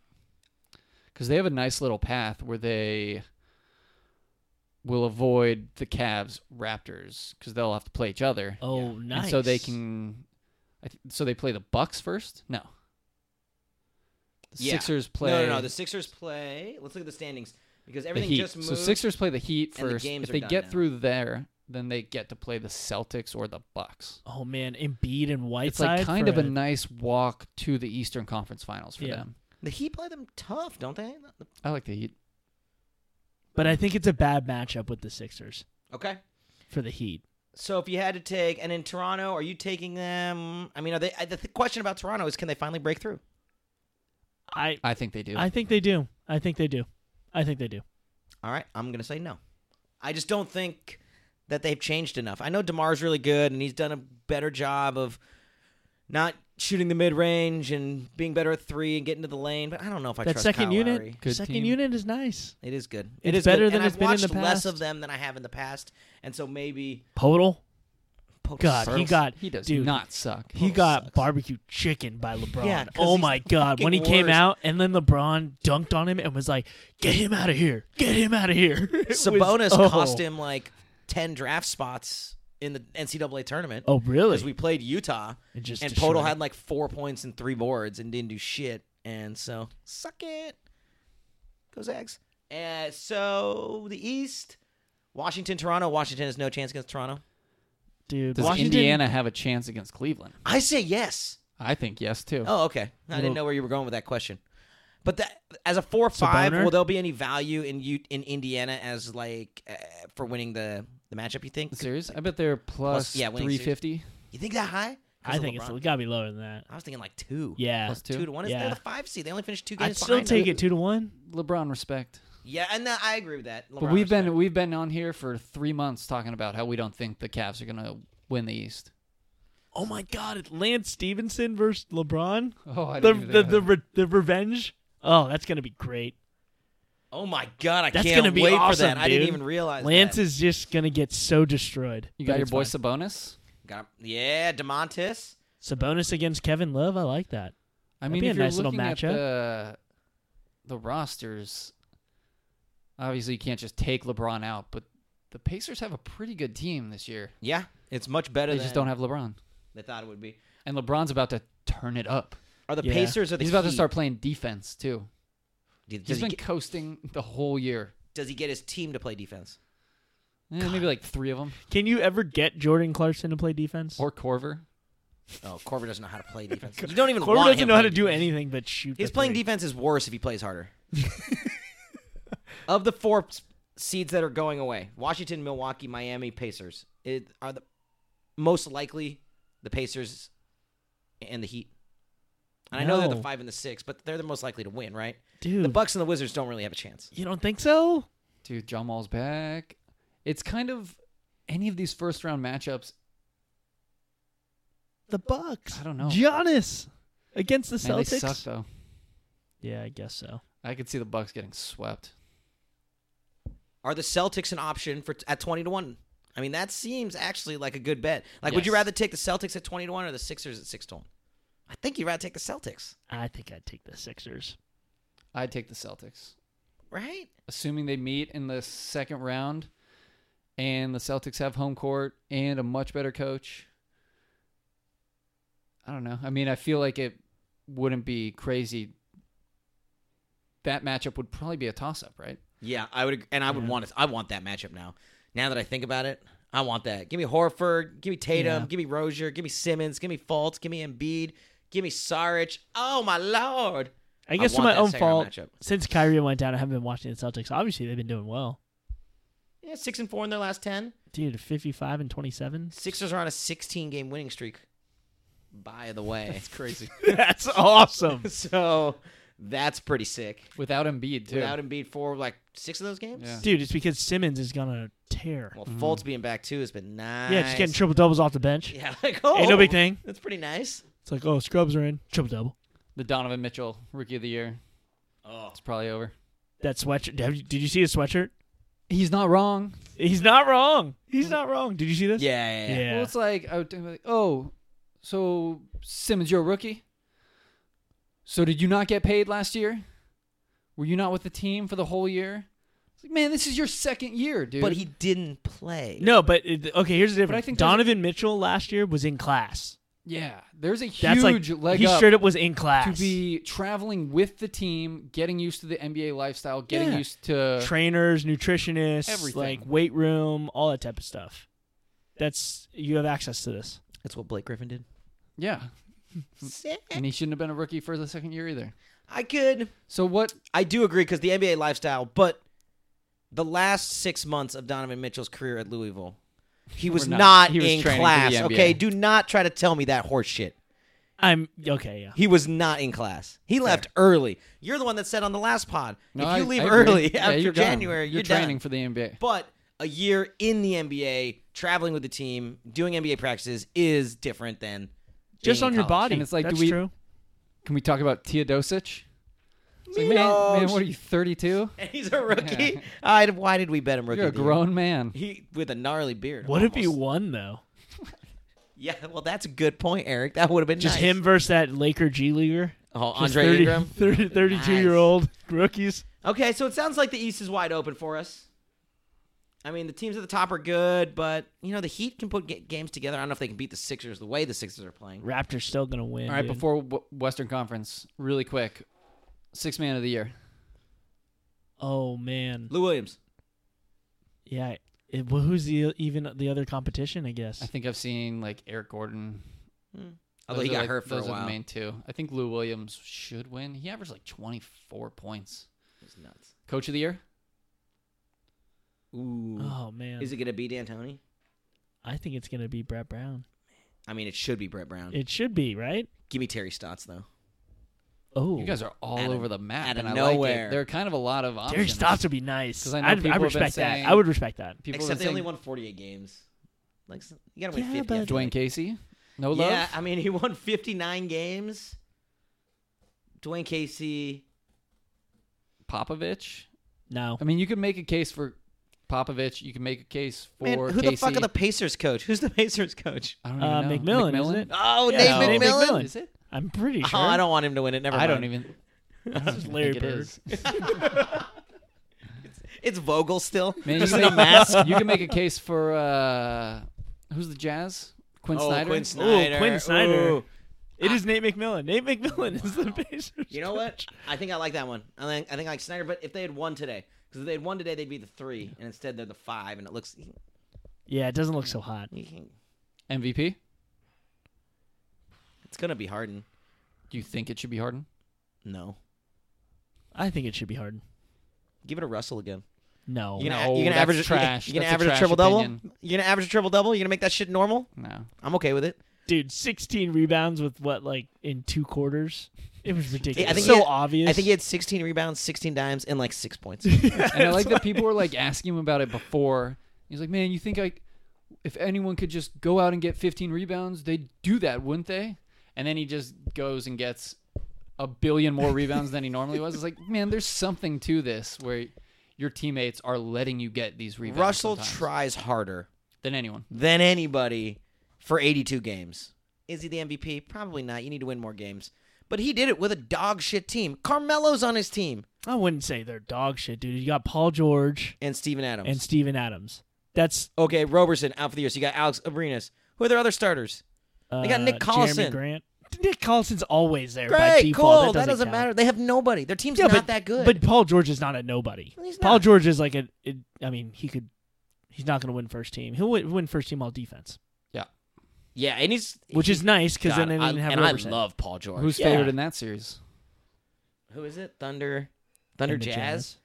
Speaker 3: because they have a nice little path where they will avoid the Cavs, Raptors, because they'll have to play each other.
Speaker 2: Oh, nice.
Speaker 3: And so they can. I th- so they play the Bucks first. No. The
Speaker 1: Yeah.
Speaker 3: Sixers play.
Speaker 1: No, no, no. The Sixers play. Let's look at the standings because
Speaker 3: the
Speaker 1: everything
Speaker 3: Heat.
Speaker 1: just moved.
Speaker 3: so Sixers play the Heat
Speaker 1: and the
Speaker 3: first.
Speaker 1: games
Speaker 3: if
Speaker 1: are
Speaker 3: they
Speaker 1: done
Speaker 3: get
Speaker 1: now.
Speaker 3: through there, then they get to play the Celtics or the Bucks.
Speaker 2: Oh man, Embiid and Whiteside.
Speaker 3: It's like kind
Speaker 2: for
Speaker 3: of a
Speaker 2: a-
Speaker 3: nice walk to the Eastern Conference Finals for
Speaker 2: Yeah.
Speaker 3: them.
Speaker 1: The Heat play them tough, don't they?
Speaker 3: I like the Heat.
Speaker 2: But I think it's a bad matchup with the Sixers
Speaker 1: Okay.
Speaker 2: for the Heat.
Speaker 1: So if you had to take, and in Toronto, are you taking them? I mean, are they? I- The th- question about Toronto is, can they finally break through?
Speaker 2: I
Speaker 3: I think they do.
Speaker 2: I think they do. I think they do. I think they do.
Speaker 1: All right, I'm gonna say no. I just don't think that they've changed enough. I know Demar's really good, and he's done a better job of not shooting the mid range and being better at three and getting to the lane. But I don't know if I
Speaker 2: that
Speaker 1: trust
Speaker 2: second
Speaker 1: Kyle
Speaker 2: unit,
Speaker 1: Lowry.
Speaker 3: Good
Speaker 2: second
Speaker 3: team.
Speaker 2: unit is nice.
Speaker 1: It is good.
Speaker 2: It's
Speaker 1: it is
Speaker 2: better
Speaker 1: good.
Speaker 2: than
Speaker 1: and
Speaker 2: it's
Speaker 1: I've
Speaker 2: been in
Speaker 1: watched
Speaker 2: the
Speaker 1: less
Speaker 2: past.
Speaker 1: of them than I have in the past, and so maybe
Speaker 2: Podal, God, he
Speaker 1: Sertz-
Speaker 2: got
Speaker 3: he does
Speaker 2: dude,
Speaker 3: not suck.
Speaker 2: He
Speaker 1: Podal
Speaker 2: got
Speaker 1: Oh, sucks.
Speaker 2: barbecue chicken by LeBron.
Speaker 1: Yeah, 'cause
Speaker 2: oh
Speaker 1: he's
Speaker 2: my
Speaker 1: the
Speaker 2: God! When he
Speaker 1: fucking
Speaker 2: came
Speaker 1: worst.
Speaker 2: out, and then LeBron dunked on him and was like, "Get him out of here! Get him out of here!" It was-
Speaker 1: Sabonis
Speaker 2: oh.
Speaker 1: cost him like ten draft spots in the NCAA tournament.
Speaker 2: Oh really?
Speaker 1: because we played Utah,
Speaker 2: It just
Speaker 1: and
Speaker 2: destroyed
Speaker 1: Podol
Speaker 2: it.
Speaker 1: had like four points and three boards and didn't do shit, and so suck it, go Zags. Uh, so the East, Washington, Toronto. Washington has no chance against Toronto.
Speaker 2: dude,
Speaker 3: Does
Speaker 2: Washington,
Speaker 3: Indiana have a chance against Cleveland?
Speaker 1: I say yes.
Speaker 3: I think yes too.
Speaker 1: Oh, okay. I
Speaker 2: Well-
Speaker 1: didn't know where you were going with that question. But that, as a four five,
Speaker 2: Saboner?
Speaker 1: will there be any value in you in Indiana as like uh, for winning the the matchup? You think?
Speaker 3: The series? I bet they're plus,
Speaker 1: Plus- yeah, winning
Speaker 3: three
Speaker 1: series.
Speaker 3: fifty
Speaker 1: You think that high? 'Cause
Speaker 2: I
Speaker 1: of
Speaker 2: think
Speaker 1: LeBron?
Speaker 2: it's got to be lower than that.
Speaker 1: I was thinking like two.
Speaker 2: Yeah,
Speaker 3: plus
Speaker 1: two,
Speaker 3: two.
Speaker 1: to one. Is
Speaker 2: Yeah.
Speaker 1: They're the five seed. They only finished two games.
Speaker 2: I'd still
Speaker 1: behind
Speaker 2: take
Speaker 1: them.
Speaker 2: it two to one.
Speaker 3: LeBron respect.
Speaker 1: Yeah, and uh, I agree with that.
Speaker 3: But
Speaker 1: LeBron
Speaker 3: we've been
Speaker 1: respect.
Speaker 3: we've been on here for three months talking about how we don't think the Cavs are gonna win the East.
Speaker 2: Oh my God! It's Lance Stevenson versus LeBron.
Speaker 3: Oh, I
Speaker 2: The the the, re- the revenge. Oh, that's gonna be great.
Speaker 1: Oh my god, I
Speaker 2: That's
Speaker 1: can't
Speaker 2: gonna be
Speaker 1: wait for
Speaker 2: awesome,
Speaker 1: that. I didn't
Speaker 2: dude.
Speaker 1: even realize.
Speaker 2: Lance
Speaker 1: that.
Speaker 2: is just gonna get so destroyed.
Speaker 3: you
Speaker 2: but
Speaker 3: got your
Speaker 2: it's
Speaker 3: boy
Speaker 2: fine.
Speaker 3: Sabonis.
Speaker 1: Got him. Yeah, Demontis.
Speaker 2: Sabonis against Kevin Love. I like that.
Speaker 3: I
Speaker 2: That'd
Speaker 3: mean,
Speaker 2: be
Speaker 3: if
Speaker 2: a
Speaker 3: you're
Speaker 2: nice little
Speaker 3: looking at
Speaker 2: matchup.
Speaker 3: the the rosters, obviously you can't just take LeBron out, but the Pacers have a pretty good team this year.
Speaker 1: Yeah, it's much better.
Speaker 3: They
Speaker 1: than
Speaker 3: just don't have LeBron,
Speaker 1: They thought it would be.
Speaker 3: and LeBron's about to turn it up.
Speaker 1: Are the
Speaker 2: Yeah.
Speaker 1: Pacers or the
Speaker 3: He's about to
Speaker 1: Heat?
Speaker 3: start playing defense too.
Speaker 1: Do- Does
Speaker 3: He's
Speaker 1: he,
Speaker 3: been
Speaker 1: get,
Speaker 3: coasting the whole year.
Speaker 1: does he get his team to play defense?
Speaker 3: Eh, maybe like three of them
Speaker 2: Can you ever get Jordan Clarkson to play defense?
Speaker 3: or Corver.
Speaker 1: Oh, Corver doesn't know how to play defense. You don't even
Speaker 2: Corver
Speaker 1: want
Speaker 2: doesn't
Speaker 1: him
Speaker 2: know how to
Speaker 1: playing
Speaker 2: do
Speaker 1: defense.
Speaker 2: anything but shoot.
Speaker 1: His
Speaker 2: the
Speaker 1: playing
Speaker 2: three.
Speaker 1: defense is worse if he plays harder. of the four s- seeds that are going away, Washington, Milwaukee, Miami, Pacers it, are the most likely the Pacers and the Heat. And I know they're
Speaker 2: No.
Speaker 1: the five and the six, but they're the most likely to win, right?
Speaker 2: dude.
Speaker 1: The Bucks and the Wizards don't really have a chance.
Speaker 2: you don't think so?
Speaker 3: Dude, John Wall's back. It's kind of any of these first round matchups.
Speaker 2: The Bucks.
Speaker 3: I don't know.
Speaker 2: Giannis against the
Speaker 3: Man, they
Speaker 2: Celtics.
Speaker 3: suck though.
Speaker 2: yeah, I guess so.
Speaker 3: I could see the Bucks getting swept.
Speaker 1: Are the Celtics an option for at twenty to one? I mean, that seems actually like a good bet. Like, would you
Speaker 3: Yes.
Speaker 1: rather take the Celtics at twenty to one or the Sixers at six to one? I think you'd rather take the Celtics,
Speaker 2: I think I'd take the Sixers.
Speaker 3: I'd take the Celtics.
Speaker 1: right?
Speaker 3: assuming they meet in the second round and the Celtics have home court and a much better coach. I don't know. I mean, I feel like it wouldn't be crazy. That matchup would probably be a toss up, right?
Speaker 1: Yeah, I would, and I would
Speaker 2: Yeah.
Speaker 1: want it. I want that matchup now. Now that I think about it, I want that. Give me Horford. Give me Tatum.
Speaker 2: Yeah.
Speaker 1: Give me Rozier. Give me Simmons. Give me Fultz. Give me Embiid. Give me Saric. Oh my lord!
Speaker 2: I guess to
Speaker 1: want
Speaker 2: my
Speaker 1: that
Speaker 2: own
Speaker 1: second round matchup.
Speaker 2: fault. Since Kyrie went down, I haven't been watching the Celtics. Obviously, they've been doing well.
Speaker 1: Yeah, six and four in their last ten.
Speaker 2: Dude, fifty-five and twenty-seven.
Speaker 1: Sixers are on a 16 game winning streak. By the way, that's crazy.
Speaker 2: That's awesome.
Speaker 1: so that's pretty sick.
Speaker 3: Without Embiid, too.
Speaker 1: Without Embiid for like six of those games.
Speaker 3: Yeah.
Speaker 2: Dude, it's because Simmons is gonna tear.
Speaker 1: Well, Fultz being back too has been nice.
Speaker 2: Mm-hmm. Yeah, just getting triple doubles off the bench.
Speaker 1: Yeah, like oh,
Speaker 2: Ain't no big thing.
Speaker 1: That's pretty nice.
Speaker 2: It's like, oh, scrubs are in triple double.
Speaker 3: the Donovan Mitchell Rookie of the Year.
Speaker 1: Oh,
Speaker 3: It's probably over.
Speaker 2: That sweatshirt. have you- Did you see his sweatshirt?
Speaker 3: He's not wrong.
Speaker 2: He's not wrong. He's not wrong. Did you see this?
Speaker 1: yeah, yeah, yeah.
Speaker 3: Well, it's like, I would think, like, oh, so Simmons, you're a rookie? So did you not get paid last year? Were you not with the team for the whole year? It's like, man, this is your second year, dude.
Speaker 1: But he didn't play.
Speaker 2: No, but it, okay. Here's the
Speaker 3: But I
Speaker 2: difference.
Speaker 3: think there's-
Speaker 2: Donovan Mitchell last year was in class.
Speaker 3: yeah, there's a huge
Speaker 2: That's like
Speaker 3: leg
Speaker 2: he
Speaker 3: up
Speaker 2: straight up was in class.
Speaker 3: to be traveling with the team, getting used to the NBA lifestyle, getting
Speaker 2: Yeah.
Speaker 3: used to
Speaker 2: trainers, nutritionists,
Speaker 3: uh, Everything.
Speaker 2: like weight room, all that type of stuff. That's you have access to this.
Speaker 1: That's what Blake Griffin did.
Speaker 3: yeah,
Speaker 1: Sick.
Speaker 3: and he shouldn't have been a rookie for the second year either.
Speaker 1: I could.
Speaker 3: So what?
Speaker 1: I do agree because the NBA lifestyle, but the last six months of Donovan Mitchell's career at Louisville He was
Speaker 3: not-
Speaker 1: not,
Speaker 3: he was
Speaker 1: in
Speaker 3: training for the
Speaker 1: class.
Speaker 3: NBA.
Speaker 1: Okay, do not try to tell me that horse shit.
Speaker 2: I'm okay. Yeah.
Speaker 1: He was not in class. He left early. You're the one that said on the last pod,
Speaker 3: No,
Speaker 1: if you
Speaker 3: I-
Speaker 1: leave
Speaker 3: I agree.
Speaker 1: early
Speaker 3: Yeah,
Speaker 1: after
Speaker 3: you're gone.
Speaker 1: January,
Speaker 3: you're,
Speaker 1: you're, done.
Speaker 3: training for the NBA.
Speaker 1: But a year in the NBA, traveling with the team, doing NBA practices is different than
Speaker 2: Just
Speaker 1: being
Speaker 2: on
Speaker 1: in
Speaker 2: your
Speaker 1: college.
Speaker 2: body.
Speaker 3: And it's like, do
Speaker 2: That's
Speaker 3: we-
Speaker 2: true.
Speaker 3: Can we talk about Teodosic? It's like, man, man, what are you, 32?
Speaker 1: And he's a rookie. I, why did we bet him rookie?
Speaker 3: You're a
Speaker 1: of the year?
Speaker 3: grown man.
Speaker 1: He with a gnarly beard.
Speaker 2: What if he
Speaker 1: almost.
Speaker 2: won though?
Speaker 1: Yeah, well, that's a good point, Eric. That would have been
Speaker 2: Just
Speaker 1: nice.
Speaker 2: him versus that Laker G leaguer,
Speaker 1: Oh,
Speaker 2: Just
Speaker 1: Andre Ingram.
Speaker 2: 30, 32 year old rookies.
Speaker 1: Okay, so it sounds like the East is wide open for us. I mean, the teams at the top are good, but you know the Heat can put ga- games together. I don't know if they can beat the Sixers the way the Sixers are playing.
Speaker 2: Raptors still gonna win.
Speaker 3: All right,
Speaker 2: dude.
Speaker 3: before w- Western Conference, really quick, six man of the year.
Speaker 2: Oh man.
Speaker 1: Lou Williams.
Speaker 2: Yeah. It, well, who's the even the other competition? I
Speaker 3: I
Speaker 2: guess.
Speaker 3: think I've seen like Eric Gordon.
Speaker 1: Although
Speaker 3: Those
Speaker 1: he
Speaker 3: are,
Speaker 1: got
Speaker 3: like,
Speaker 1: hurt for
Speaker 3: those
Speaker 1: a
Speaker 3: are
Speaker 1: while.
Speaker 3: the main two. I think Lou Williams should win. He averaged like 24 points.
Speaker 1: It's nuts.
Speaker 3: Coach of the year?
Speaker 1: Ooh.
Speaker 2: Oh man.
Speaker 1: Is it gonna be D'Antoni?
Speaker 2: I think it's gonna be Brett Brown.
Speaker 1: I mean, it should be Brett
Speaker 3: Um,
Speaker 1: Brown.
Speaker 2: It should be right.
Speaker 1: Give me Terry Stotts though.
Speaker 2: Oh,
Speaker 3: You guys are all
Speaker 1: Out of-
Speaker 3: over the map,
Speaker 1: out of
Speaker 3: and I like
Speaker 1: nowhere.
Speaker 3: it. There are kind of a lot of options.
Speaker 2: Terry Stotts would be nice.
Speaker 3: 'Cause
Speaker 2: I
Speaker 3: I know people have been
Speaker 2: respect that.
Speaker 3: saying-
Speaker 2: I would respect that.
Speaker 3: People have
Speaker 1: Except
Speaker 3: been
Speaker 1: they only
Speaker 3: saying
Speaker 1: won 48 games. Like s- you gotta win
Speaker 2: Yeah,
Speaker 1: 50.
Speaker 2: but-
Speaker 1: I feel
Speaker 3: Dwayne
Speaker 1: like.
Speaker 3: Casey, no love.
Speaker 1: Yeah, I mean, he won 59 games. Dwayne Casey.
Speaker 3: Popovich.
Speaker 2: No,
Speaker 3: I mean, you can make a case for Popovich. You can make a case for
Speaker 1: Man, who
Speaker 3: Casey.
Speaker 1: the fuck are the Pacers coach? Who's the Pacers coach?
Speaker 3: I don't
Speaker 2: Uh,
Speaker 3: even know.
Speaker 2: McMillan, isn't it?
Speaker 1: Oh,
Speaker 2: Yeah,
Speaker 1: Nate
Speaker 2: Nate
Speaker 1: McMillan.
Speaker 2: McMillan.
Speaker 3: Is it?
Speaker 2: I'm pretty sure.
Speaker 1: Oh, I don't want him to win it. Never.
Speaker 3: I don't
Speaker 1: mind.
Speaker 3: even.
Speaker 2: This is Larry
Speaker 3: think it
Speaker 2: Bird.
Speaker 3: is.
Speaker 1: It's Vogel still.
Speaker 3: Man, you
Speaker 1: Just
Speaker 3: can,
Speaker 1: in a
Speaker 3: make,
Speaker 1: mask.
Speaker 3: you can make a case for uh, who's the Jazz? Quinn
Speaker 1: Oh,
Speaker 3: Snyder.
Speaker 1: Quinn Snyder.
Speaker 2: Quinn Snyder.
Speaker 1: Ooh.
Speaker 2: It is Nate McMillan. Nate McMillan is the Pacers.
Speaker 1: You know what? I think I like that one. I think I think I like Snyder. But if they had won today, because if they had won today, they'd be the three, and instead they're the five, and it looks.
Speaker 2: Yeah, it doesn't look so hot.
Speaker 3: MVP.
Speaker 1: It's gonna be Harden.
Speaker 3: Do you think it should be Harden?
Speaker 1: No,
Speaker 2: I think it should be Harden.
Speaker 1: give it a Russell again.
Speaker 2: No,
Speaker 1: You gonna,
Speaker 3: Oh, No,
Speaker 1: you gonna
Speaker 3: that's
Speaker 1: average a-
Speaker 3: trash.
Speaker 1: You gonna
Speaker 3: That's a
Speaker 1: average
Speaker 3: trash
Speaker 1: triple double?
Speaker 3: opinion.
Speaker 1: You gonna average a triple double? You gonna make that shit normal?
Speaker 3: No.
Speaker 1: I'm okay with it.
Speaker 2: dude, 16 rebounds with what like in two quarters. It was ridiculous.
Speaker 1: think
Speaker 2: so
Speaker 1: he had-
Speaker 2: obvious.
Speaker 1: I think he had 16 rebounds, 16 dimes, and like six points.
Speaker 3: And I like that people were like asking him about it before. He's like, "Man, you think I, if anyone could just go out and get 15 rebounds, they'd do that, wouldn't they?" And then he just goes and gets a billion more rebounds than he normally was. It's like, man, there's something to this where your teammates are letting you get these rebounds.
Speaker 1: Russell
Speaker 3: sometimes
Speaker 1: tries harder
Speaker 3: than anyone.
Speaker 1: than anybody for 82 games. Is he the MVP? Probably not. You need to win more games. But he did it with a dog shit team. Carmelo's on his team
Speaker 2: I wouldn't say they're dog shit, dude. You got Paul George
Speaker 1: and Steven Adams.
Speaker 2: and Steven Adams. That's
Speaker 1: okay, Roberson out for the year. So you got Alex Abrinas. Who are their other starters?
Speaker 2: uh,
Speaker 1: They got Nick
Speaker 2: Jeremy
Speaker 1: Collison.
Speaker 2: Grant. Nick Collison's always there by
Speaker 1: Great,
Speaker 2: default.
Speaker 1: cool.
Speaker 2: That doesn't, count.
Speaker 1: matter. They have nobody. Their team's
Speaker 2: Yeah,
Speaker 1: not
Speaker 2: but-
Speaker 1: that good.
Speaker 2: But Paul George is not a nobody.
Speaker 1: He's
Speaker 2: Paul
Speaker 1: not.
Speaker 2: George is like a. It, I mean, he could. He's not going to win first team. He'll win win first team all defense,
Speaker 1: yeah, and he's
Speaker 2: which is nice because then
Speaker 1: God,
Speaker 2: they
Speaker 1: I-
Speaker 2: didn't have.
Speaker 1: and I
Speaker 2: Roberson.
Speaker 1: love Paul George.
Speaker 3: Who's
Speaker 2: Yeah.
Speaker 3: favored in that series?
Speaker 1: Who is it? Thunder, Thunder
Speaker 2: And the
Speaker 1: Jazz.
Speaker 2: Jazz.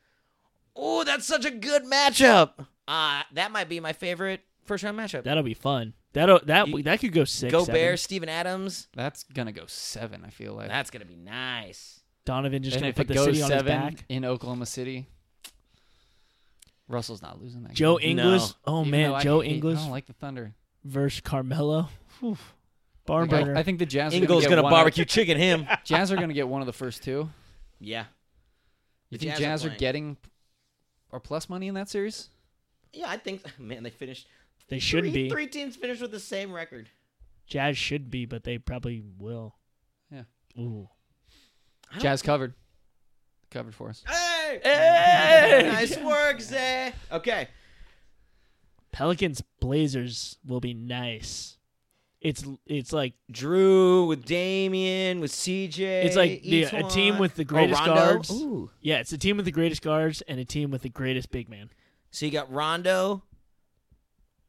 Speaker 1: Oh, that's such a good matchup. Uh, that might be my favorite first round matchup.
Speaker 2: That'll be fun. That'll that
Speaker 1: You-
Speaker 2: that could go six.
Speaker 1: Go
Speaker 2: seven.
Speaker 1: Bear, Steven Adams.
Speaker 3: That's gonna go seven. I feel like.
Speaker 1: That's gonna be nice.
Speaker 2: Donovan just
Speaker 3: and
Speaker 2: going
Speaker 3: if
Speaker 2: to put
Speaker 3: it
Speaker 2: the
Speaker 3: goes
Speaker 2: city on his
Speaker 3: seven
Speaker 2: back.
Speaker 3: in Oklahoma City, Russell's not losing that.
Speaker 2: Joe
Speaker 3: game.
Speaker 2: Inglis. Oh
Speaker 3: Even though
Speaker 2: man,
Speaker 3: I
Speaker 2: Joe
Speaker 3: hate-
Speaker 2: Inglis
Speaker 3: I don't like the Thunder.
Speaker 2: versus Carmelo. Whew. Barn
Speaker 3: I,
Speaker 2: burner.
Speaker 3: I think the Jazz. Are
Speaker 1: Ingles
Speaker 3: get
Speaker 1: gonna
Speaker 3: one of-
Speaker 1: barbecue chicken him.
Speaker 3: Jazz are gonna get one of the first two.
Speaker 1: yeah.
Speaker 3: You
Speaker 1: The
Speaker 3: think
Speaker 1: Jazz are
Speaker 3: Jazz, are,
Speaker 1: playing.
Speaker 3: getting or plus money in that series?
Speaker 1: Yeah, I think man, they finished
Speaker 2: they should
Speaker 1: three,
Speaker 2: be.
Speaker 1: Three teams finished with the same record.
Speaker 2: Jazz should be, but they probably will.
Speaker 3: Yeah.
Speaker 2: Ooh.
Speaker 1: I don't-
Speaker 3: Jazz covered, covered for us.
Speaker 1: Hey!
Speaker 2: Hey!
Speaker 1: Nice work, Zay. Okay.
Speaker 2: Pelicans Blazers will be nice. It's it's like
Speaker 1: Drew with Damien with CJ.
Speaker 2: It's like the- a
Speaker 1: Etwan.
Speaker 2: team with the greatest
Speaker 1: oh, Rondo.
Speaker 2: guards.
Speaker 1: Ooh.
Speaker 2: yeah, it's a team with the greatest guards and a team with the greatest big man.
Speaker 1: So you got Rondo,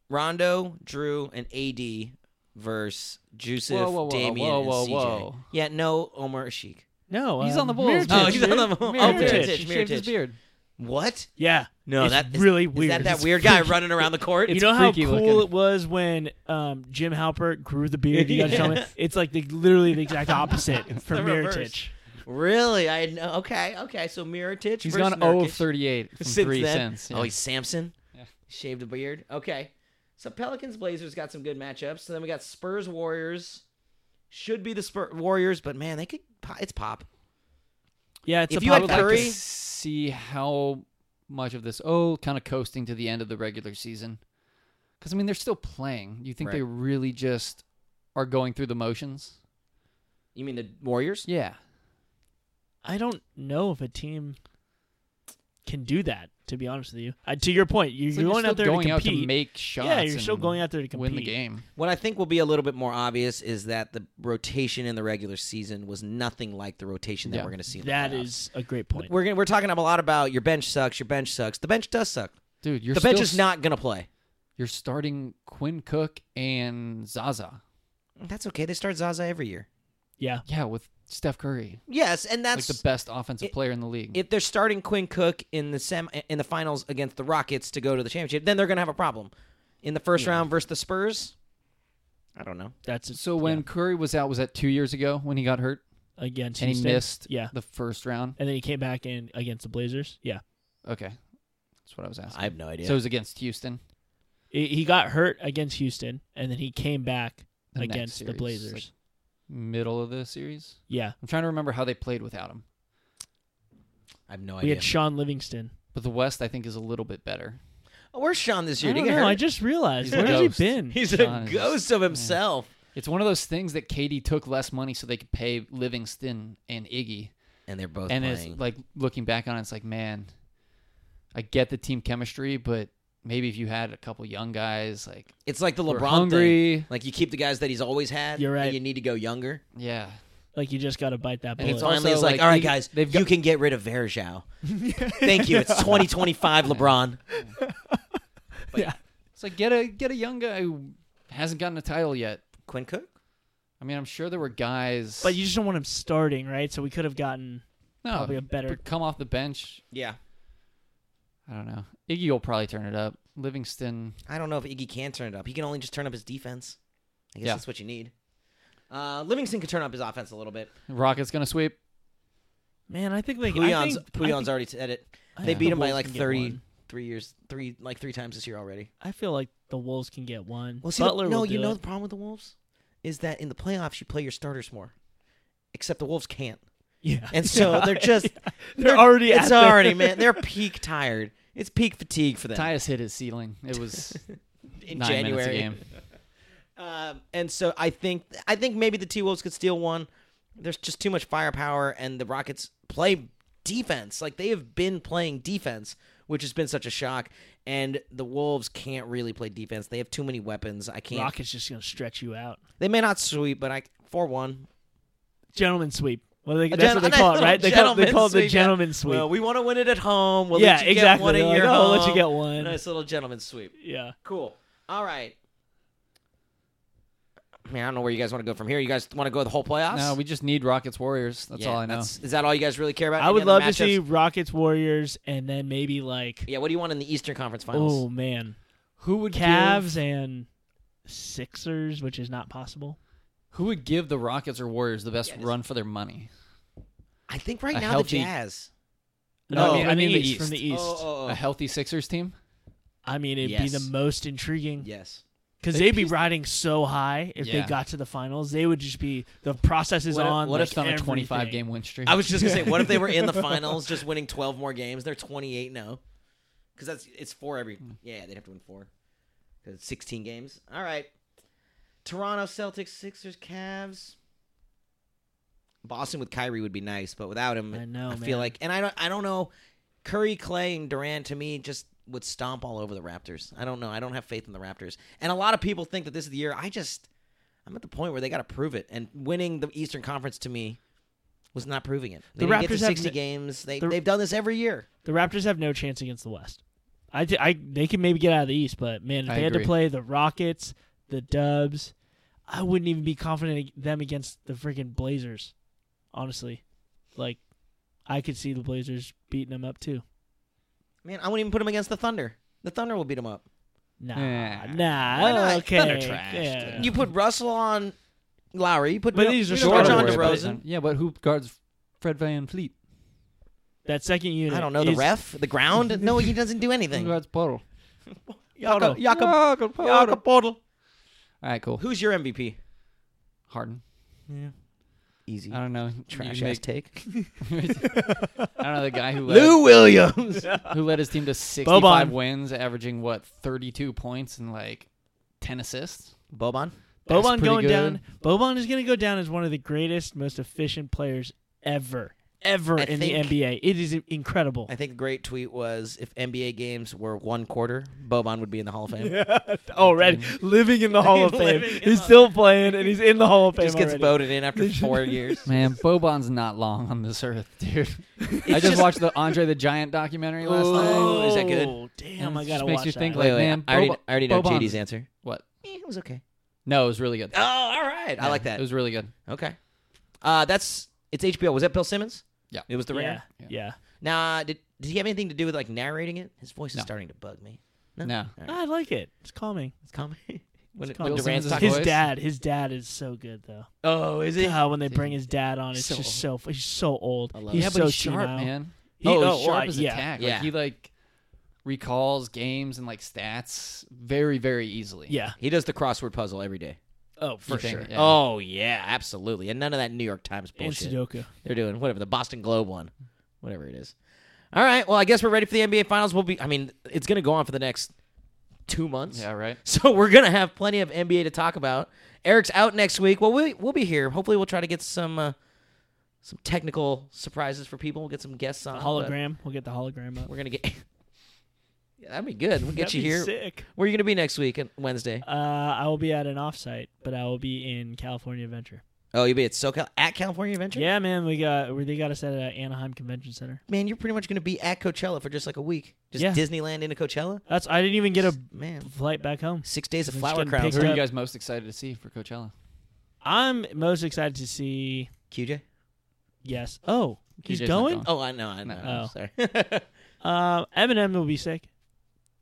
Speaker 1: Rondo, Drew, and AD versus Joseph,
Speaker 3: Whoa, whoa, whoa,
Speaker 1: Damian,
Speaker 3: whoa, whoa,
Speaker 1: and CJ.
Speaker 3: whoa.
Speaker 1: Yeah, no Omar Sheik.
Speaker 2: No,
Speaker 3: He's
Speaker 2: um,
Speaker 3: on the Bulls.
Speaker 2: Mirotic.
Speaker 1: Oh, he's on the-
Speaker 3: Mirotic.
Speaker 1: oh,
Speaker 2: Mirotic.
Speaker 3: He shaved his
Speaker 1: Mirotic.
Speaker 3: beard.
Speaker 1: What?
Speaker 2: Yeah.
Speaker 1: No,
Speaker 2: It's
Speaker 1: that is,
Speaker 2: really
Speaker 1: is
Speaker 2: weird.
Speaker 1: that that
Speaker 2: It's
Speaker 1: weird guy running around the court?
Speaker 2: you
Speaker 3: It's
Speaker 2: know how
Speaker 3: freaky
Speaker 2: cool
Speaker 3: looking.
Speaker 2: it was when um, Jim Halpert grew the beard. You guys tell me
Speaker 1: Yes.
Speaker 2: it's like the, literally the exact opposite for
Speaker 1: the reverse.
Speaker 2: Miritich.
Speaker 1: really? I had no. Okay, okay. So Miritich.
Speaker 3: He's
Speaker 1: versus
Speaker 3: gone 0 of
Speaker 1: Nurkic
Speaker 3: 38 from
Speaker 1: since
Speaker 3: three
Speaker 1: then.
Speaker 3: cents.
Speaker 1: Oh, he's Samson.
Speaker 3: Yeah.
Speaker 1: Shaved a beard. Okay. So Pelicans Blazers got some good matchups. So then we got Spurs Warriors. Should be the Spurs Warriors, but man, they could. po- It's pop.
Speaker 2: Yeah, it's
Speaker 1: If
Speaker 2: a
Speaker 1: you had
Speaker 2: public-
Speaker 3: I'd like
Speaker 1: Curry-
Speaker 3: to see how much of this oh kind of coasting to the end of the regular season because i mean they're still playing you think
Speaker 1: Right.
Speaker 3: they really just are going through the motions
Speaker 1: You mean the Warriors?
Speaker 3: yeah
Speaker 2: I don't know if a team can do that. To be honest with you, I, to your point, you,
Speaker 3: It's
Speaker 2: you're
Speaker 3: like
Speaker 2: going
Speaker 3: still
Speaker 2: out there
Speaker 3: going
Speaker 2: to
Speaker 3: out
Speaker 2: compete.
Speaker 3: to make shots
Speaker 2: yeah, you're still
Speaker 3: and
Speaker 2: going out there to compete.
Speaker 3: win the game
Speaker 1: What I think will be a little bit more obvious is that the rotation in the regular season was nothing like the rotation that
Speaker 3: Yeah.
Speaker 1: we're going to see. In the
Speaker 2: That
Speaker 1: playoffs.
Speaker 2: is a great point.
Speaker 1: We're gonna, we're talking a lot about your bench sucks. Your bench sucks. The bench does suck.
Speaker 3: dude you're
Speaker 1: the bench
Speaker 3: still
Speaker 1: is
Speaker 3: s-
Speaker 1: not going to play.
Speaker 3: you're starting quinn cook and zaza
Speaker 1: That's okay. They start Zaza every year.
Speaker 2: Yeah,
Speaker 3: yeah with steph curry
Speaker 1: Yes, and that's
Speaker 3: like the best offensive
Speaker 1: it-
Speaker 3: player in the league
Speaker 1: if they're starting Quinn Cook in the sem in the finals against the Rockets to go to the championship, then they're going to have a problem. In the first round versus the Spurs, I don't know.
Speaker 2: that's
Speaker 3: so when curry was out was that two years ago when he got hurt
Speaker 2: yeah, against
Speaker 3: and he
Speaker 2: Houston.
Speaker 3: missed
Speaker 2: Yeah,
Speaker 3: the first round
Speaker 2: and then he came back in against the Blazers. Yeah,
Speaker 3: okay that's what i was asking
Speaker 1: have no idea.
Speaker 3: So it was against Houston.
Speaker 2: he, he got hurt against Houston, and then he came back
Speaker 3: The next
Speaker 2: against the
Speaker 3: series,
Speaker 2: Blazers.
Speaker 3: like- Middle of the series.
Speaker 2: yeah,
Speaker 3: I'm trying to remember how they played without him.
Speaker 1: I have no
Speaker 2: we
Speaker 1: idea.
Speaker 2: had Sean Livingston.
Speaker 3: But the West, I think, is a little bit better.
Speaker 1: oh, where's Sean this year?
Speaker 2: I
Speaker 1: Did
Speaker 2: don't
Speaker 1: he get
Speaker 2: know. I
Speaker 1: hurt?
Speaker 2: just realized
Speaker 3: He's a
Speaker 2: where has he
Speaker 3: ghost.
Speaker 2: been?
Speaker 1: He's
Speaker 3: Sean
Speaker 1: a
Speaker 3: is-
Speaker 1: ghost of himself.
Speaker 3: It's one of those things that KD took less money so they could pay Livingston and Iggy.
Speaker 1: And they're both
Speaker 3: and it's
Speaker 1: playing.
Speaker 3: like looking back on it, it's like, man, I get the team chemistry, but maybe if you had a couple young guys, like
Speaker 1: it's like the
Speaker 3: who are
Speaker 1: LeBron thing.
Speaker 3: hungry.
Speaker 1: Like you keep the guys that he's always had.
Speaker 2: You're
Speaker 1: and
Speaker 2: right.
Speaker 1: you need to go younger.
Speaker 3: Yeah.
Speaker 2: Like you just got to bite that
Speaker 3: And
Speaker 2: bullet.
Speaker 3: it's all-
Speaker 1: Finally,
Speaker 3: also,
Speaker 1: it's like,
Speaker 3: like,
Speaker 1: all right,
Speaker 3: you-
Speaker 1: guys,
Speaker 3: they've got-
Speaker 1: you can get rid of Verjao. Thank you. It's 2025 LeBron.
Speaker 3: It's like get a get a young guy who hasn't gotten a title yet.
Speaker 1: Quinn Cook?
Speaker 3: I mean, I'm sure there were guys
Speaker 2: but you just don't want him starting, right? So we could have gotten
Speaker 3: no,
Speaker 2: probably a better.
Speaker 3: but come off the bench.
Speaker 1: Yeah.
Speaker 3: I don't know. Iggy will probably turn it up. Livingston,
Speaker 1: I don't know if Iggy can turn it up. He can only just turn up his defense. I guess
Speaker 3: Yeah.
Speaker 1: that's what you need. Uh, Livingston could turn up his offense a little bit.
Speaker 3: Rockets gonna sweep.
Speaker 2: Man, I think they. I
Speaker 1: Puyon's,
Speaker 2: think,
Speaker 1: Puyon's
Speaker 2: I
Speaker 1: already said it.
Speaker 2: think,
Speaker 1: They
Speaker 2: I think
Speaker 1: beat
Speaker 2: the
Speaker 1: him by
Speaker 2: Wolves
Speaker 1: like
Speaker 2: can get
Speaker 1: 30,
Speaker 2: one.
Speaker 1: three years, three like three times this year already.
Speaker 2: I feel like the Wolves can get one.
Speaker 1: Well, see,
Speaker 2: Butler
Speaker 1: no,
Speaker 2: will
Speaker 1: you
Speaker 2: do
Speaker 1: know
Speaker 2: it.
Speaker 1: the problem with the Wolves is that in the playoffs you play your starters more, except the Wolves can't,
Speaker 2: Yeah.
Speaker 1: and so they're just
Speaker 2: They're already
Speaker 1: It's
Speaker 2: out there.
Speaker 1: already man. They're peak tired. It's peak fatigue for them
Speaker 3: Tyus hit his ceiling. It was
Speaker 1: in
Speaker 3: nine minutes a
Speaker 1: January.
Speaker 3: game.
Speaker 1: Um, and so I think I think maybe the T Wolves could steal one. There's just too much firepower, and the Rockets play defense. Like they have been playing defense, which has been such a shock. And the Wolves can't really play defense. They have too many weapons. I can't.
Speaker 2: Rockets just gonna stretch you out.
Speaker 1: They may not sweep, but I four one.
Speaker 2: Gentleman sweep. Well, they,
Speaker 1: A
Speaker 2: that's what
Speaker 1: gen-
Speaker 2: they call it,
Speaker 1: little
Speaker 2: right? They call, they
Speaker 1: gentleman
Speaker 2: call it the
Speaker 1: sweep, yeah.
Speaker 2: gentleman sweep.
Speaker 1: Well, we want to win it at home. We'll
Speaker 2: yeah,
Speaker 1: let you
Speaker 2: exactly.
Speaker 1: Get one at
Speaker 2: They're like,
Speaker 1: your
Speaker 2: "Oh, I'll let you
Speaker 1: home."
Speaker 2: get one.
Speaker 1: Nice little gentleman sweep.
Speaker 2: Yeah.
Speaker 1: Cool. All right. Man, I don't know where you guys want to go from here. You guys want to go the whole playoffs?
Speaker 3: No, we just need Rockets Warriors. That's
Speaker 1: Yeah,
Speaker 3: all I know.
Speaker 1: that's- Is that all you guys really care about?
Speaker 2: I
Speaker 1: Any
Speaker 2: would
Speaker 1: other
Speaker 2: love to
Speaker 1: matchups?
Speaker 2: see Rockets Warriors and then maybe like
Speaker 1: Yeah, what do you want in the Eastern Conference Finals?
Speaker 2: oh man,
Speaker 3: Who would
Speaker 2: Cavs
Speaker 3: Give,
Speaker 2: and Sixers, which is not possible.
Speaker 3: who would give the Rockets or Warriors the best
Speaker 1: Yeah, just-
Speaker 3: run for their money?
Speaker 1: I think right
Speaker 3: A
Speaker 1: now
Speaker 3: healthy-
Speaker 1: the Jazz.
Speaker 3: No,
Speaker 2: No,
Speaker 3: I mean-
Speaker 2: from
Speaker 3: I mean
Speaker 2: the
Speaker 3: the
Speaker 2: east, from
Speaker 3: East.
Speaker 2: the east.
Speaker 1: Oh, oh, oh.
Speaker 3: A healthy Sixers team.
Speaker 2: I mean, it'd be
Speaker 1: Yes.
Speaker 2: the most intriguing
Speaker 1: yes.
Speaker 2: because
Speaker 3: They
Speaker 2: they'd be
Speaker 3: pieced-
Speaker 2: riding so high if
Speaker 3: Yeah.
Speaker 2: they got to the finals. They would just be the process is
Speaker 3: what
Speaker 2: on.
Speaker 3: If, what
Speaker 2: like,
Speaker 3: if on a twenty-five
Speaker 2: everything.
Speaker 3: game win streak?
Speaker 1: I was just gonna say, what if they were in the finals, just winning twelve more games? They're twenty eight now, because that's it's four every. Yeah, they'd have to win four, 'Cause it's sixteen games. All right, Toronto Celtics, Sixers, Cavs. Boston with Kyrie would be nice, but without him,
Speaker 2: I know,
Speaker 1: I
Speaker 2: man.
Speaker 1: feel like, and I don't, I don't know. Curry, Clay, and Durant to me just would stomp all over the Raptors. I don't know. I don't have faith in the Raptors, and a lot of people think that this is the year. I just, I'm at the point where they got to prove it, and winning the Eastern Conference to me was not proving it. They
Speaker 2: The
Speaker 1: didn't get to
Speaker 2: Raptors have
Speaker 1: 60
Speaker 2: n-
Speaker 1: games. They
Speaker 2: the-
Speaker 1: they've done this every year.
Speaker 2: The Raptors have no chance against the West. I, thi- I they can maybe get out of the East, but man, if
Speaker 3: I
Speaker 2: they had to
Speaker 3: agree.
Speaker 2: play the Rockets, the Dubs, I wouldn't even be confident ag- them against the freaking Blazers. Honestly, like I could see the Blazers beating them up too.
Speaker 1: Man, I wouldn't even put him against the Thunder. The Thunder will beat him up.
Speaker 2: Nah,
Speaker 3: Yeah.
Speaker 2: nah.
Speaker 1: Why not?
Speaker 2: Okay.
Speaker 3: Thunder trash,
Speaker 2: yeah.
Speaker 3: dude.
Speaker 1: You put Russell on Lowry. You put
Speaker 2: But
Speaker 1: Dr-
Speaker 2: these are
Speaker 1: you
Speaker 2: George
Speaker 1: put
Speaker 2: starters.
Speaker 1: John
Speaker 2: Don't worry about it.
Speaker 1: DeRozan.
Speaker 3: Yeah, but who guards Fred Van Fleet?
Speaker 2: that second unit.
Speaker 1: I don't know the
Speaker 2: is-
Speaker 1: ref, the ground. No, he doesn't do
Speaker 3: Who
Speaker 1: anything.
Speaker 3: guards Puddle?
Speaker 1: Jakob- Jakob-
Speaker 3: Jakob
Speaker 1: Jakob
Speaker 3: All
Speaker 1: Poeltl.
Speaker 3: right, cool.
Speaker 1: Who's your MVP?
Speaker 3: Harden.
Speaker 1: Easy.
Speaker 3: I don't know.
Speaker 1: Trash
Speaker 3: You
Speaker 1: ass
Speaker 3: make-
Speaker 1: take.
Speaker 3: I don't know the guy who led,
Speaker 1: Lou Williams.
Speaker 3: who led his team to 65
Speaker 2: Boban.
Speaker 3: wins, averaging what 32 points and like 10 assists.
Speaker 1: Boban.
Speaker 3: That's
Speaker 2: Boban
Speaker 3: pretty
Speaker 2: going
Speaker 3: good.
Speaker 2: down. Boban is going to go down as one of the greatest, most efficient players ever, ever
Speaker 1: I
Speaker 2: in
Speaker 1: think-
Speaker 2: the NBA. It is incredible.
Speaker 1: I think a great tweet was if NBA games were one quarter, Boban would be in the Hall of Fame.
Speaker 2: already living in the Hall of Fame.
Speaker 1: Living in
Speaker 2: He's
Speaker 1: the-
Speaker 2: still playing, and he's in the Hall of Fame.
Speaker 1: Just gets
Speaker 2: already.
Speaker 1: voted in after four years.
Speaker 3: Man, Boban's not long on this earth, dude. I just,
Speaker 1: just-
Speaker 3: watched the Andre the Giant documentary last
Speaker 1: Ooh,
Speaker 3: night.
Speaker 1: is that good?
Speaker 2: Oh, Damn,
Speaker 3: And
Speaker 2: I
Speaker 3: it
Speaker 2: gotta
Speaker 3: just makes
Speaker 2: watch
Speaker 3: you
Speaker 2: that.
Speaker 3: think, like-
Speaker 1: Wait, wait.
Speaker 3: man,
Speaker 1: I already,
Speaker 3: Boban-
Speaker 1: I already know
Speaker 3: Boban.
Speaker 1: JD's answer.
Speaker 3: What?
Speaker 1: Eh, it was okay.
Speaker 3: No, it was really good.
Speaker 1: Oh, all right. I like that.
Speaker 3: It was really good.
Speaker 1: okay. Uh, that's it's HBO. Was that Bill Simmons?
Speaker 3: Yeah.
Speaker 1: It was the ringer.
Speaker 2: yeah, yeah.
Speaker 1: Now, did did he have anything to do with like narrating it? His voice
Speaker 3: No.
Speaker 1: is starting to bug me.
Speaker 3: No.
Speaker 1: All right.
Speaker 2: Ah, I like it. It's calming.
Speaker 1: It's calm. when
Speaker 2: It's
Speaker 1: when
Speaker 2: calming.
Speaker 3: Bill
Speaker 1: Durant's
Speaker 3: Simmons'
Speaker 1: talking.
Speaker 2: His
Speaker 3: voice?
Speaker 2: dad, his dad is so good though.
Speaker 1: oh, is it?
Speaker 2: God, when they
Speaker 3: Dude.
Speaker 2: bring his dad on, it's
Speaker 1: So
Speaker 2: just so f- he's so old.
Speaker 1: I love
Speaker 2: he's
Speaker 1: it.
Speaker 3: yeah, but
Speaker 2: so
Speaker 3: he's sharp,
Speaker 2: senile.
Speaker 3: man.
Speaker 2: He-
Speaker 3: oh,
Speaker 2: oh,
Speaker 3: he's sharp
Speaker 2: well,
Speaker 3: as
Speaker 2: yeah.
Speaker 3: attack.
Speaker 1: Yeah.
Speaker 3: Like he like recalls games and like stats very very easily.
Speaker 2: Yeah.
Speaker 1: He does the crossword puzzle every day.
Speaker 2: Oh, for
Speaker 3: You think,
Speaker 2: sure.
Speaker 3: yeah.
Speaker 1: Oh yeah, absolutely. And none of that New York Times
Speaker 2: And
Speaker 1: bullshit.
Speaker 2: Sudoku.
Speaker 1: They're doing whatever the Boston Globe one, whatever it is. All right. Well, I guess we're ready for the NBA Finals. We'll be. I mean, it's going to go on for the next two months.
Speaker 3: Yeah, right.
Speaker 1: So we're gonna have plenty of NBA to talk about. Eric's out next week. Well, we we'll be here. Hopefully, we'll try to get some uh, some technical surprises for people. We'll get some guests on.
Speaker 2: A
Speaker 1: but
Speaker 2: hologram. We'll get the hologram up.
Speaker 1: We're gonna get. yeah, that'd be good. We'll get
Speaker 2: That'd
Speaker 1: you
Speaker 2: be
Speaker 1: here.
Speaker 2: Sick.
Speaker 1: Where are you gonna be next week? and Wednesday.
Speaker 2: Uh, I will be at an offsite, but I will be in California Adventure.
Speaker 1: Oh, you'll be at SoCal at California Adventure.
Speaker 2: Yeah, man, we got we- they got us at uh, Anaheim Convention Center.
Speaker 1: Man, you're pretty much gonna be at Coachella for just like a week. Just
Speaker 2: Yeah.
Speaker 1: Disneyland into Coachella.
Speaker 2: That's I didn't even get a
Speaker 1: Man,
Speaker 2: flight back home.
Speaker 1: six days of
Speaker 2: Just
Speaker 1: flower
Speaker 2: getting
Speaker 1: crowns.
Speaker 2: picked
Speaker 3: Who are
Speaker 2: up.
Speaker 3: you guys most excited to see for Coachella?
Speaker 2: I'm most excited to see.
Speaker 1: QJ.
Speaker 2: Yes. Oh, he's
Speaker 3: TJ's not
Speaker 2: going.
Speaker 3: going.
Speaker 1: Oh, I know. I know.
Speaker 2: Oh.
Speaker 1: Sorry.
Speaker 2: Um, Eminem will be sick.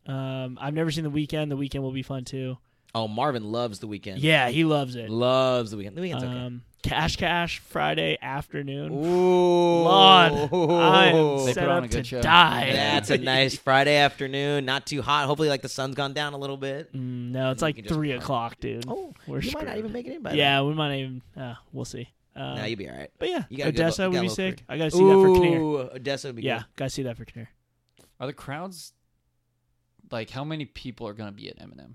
Speaker 2: Um, I've never seen the weekend. The weekend will be fun too.
Speaker 1: oh, Marvin loves the weekend.
Speaker 2: Yeah, he loves it.
Speaker 1: Loves the weekend. The weekend's okay.
Speaker 2: Um, Cash Cash Friday afternoon.
Speaker 1: Ooh.
Speaker 2: Lord, I am
Speaker 3: They
Speaker 2: set
Speaker 3: put on
Speaker 2: up
Speaker 3: a
Speaker 2: to
Speaker 3: good show.
Speaker 2: die.
Speaker 1: That's a nice Friday afternoon. Not too hot. Hopefully, like the sun's gone down a little bit.
Speaker 2: Mm, no, it's
Speaker 1: You
Speaker 2: like
Speaker 1: can just-
Speaker 2: three o'clock, dude.
Speaker 1: Oh,
Speaker 2: We're
Speaker 1: you might not
Speaker 2: screwed.
Speaker 1: even make it in by
Speaker 2: yeah, we might even. Uh, we'll see.
Speaker 1: then.
Speaker 2: Um,
Speaker 1: Nah, you'll be all right.
Speaker 2: but yeah,
Speaker 1: you gotta go
Speaker 2: Odessa
Speaker 1: lo- you
Speaker 2: would be
Speaker 1: gotta look
Speaker 2: sick.
Speaker 1: for
Speaker 2: I gotta see that for Kinnear.
Speaker 1: Ooh, Odessa would be
Speaker 2: Yeah,
Speaker 1: good.
Speaker 2: gotta see that for Kinnear.
Speaker 3: Are the crowds like how many people are gonna be at Eminem?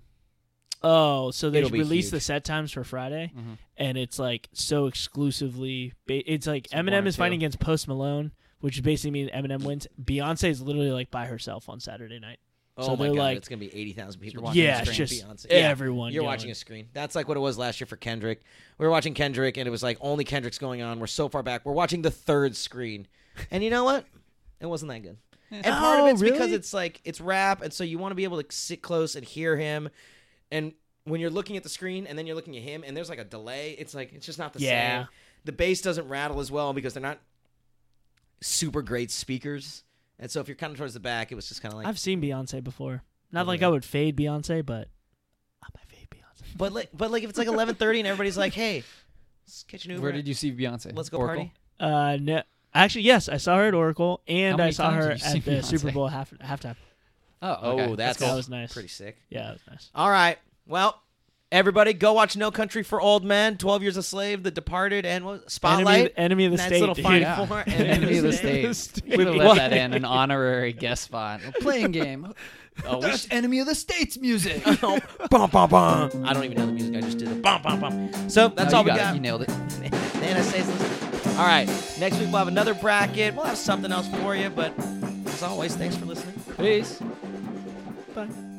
Speaker 2: Oh, so they
Speaker 1: It'll be
Speaker 2: released the
Speaker 1: huge.
Speaker 2: set times for Friday,
Speaker 3: Mhm.
Speaker 1: Mm-hmm.
Speaker 2: and it's like so exclusively. Ba- it's like
Speaker 3: one
Speaker 2: Eminem
Speaker 3: or
Speaker 2: is fighting
Speaker 3: two.
Speaker 2: against Post Malone, which basically means Eminem wins. Beyonce is literally like by herself on Saturday night.
Speaker 1: Oh
Speaker 2: So
Speaker 1: my
Speaker 2: they're
Speaker 1: god,
Speaker 2: like-
Speaker 1: it's gonna be eighty thousand people.
Speaker 3: You're
Speaker 1: watching
Speaker 2: yeah,
Speaker 1: a
Speaker 2: it's
Speaker 1: screen.
Speaker 2: just
Speaker 1: Beyonce. Yeah.
Speaker 2: everyone.
Speaker 1: You're
Speaker 2: going.
Speaker 1: watching a screen. That's like what it was last year for Kendrick. We were watching Kendrick, and it was like only Kendrick's going on. We're so far back. We're watching the third screen, and you know what? It wasn't that good. And part
Speaker 2: Oh,
Speaker 1: of it's because
Speaker 2: really?
Speaker 1: it's like it's rap, and so you want to be able to sit close and hear him. And when you're looking at the screen, and then you're looking at him, and there's like a delay. It's like it's just not the
Speaker 2: Yeah.
Speaker 1: same. The bass doesn't rattle as well because they're not super great speakers. And so if you're kind of towards the back, it was just kind of like.
Speaker 2: I've seen Beyonce before. Not
Speaker 1: Oh,
Speaker 2: like
Speaker 1: yeah.
Speaker 2: I would fade Beyonce, but I might fade Beyonce.
Speaker 1: But like, but like if it's like 11:30 and everybody's like, "Hey, let's catch an Uber.
Speaker 3: Where did you see Beyonce?
Speaker 1: Let's go
Speaker 3: Oracle?
Speaker 1: party."
Speaker 2: Uh, no, actually, yes, I saw her at Oracle,
Speaker 3: How
Speaker 2: and
Speaker 3: many
Speaker 2: I saw
Speaker 3: times
Speaker 2: her
Speaker 3: have you seen
Speaker 2: at the
Speaker 3: Beyonce?
Speaker 2: Super Bowl half halftime.
Speaker 3: Oh, okay.
Speaker 1: Oh, that's,
Speaker 2: That was nice.
Speaker 1: Pretty sick.
Speaker 2: Yeah, it was nice.
Speaker 1: All right. Well, everybody, go watch No Country for Old Men, Twelve Years a Slave, The Departed, and what, Spotlight.
Speaker 2: Enemy, enemy of the
Speaker 1: Nice
Speaker 2: state.
Speaker 1: little
Speaker 2: dude.
Speaker 1: final
Speaker 3: Yeah.
Speaker 1: four.
Speaker 3: Enemy of the
Speaker 2: Enemy
Speaker 3: state.
Speaker 2: state.
Speaker 3: We'd have let that in an honorary guest spot. A playing game.
Speaker 1: Oh, we should-
Speaker 3: enemy of the state's music.
Speaker 1: Oh, bum, bum, bum. I don't even know the music. I just did a bum bum bum. So that's
Speaker 3: No,
Speaker 1: all
Speaker 3: you
Speaker 1: we
Speaker 3: got it.
Speaker 1: got.
Speaker 3: You nailed it.
Speaker 1: Nana says, listen. All right. Next week we'll have another bracket. We'll have something else for you. But as always, thanks for listening.
Speaker 3: Peace.
Speaker 2: Bye.